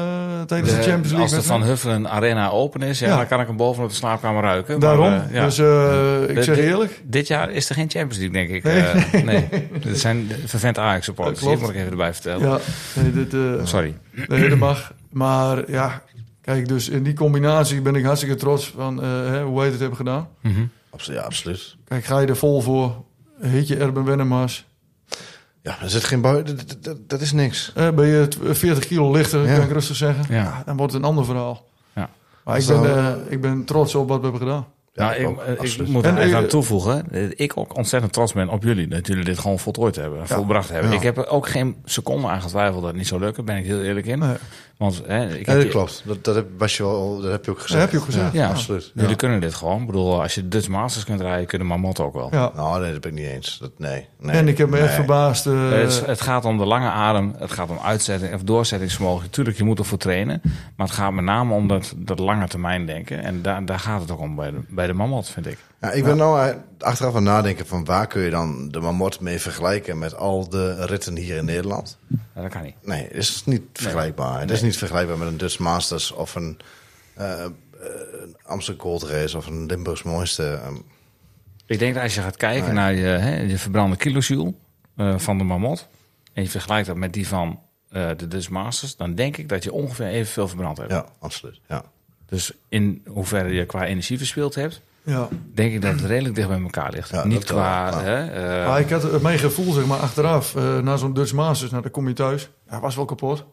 B: tijdens de, Champions
A: als
B: League.
A: de Van
B: wedstrijd.
A: Huffelen Arena open is, ja,
B: Ja.
A: dan kan ik hem bovenop de slaapkamer ruiken. Maar,
B: Daarom.
A: eh, ja.
B: Dus eh, ik
A: Dit-
B: zeg
A: dit-
B: eerlijk.
A: Dit jaar is er geen Champions League, denk ik.
B: Nee.
A: Eh, nee. Dit zijn vervent Ajax-supporters.
B: Dat klopt.
A: Dat moet ik even erbij vertellen.
B: Ja, nee, dit, eh,
A: Sorry.
B: Nee, dat mag. Maar ja, kijk, dus in die combinatie ben ik hartstikke trots van eh, hè, hoe wij dit hebben gedaan.
A: Mhm.
C: abso- ja, absoluut.
B: Kijk, ga je er vol voor? Heet je Erben Wennemars?
C: Ja, er zit geen buiten. Dat, dat, dat is niks.
B: Eh, ben je t- 40 kilo lichter,
C: Ja.
B: kan ik rustig zeggen?
A: Ja.
B: Ja, dan wordt het een ander verhaal.
A: Ja.
B: Maar ik ben,
C: Zou-
B: eh, ik ben trots op wat we hebben gedaan.
A: Ja,
C: Ja, ook,
A: ik, eh, ik
C: absoluut.
A: moet
B: En,
A: er even
B: eh,
A: aan toevoegen. eh, Ik ook ontzettend trots ben op jullie. Dat jullie dit gewoon voltooid hebben. Volbracht hebben.
C: Ja.
A: Ik heb er ook geen seconde aan getwijfeld dat het niet zou lukken. Ben ik heel eerlijk in.
B: Nee.
A: Want hè, ik
C: Ja,
A: heb
C: dat
A: je-
C: klopt. Dat, dat, heb, was je wel, dat heb je ook gezegd.
B: heb je ook gezegd.
C: Ja,
A: Ja.
C: absoluut. Ja.
A: Jullie kunnen dit gewoon. Ik bedoel, als je Dutch Masters kunt rijden, kunnen Marmot ook wel.
B: Ja.
C: Nou, nee, dat ben ik niet eens. Dat, nee, nee.
B: En ik heb me echt
C: Nee.
B: verbaasd. eh,
A: Eh, het, is- het gaat om de lange adem, het gaat om uitzetting of doorzettingsvermogen. Tuurlijk, je moet ervoor trainen. Maar het gaat met name om dat, dat lange termijn denken. En daar, daar gaat het ook om bij de, bij de Marmot, vind ik.
C: Ja, ik ben nou eh, achteraf aan het nadenken van waar kun je dan de Mamot mee vergelijken met al de ritten hier in Nederland?
A: Ja, dat kan niet.
C: Nee, het is niet vergelijkbaar. Het is niet vergelijkbaar met een Dutch Masters of een, eh, eh, een Amsterdam Gold Race of een Limburgs Mooiste. ehm.
A: Ik denk dat als je gaat kijken naar je, hè, je verbrande kilojoule eh, van de Marmot. en je vergelijkt dat met die van eh, de Dutch Masters. dan denk ik dat je ongeveer evenveel verbrand hebt.
C: ja, absoluut. Ja.
A: Dus in hoeverre je qua energie verspeeld hebt.
B: ja.
A: denk ik dat het redelijk dicht bij elkaar ligt.
C: Ja,
A: niet
C: dat kan wel.
A: qua.
C: Ja.
A: hè, eh,
B: Maar ik had eh, mijn gevoel, zeg maar, achteraf, eh, na zo'n Dutch Masters, nou, dan kom je thuis. Hij was wel kapot.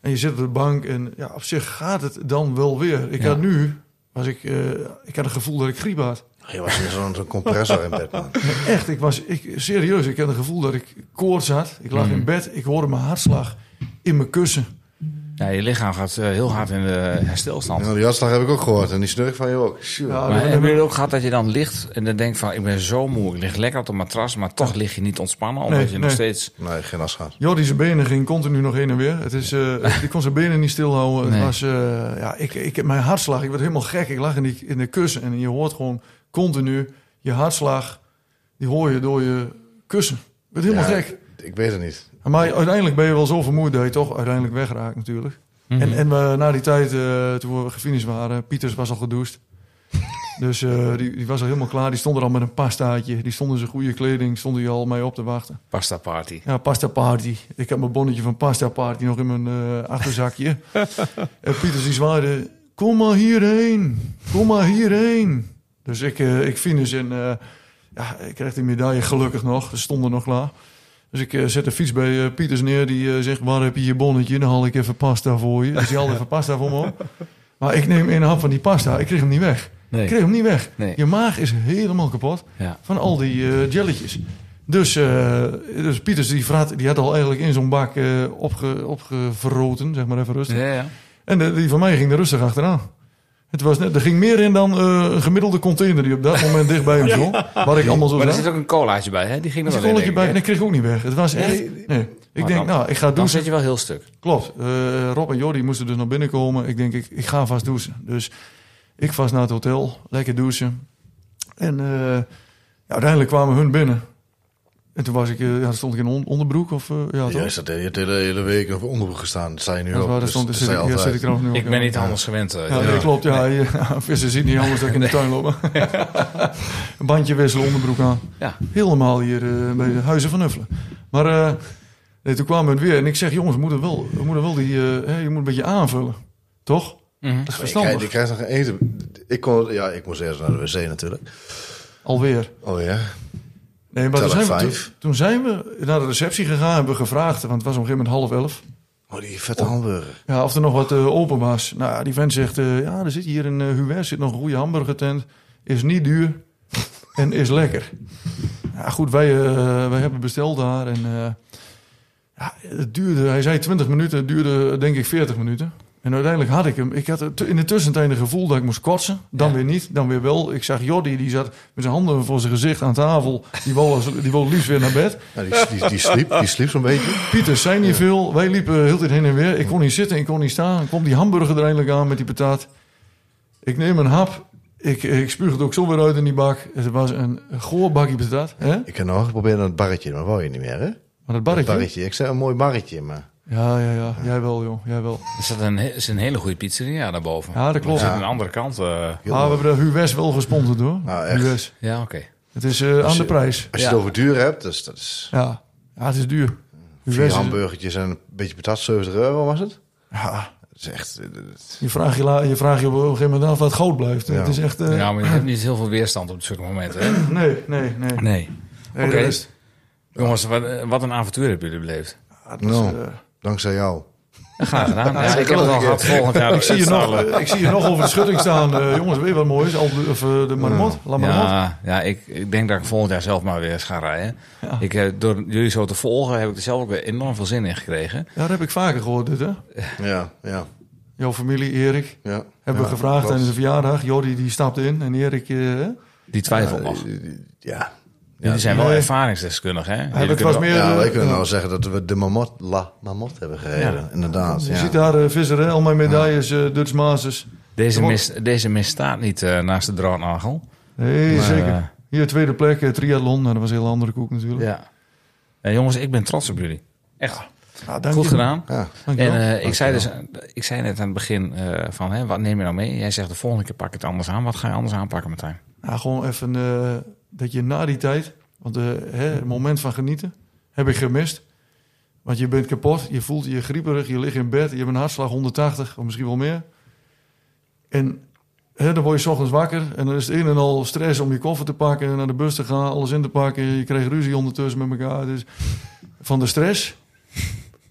B: En je zit op de bank en ja, op zich gaat het dan wel weer. Ik
A: Ja.
B: had nu, was ik, eh, ik had het gevoel dat ik griep had.
C: Je was in zo'n zo'n compressor in bed, man.
B: Echt, ik was, ik, serieus, ik had het gevoel dat ik koorts had. Ik
A: Mhm.
B: lag in bed, ik hoorde mijn hartslag in mijn kussen.
A: ja, je lichaam gaat eh, heel hard in de herstelstand.
C: Nou, die hartslag heb ik ook gehoord en die snurk van je ook. Sjoe.
B: Ja,
A: Maar
B: dat-
A: hebben jullie ook gehad dat je dan ligt en dan denkt van ik ben zo moe, ik lig lekker op de matras, maar toch lig je niet ontspannen omdat
B: Nee,
A: je
B: nee.
A: nog steeds...
C: Nee, geen as gehad.
B: Jordi zijn benen ging continu nog heen en weer. Het is, eh, die kon zijn benen niet stilhouden.
A: Nee.
B: Het was, eh, ja, ik, ik, mijn hartslag, ik werd helemaal gek. Ik lag in, die, in de kussen en je hoort gewoon continu je hartslag. Die hoor je door je kussen. Ik werd helemaal
C: Ja,
B: gek.
C: Ik weet het niet.
B: Maar uiteindelijk ben je wel zo vermoeid dat je toch uiteindelijk wegraakt natuurlijk.
A: Mhm.
B: En, en we, na die tijd, eh, toen we gefinished waren, Pieters was al gedoucht. Dus eh, die, die was al helemaal klaar. Die stond er al met een pastaatje. Die stond in zijn goede kleding. Stond hij al mee op te wachten.
A: Pasta party.
B: Ja, pasta party. Ik heb mijn bonnetje van pasta party nog in mijn eh, achterzakje. en Pieters die zwaaide, kom maar hierheen, kom maar hierheen. Dus ik, eh ik finish en eh, ja, ik kreeg die medaille gelukkig nog. Ze stonden nog klaar. Dus ik eh, zet de fiets bij eh, Pieters neer. Die eh, zegt, waar heb je je bonnetje? Dan haal ik even pasta voor je. Dus die haalde even pasta voor me op. Maar ik neem een hap van die pasta. Ik kreeg hem niet weg.
A: Nee.
B: Ik kreeg hem niet weg.
A: Nee.
B: Je maag is helemaal kapot
A: Ja.
B: van al die eh, jelletjes. Dus, eh, dus Pieters die, vraat, die had al eigenlijk in zo'n bak eh opge, opgeverroten, zeg maar even rustig.
A: Ja, ja.
B: En de- die van mij ging er rustig achteraan. Het was net, er ging meer in dan eh, een gemiddelde container die op dat moment dichtbij hem stond. Waar ik allemaal zo
A: Maar er
B: zat.
A: zit ook een colaatje bij, hè? Die ging er wel
B: Er zat een kolletje
A: in,
B: bij en
A: denk
B: ik kreeg ook niet weg. Het was echt...
A: Nee.
B: Nee. Ik
A: Maar
B: denk,
A: dan-
B: nou, ik ga
A: ik. Dan
B: douchen.
A: zit je wel heel stuk.
B: Klopt. Eh, Rob en Jordi moesten dus naar binnen komen. Ik denk, ik, ik ga vast douchen. Dus ik vast naar het hotel, lekker douchen. En eh, ja, uiteindelijk kwamen hun binnen. En toen was ik, eh, ja, stond ik in on- onderbroek of eh, ja, toch?
C: Ja, is dat de hele, hele week op onderbroek gestaan. Dat zei je nu
B: dat
C: ook.
B: is waar, daar
C: Dus
B: stond,
C: dat
B: zit,
C: zei
B: ik-
C: je
B: ja, zit
C: altijd.
B: ik er ook nu ook
A: Ik ben
B: in.
A: niet anders gewend. eh,
B: Ja,
A: ja.
B: nee, klopt. Ja, je- vissen zien niet anders dat ik in de tuin loop. Een Bandje wisselen, onderbroek aan.
A: Ja.
B: Helemaal hier eh, bij de Huizen van Huffelen. Maar eh, nee, toen kwamen we weer en ik zeg, jongens, we moeten wel, we moeten wel die, eh, hè, je moet een beetje aanvullen. Toch?
A: Mhm.
B: Dat is
C: Maar je krijgt-
B: verstandig.
C: Je krijgt nog geen eten. Ik, kon, ja, ik moest eerst naar de wc natuurlijk.
B: Alweer.
C: Oh ja.
B: Nee, maar toen
C: Tel
B: zijn,
C: het
B: we,
C: vijf.
B: toen, toen zijn we naar de receptie gegaan, hebben we gevraagd, want het was op een gegeven moment half elf,
C: Oh, die vette hamburger.
B: ja, of er nog wat eh, open was. Nou, ja, die vent zegt, eh, ja, er zit hier in eh Huwer zit nog een goede hamburgertent, is niet duur en is lekker. Ja, goed, wij, eh, wij hebben besteld daar en eh, ja, het duurde, hij zei 20 minuten, het duurde denk ik 40 minuten. En uiteindelijk had ik hem. Ik had het in de tussentijd het gevoel dat ik moest kotsen. Dan
A: Ja.
B: weer niet, dan weer wel. Ik zag Jordi, die zat met zijn handen voor zijn gezicht aan tafel. Die wou, als- die wou liefst weer naar bed.
C: Ja, die, die, die sliep, die sliep zo'n beetje.
B: Pieter zei niet veel. Wij liepen heel de tijd heen en weer. Ik kon niet zitten, ik kon niet staan. Dan kwam die hamburger er eindelijk aan met die patat. Ik neem een hap. Ik, ik spuug het ook zo weer uit in die bak. Het was een goor bakje patat. Hè?
C: Ik heb nog geprobeerd aan het barretje, maar wou je niet meer, hè?
B: Maar dat
C: Dat
B: barretje.
C: barretje. Ik zei een mooi barretje, maar...
B: Ja, ja, ja. Jij wel, joh. Jij wel.
A: Er staat een, he- is een hele goede pizzeria daarboven.
B: Ja, dat klopt.
A: Er zit
C: Ja.
A: een andere kant. eh,
C: heel
B: ah, we
C: mooi.
B: hebben de Huwes wel gesponsord, hoor.
C: Nou, echt.
B: Huwes.
A: ja, oké.
B: Het is eh, aan
C: je-
B: de prijs.
C: Als je
A: Ja.
C: het over duur hebt, dus dat is...
B: Ja. ja, het is duur.
C: Vier
B: Huwes is-
C: hamburgertjes en een beetje patat, 70 euro was het?
B: Ja,
C: Dat is echt... eh, dat-
B: je vraagt je, la- je, vraagt je op een gegeven moment af wat goud blijft.
C: Ja.
B: Het is echt... eh,
A: Ja, Dus nou, maar je hebt niet heel veel weerstand op zulke momenten. Hè?
B: Nee, nee, nee.
A: Nee.
B: Hey,
A: Oké.
B: dat is-
A: Jongens, wat, eh, wat een avontuur hebben jullie beleefd.
B: ja, dat is,
C: Nou.
B: eh,
C: Dankzij jou.
A: Graag gedaan. Ja, ik
C: dat
A: heb het
C: wil
A: al
C: ik,
A: gehad
C: eh.
A: volgend jaar.
B: ik, zie je nog, ik zie je nog over de schutting staan. Eh, jongens, weet je wat mooi is? Al de, of, eh, de marmot. La marmot.
A: Ja, ja ik, ik denk dat ik volgend jaar zelf maar weer eens ga rijden.
B: Ja.
A: Ik, eh, door jullie zo te volgen heb ik er zelf ook weer enorm veel zin in gekregen.
B: Ja, dat heb ik vaker gehoord, dit, hè?
C: Ja, ja,
B: Jouw familie, Erik,
C: ja.
B: hebben
C: Ja,
B: we gevraagd
C: klopt.
B: tijdens de verjaardag. Jordi, die stapte in. En Erik... eh, hè?
A: Die twijfel nog.
C: Ja, Eh, ja.
A: jullie zijn wel
B: eh, nee.
A: ervaringsdeskundig, hè? Jullie
B: het
A: kunnen
B: was
A: wel-
B: meer...
C: Ja,
B: eh,
C: wij kunnen
B: ja.
C: nou zeggen dat we de mamot, la mamot hebben gereden.
A: Ja.
C: Inderdaad,
B: Je
C: Ah, ja.
B: ziet daar eh, visser, hè? al mijn medailles, eh Dutch Masters.
A: Deze,
B: Er
A: mis, deze mist staat niet eh, naast de droonagel.
B: Nee,
A: Maar,
B: zeker.
A: eh,
B: Hier, tweede plek, eh, triathlon. Nou, dat was een hele andere koek natuurlijk.
A: ja. Eh, jongens, ik ben trots op jullie. Echt.
B: Ah, dank
A: Goed
B: je.
A: gedaan.
C: Ja.
B: Dank je
A: En
B: wel.
A: eh, ik, zei dus, ik zei net aan het begin eh, van, hè, wat neem je nou mee? Jij zegt de volgende keer pak ik het anders aan. Wat ga je anders aanpakken, Martijn?
B: Nou, gewoon even eh, dat je na die tijd, want eh, hè, het moment van genieten heb ik gemist. Want je bent kapot, je voelt je grieperig, je ligt in bed, je hebt een hartslag 180 of misschien wel meer. En hè, dan word je 's ochtends wakker en dan is het een en al stress om je koffer te pakken, naar de bus te gaan, alles in te pakken. Je krijgt ruzie ondertussen met elkaar dus, van de stress.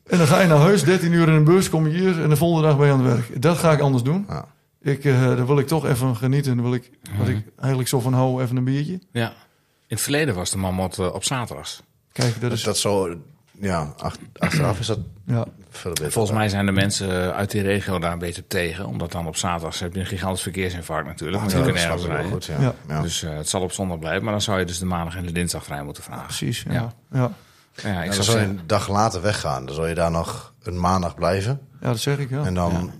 B: En dan ga je naar huis, 13 uur in de bus, kom je hier en de volgende dag ben je aan het werk. Dat ga ik anders doen.
C: Ja.
B: Ik, eh, daar wil ik toch even genieten. Daar wil ik, wat ik eigenlijk zo van hou, even een biertje.
A: Ja. In het verleden was de mamot eh, op zaterdags.
B: Kijk, dat
C: Dus
B: is...
C: dat zo... Ja, ach- achteraf is dat
B: Ja,
C: veel beter.
A: Volgens mij zijn de mensen uit die regio daar een beetje op tegen. Omdat dan op zaterdags heb je een gigantisch verkeersinfarct natuurlijk. Want je
C: Ja,
A: kunt
C: dat snap
A: nergens
C: ik wel
A: rijden.
C: goed, ja.
B: Ja.
C: Ja.
A: Dus eh, het zal op zondag blijven. Maar dan zou je dus de maandag en de dinsdag vrij moeten vragen.
B: precies. Ja.
A: Ja.
B: Ja. Ja.
A: Ja, ik zou
C: En dan zou je
A: zeggen,
C: een dag later weggaan. Dan zal je daar nog een maandag blijven.
B: dat zeg ik, ja.
C: En dan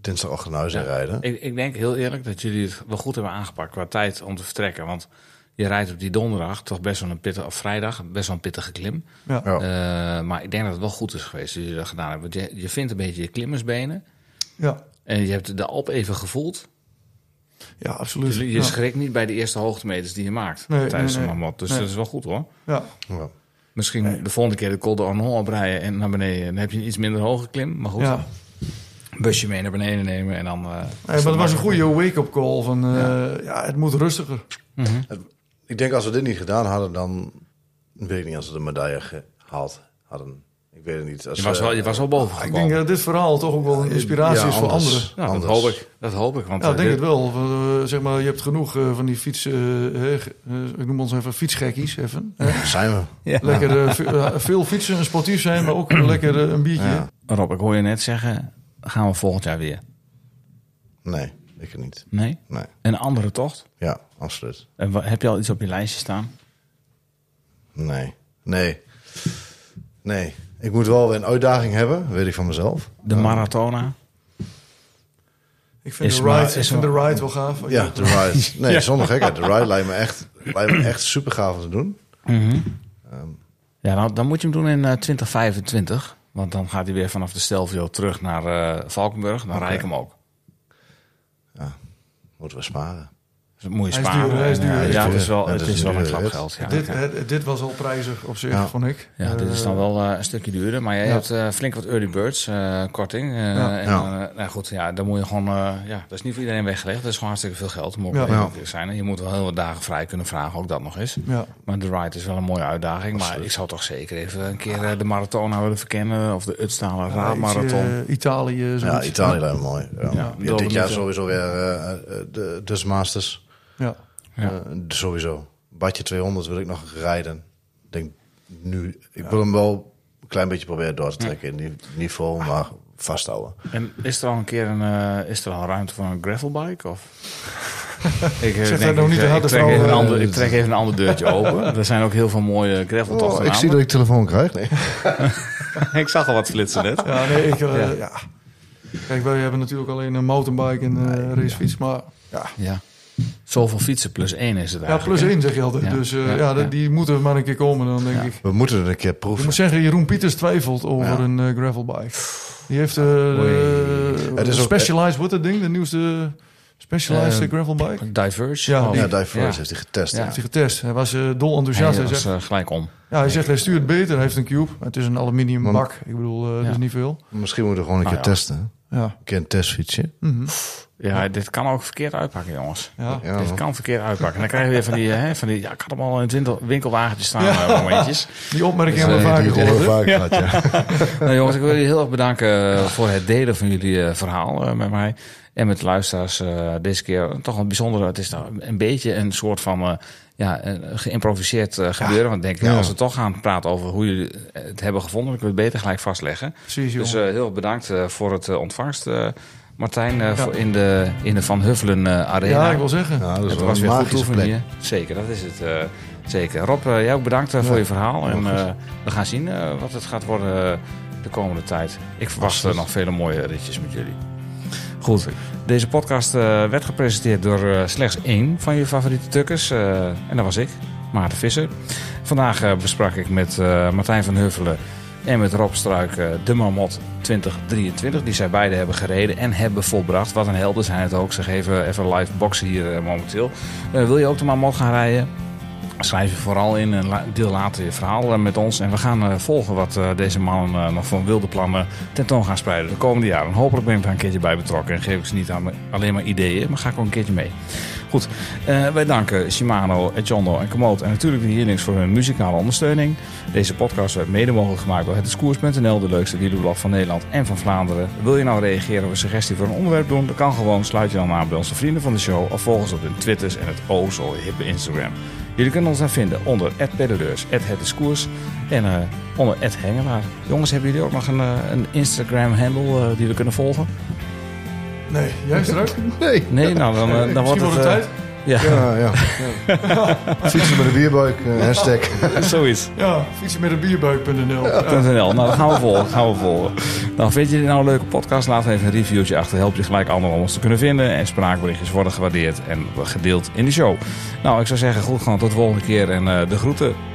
C: dinsdagochtend naar huis in rijden.
A: ik, ik denk heel eerlijk dat jullie het wel goed hebben aangepakt qua tijd om te vertrekken. Want je rijdt op die donderdag toch best wel een pittig, of vrijdag, best wel een pittige klim.
B: Ja.
C: Ja.
A: Eh, maar ik denk dat het wel goed is geweest dat jullie dat gedaan hebben. Want je, je vindt een beetje je klimmersbenen.
B: Ja,
A: En je hebt de Alp even gevoeld.
B: ja absoluut.
A: Dus je
B: ja.
A: schrikt niet bij de eerste hoogtemeters die je maakt
B: Nee,
A: tijdens
B: nee,
A: de
B: nee.
A: mamot. Dus
B: Nee.
A: dat is wel goed hoor.
B: Ja.
C: Ja.
A: Misschien de volgende keer de Col de Arnon oprijden en naar beneden. Dan heb je een iets minder hoge klim. Maar goed,
B: Ja.
A: een busje mee naar beneden nemen en dan... eh,
B: Hey, maar dat was een goede wake-up call van... eh, ja. het moet rustiger.
C: Ik denk als we dit niet gedaan hadden, dan weet ik niet als we de medaille gehaald hadden. Ik weet het niet. Als
A: Je was wel, je was wel boven
B: Ah, Ik
A: gekomen.
B: denk dat dit verhaal toch ook wel een inspiratie is voor anderen.
A: Nou, dat hoop ik. Dat hoop ik. Want
B: Ja,
A: eh,
B: ik denk
A: dit-
B: het wel. Eh, zeg maar, je hebt genoeg eh, van die fiets... eh, hè, eh, ik noem ons even fietsgekkies, even. hè.
C: Zijn we.
B: Lekker eh, ve- eh, veel fietsen en sportief zijn, maar ook lekker eh, een biertje.
C: Ja.
A: Rob, ik hoor je net zeggen, gaan we volgend jaar weer.
C: Nee, ik het niet.
A: Nee?
C: Nee.
A: Een andere tocht?
C: Ja, absoluut.
A: En wa- heb je al iets op je lijstje staan?
C: Nee. Nee. Nee. Ik moet wel weer een uitdaging hebben, weet ik van mezelf.
A: De Maratona?
B: Ik vind,
A: Is
B: de
A: maar-
B: ride, ik
A: is
B: vind
A: maar-
B: de ride wel gaaf.
C: Ja, de ride. Nee, zonder gekheid. De ride lijkt me echt, lijkt me echt super gaaf om te doen.
A: Mhm.
B: Ehm.
A: Ja, nou, dan moet je hem doen in eh, 2025. Want dan gaat hij weer vanaf de Stelvio terug naar eh, Valkenburg. Dan rijd ik hem ook.
C: Moeten we sparen.
A: Dus dat moet je
B: Hij is
A: sparen.
B: duur, hij is
A: En,
B: duur,
A: eh,
B: hij is
A: ja,
C: duur.
A: het is wel,
C: Ja,
A: het
C: dat
A: is
C: is
A: wel
C: duur,
A: een
C: hè.
A: klapgeld. Ja,
B: dit,
A: ja.
B: het- dit was al prijzig op zich,
C: Ja.
B: vond ik.
A: Ja, dit is dan wel eh, een stukje duurder. Maar jij
B: ja.
A: hebt eh, flink wat early birds eh, korting. eh,
B: Ja.
A: en,
C: Ja.
A: eh, nou goed, ja, dan moet je gewoon... eh, ja, dat is niet voor iedereen weggelegd. Dat is gewoon hartstikke veel geld. Dat moet ook
B: Ja.
A: wel eerlijk zijn. En je moet wel heel wat dagen vrij kunnen vragen, ook dat nog eens.
B: Ja.
A: Maar de ride is wel een mooie uitdaging. Maar ik zou toch zeker even een keer eh, de marathon willen verkennen. Of de Utstalen Raadmarathon.
B: Iets, eh, Italië,
C: Ja,
B: zoiets.
C: Italië lijkt me mooi. Ja.
A: Ja,
C: Ja, dit jaar
A: Dolomieten.
C: sowieso weer eh, eh, de dus Masters.
B: Ja.
A: Ja.
C: Eh, sowieso. Badje 200 wil ik nog rijden. Ik denk nu, ik wil hem wel een klein beetje proberen door te trekken in die niveau, maar vasthouden.
B: eh,
A: En is er al een keer een, eh, is er al ruimte voor een gravelbike? Of? ik eh,
B: dat
A: denk,
B: nou
A: ik,
B: niet te
A: eh,
B: hard,
A: ik
B: dat
A: trek,
B: is wel,
A: even een
B: eh,
A: ander, ik trek even een ander deurtje open. Er zijn ook heel veel mooie graveltochten.
C: Oh, ik
A: aan.
C: zie dat ik telefoon krijg. Nee.
A: ik zag al wat flitsen net.
B: Ja, nee, ik, eh,
A: Ja.
B: ja. Kijk, wij hebben natuurlijk alleen een mountainbike en eh racefiets, maar ja.
A: Ja. Zoveel fietsen plus één is het
B: Ja,
A: eigenlijk.
B: plus één zeg je altijd.
A: Ja.
B: Dus eh,
A: Ja,
B: ja,
A: ja.
B: dat- die moeten maar een keer komen dan, denk
A: Ja.
B: ik.
C: We moeten het een keer
B: Ik
C: proeven.
B: moet zeggen, Jeroen Pieters twijfelt over
C: Ja.
B: een eh, gravelbike. Die heeft eh, de
C: Het is ook-
B: Specialized, wat dat ding? De nieuwste Specialized
A: Eh,
B: gravelbike?
A: hè? Diverge.
B: Ja, die-
C: Ja, Diverse
A: Oh. Ja.
C: heeft hij getest.
A: Ja.
C: hè.
B: Heeft hij getest. Hij was eh, dol
A: Hij
B: enthousiast. Hij,
A: was
B: zegt,
A: eh, gelijk om.
B: ja, hij zegt, hij stuurt beter. Hij heeft een cube. Het is een aluminium
C: Maar-
B: bak. Ik bedoel, eh, dat
A: Ja.
B: is niet veel.
C: Misschien moeten we gewoon een
A: Nou
C: keer
A: ja.
C: testen. hè.
B: Ja.
C: Een keer een testfietsje.
B: Mhm.
A: Ja, dit kan ook verkeerd uitpakken, jongens.
B: ja.
C: Ja,
A: dit
C: man.
A: kan verkeerd uitpakken. En dan krijg je weer van die, eh, van die ja, ik had hem al in het winkel- winkelwagentje staan eh, momentjes.
B: Die opmerking
A: Dus,
B: hebben we
A: eh,
B: vaker
C: die hebben we
B: gehoord. hè?
C: vaak gehad, ja.
A: Nou jongens, ik wil jullie heel erg bedanken eh, voor het delen van jullie eh, verhaal eh, met mij. En met de luisteraars eh, deze keer toch een bijzondere. Het is nou een beetje een soort van eh, ja, een geïmproviseerd eh, gebeuren. Want ik denk, ja,
C: Ja.
A: als we toch gaan praten over hoe jullie het hebben gevonden, dan kunnen we het beter gelijk vastleggen.
B: Precies,
A: Dus
B: jongen.
A: eh, heel erg bedankt eh, voor het eh, ontvangst, eh, Martijn, eh, voor in, de, in de Van Huffelen eh, Arena.
B: Ja, ik wil zeggen.
C: Ja, dat is
A: Het
C: wel
A: was
C: een
A: weer goed
C: magische
A: oefenen
C: plek.
A: hier. Zeker, dat is het. eh, zeker. Rob, eh, jij ook bedankt eh, voor je verhaal. En eh, we gaan zien eh, wat het gaat worden eh, de komende tijd. Ik verwacht eh, nog vele mooie ritjes met jullie. Goed, deze podcast eh, werd gepresenteerd door eh, slechts één van je favoriete tukkers. eh, en dat was ik, Maarten Visser. Vandaag eh, besprak ik met eh, Martijn van Huffelen en met Rob Struik eh, de Marmot 2023. Die zij beide hebben gereden en hebben volbracht. Wat een helden zijn het ook. Ze geven even live boxen hier eh, momenteel. Eh, wil je ook de Marmot gaan rijden? Schrijf je vooral in en la- deel later je verhaal eh, met ons. En we gaan eh, volgen wat eh, deze mannen eh, nog van wilde plannen tentoon gaan spreiden de komende jaren. Hopelijk ben ik daar een keertje bij betrokken. En geef ik ze niet aan, alleen maar ideeën, maar ga ik ook een keertje mee. Goed, eh, wij danken Shimano, Ejondo en Komoot en natuurlijk de Heerlings voor hun muzikale ondersteuning. Deze podcast werd mede mogelijk gemaakt door hetdiscours.nl, de leukste wielerblog van Nederland en van Vlaanderen. Wil je nou reageren of een suggestie voor een onderwerp doen? Dat kan gewoon. Sluit je dan aan bij onze vrienden van de show of volg ons op hun Twitters en het o zo hippe Instagram. Jullie kunnen ons daar vinden onder @pedaleurs, @hetdiscours en eh, onder @hengelaar. Jongens, hebben jullie ook nog een, eh, een Instagram-handle eh, die we kunnen volgen?
B: Nee, jij straks?
C: Nee.
A: Nee, nou dan, eh, dan
B: Misschien
A: wordt het.
B: wordt het tijd.
A: eh, ja,
C: Ja, ja. Fietsen met een bierbuik, eh, hashtag.
A: zoiets.
B: Ja, fietsen met een bierbuik.nl.
A: NL. Nou, dat gaan we volgen. Gaan we volgen. Nou, vind je dit nou een leuke podcast? Laat even een reviewtje achter. Help je gelijk anderen om ons te kunnen vinden. En spraakberichtjes worden gewaardeerd en gedeeld in de show. Nou, ik zou zeggen, goed gewoon tot de volgende keer en eh, de groeten.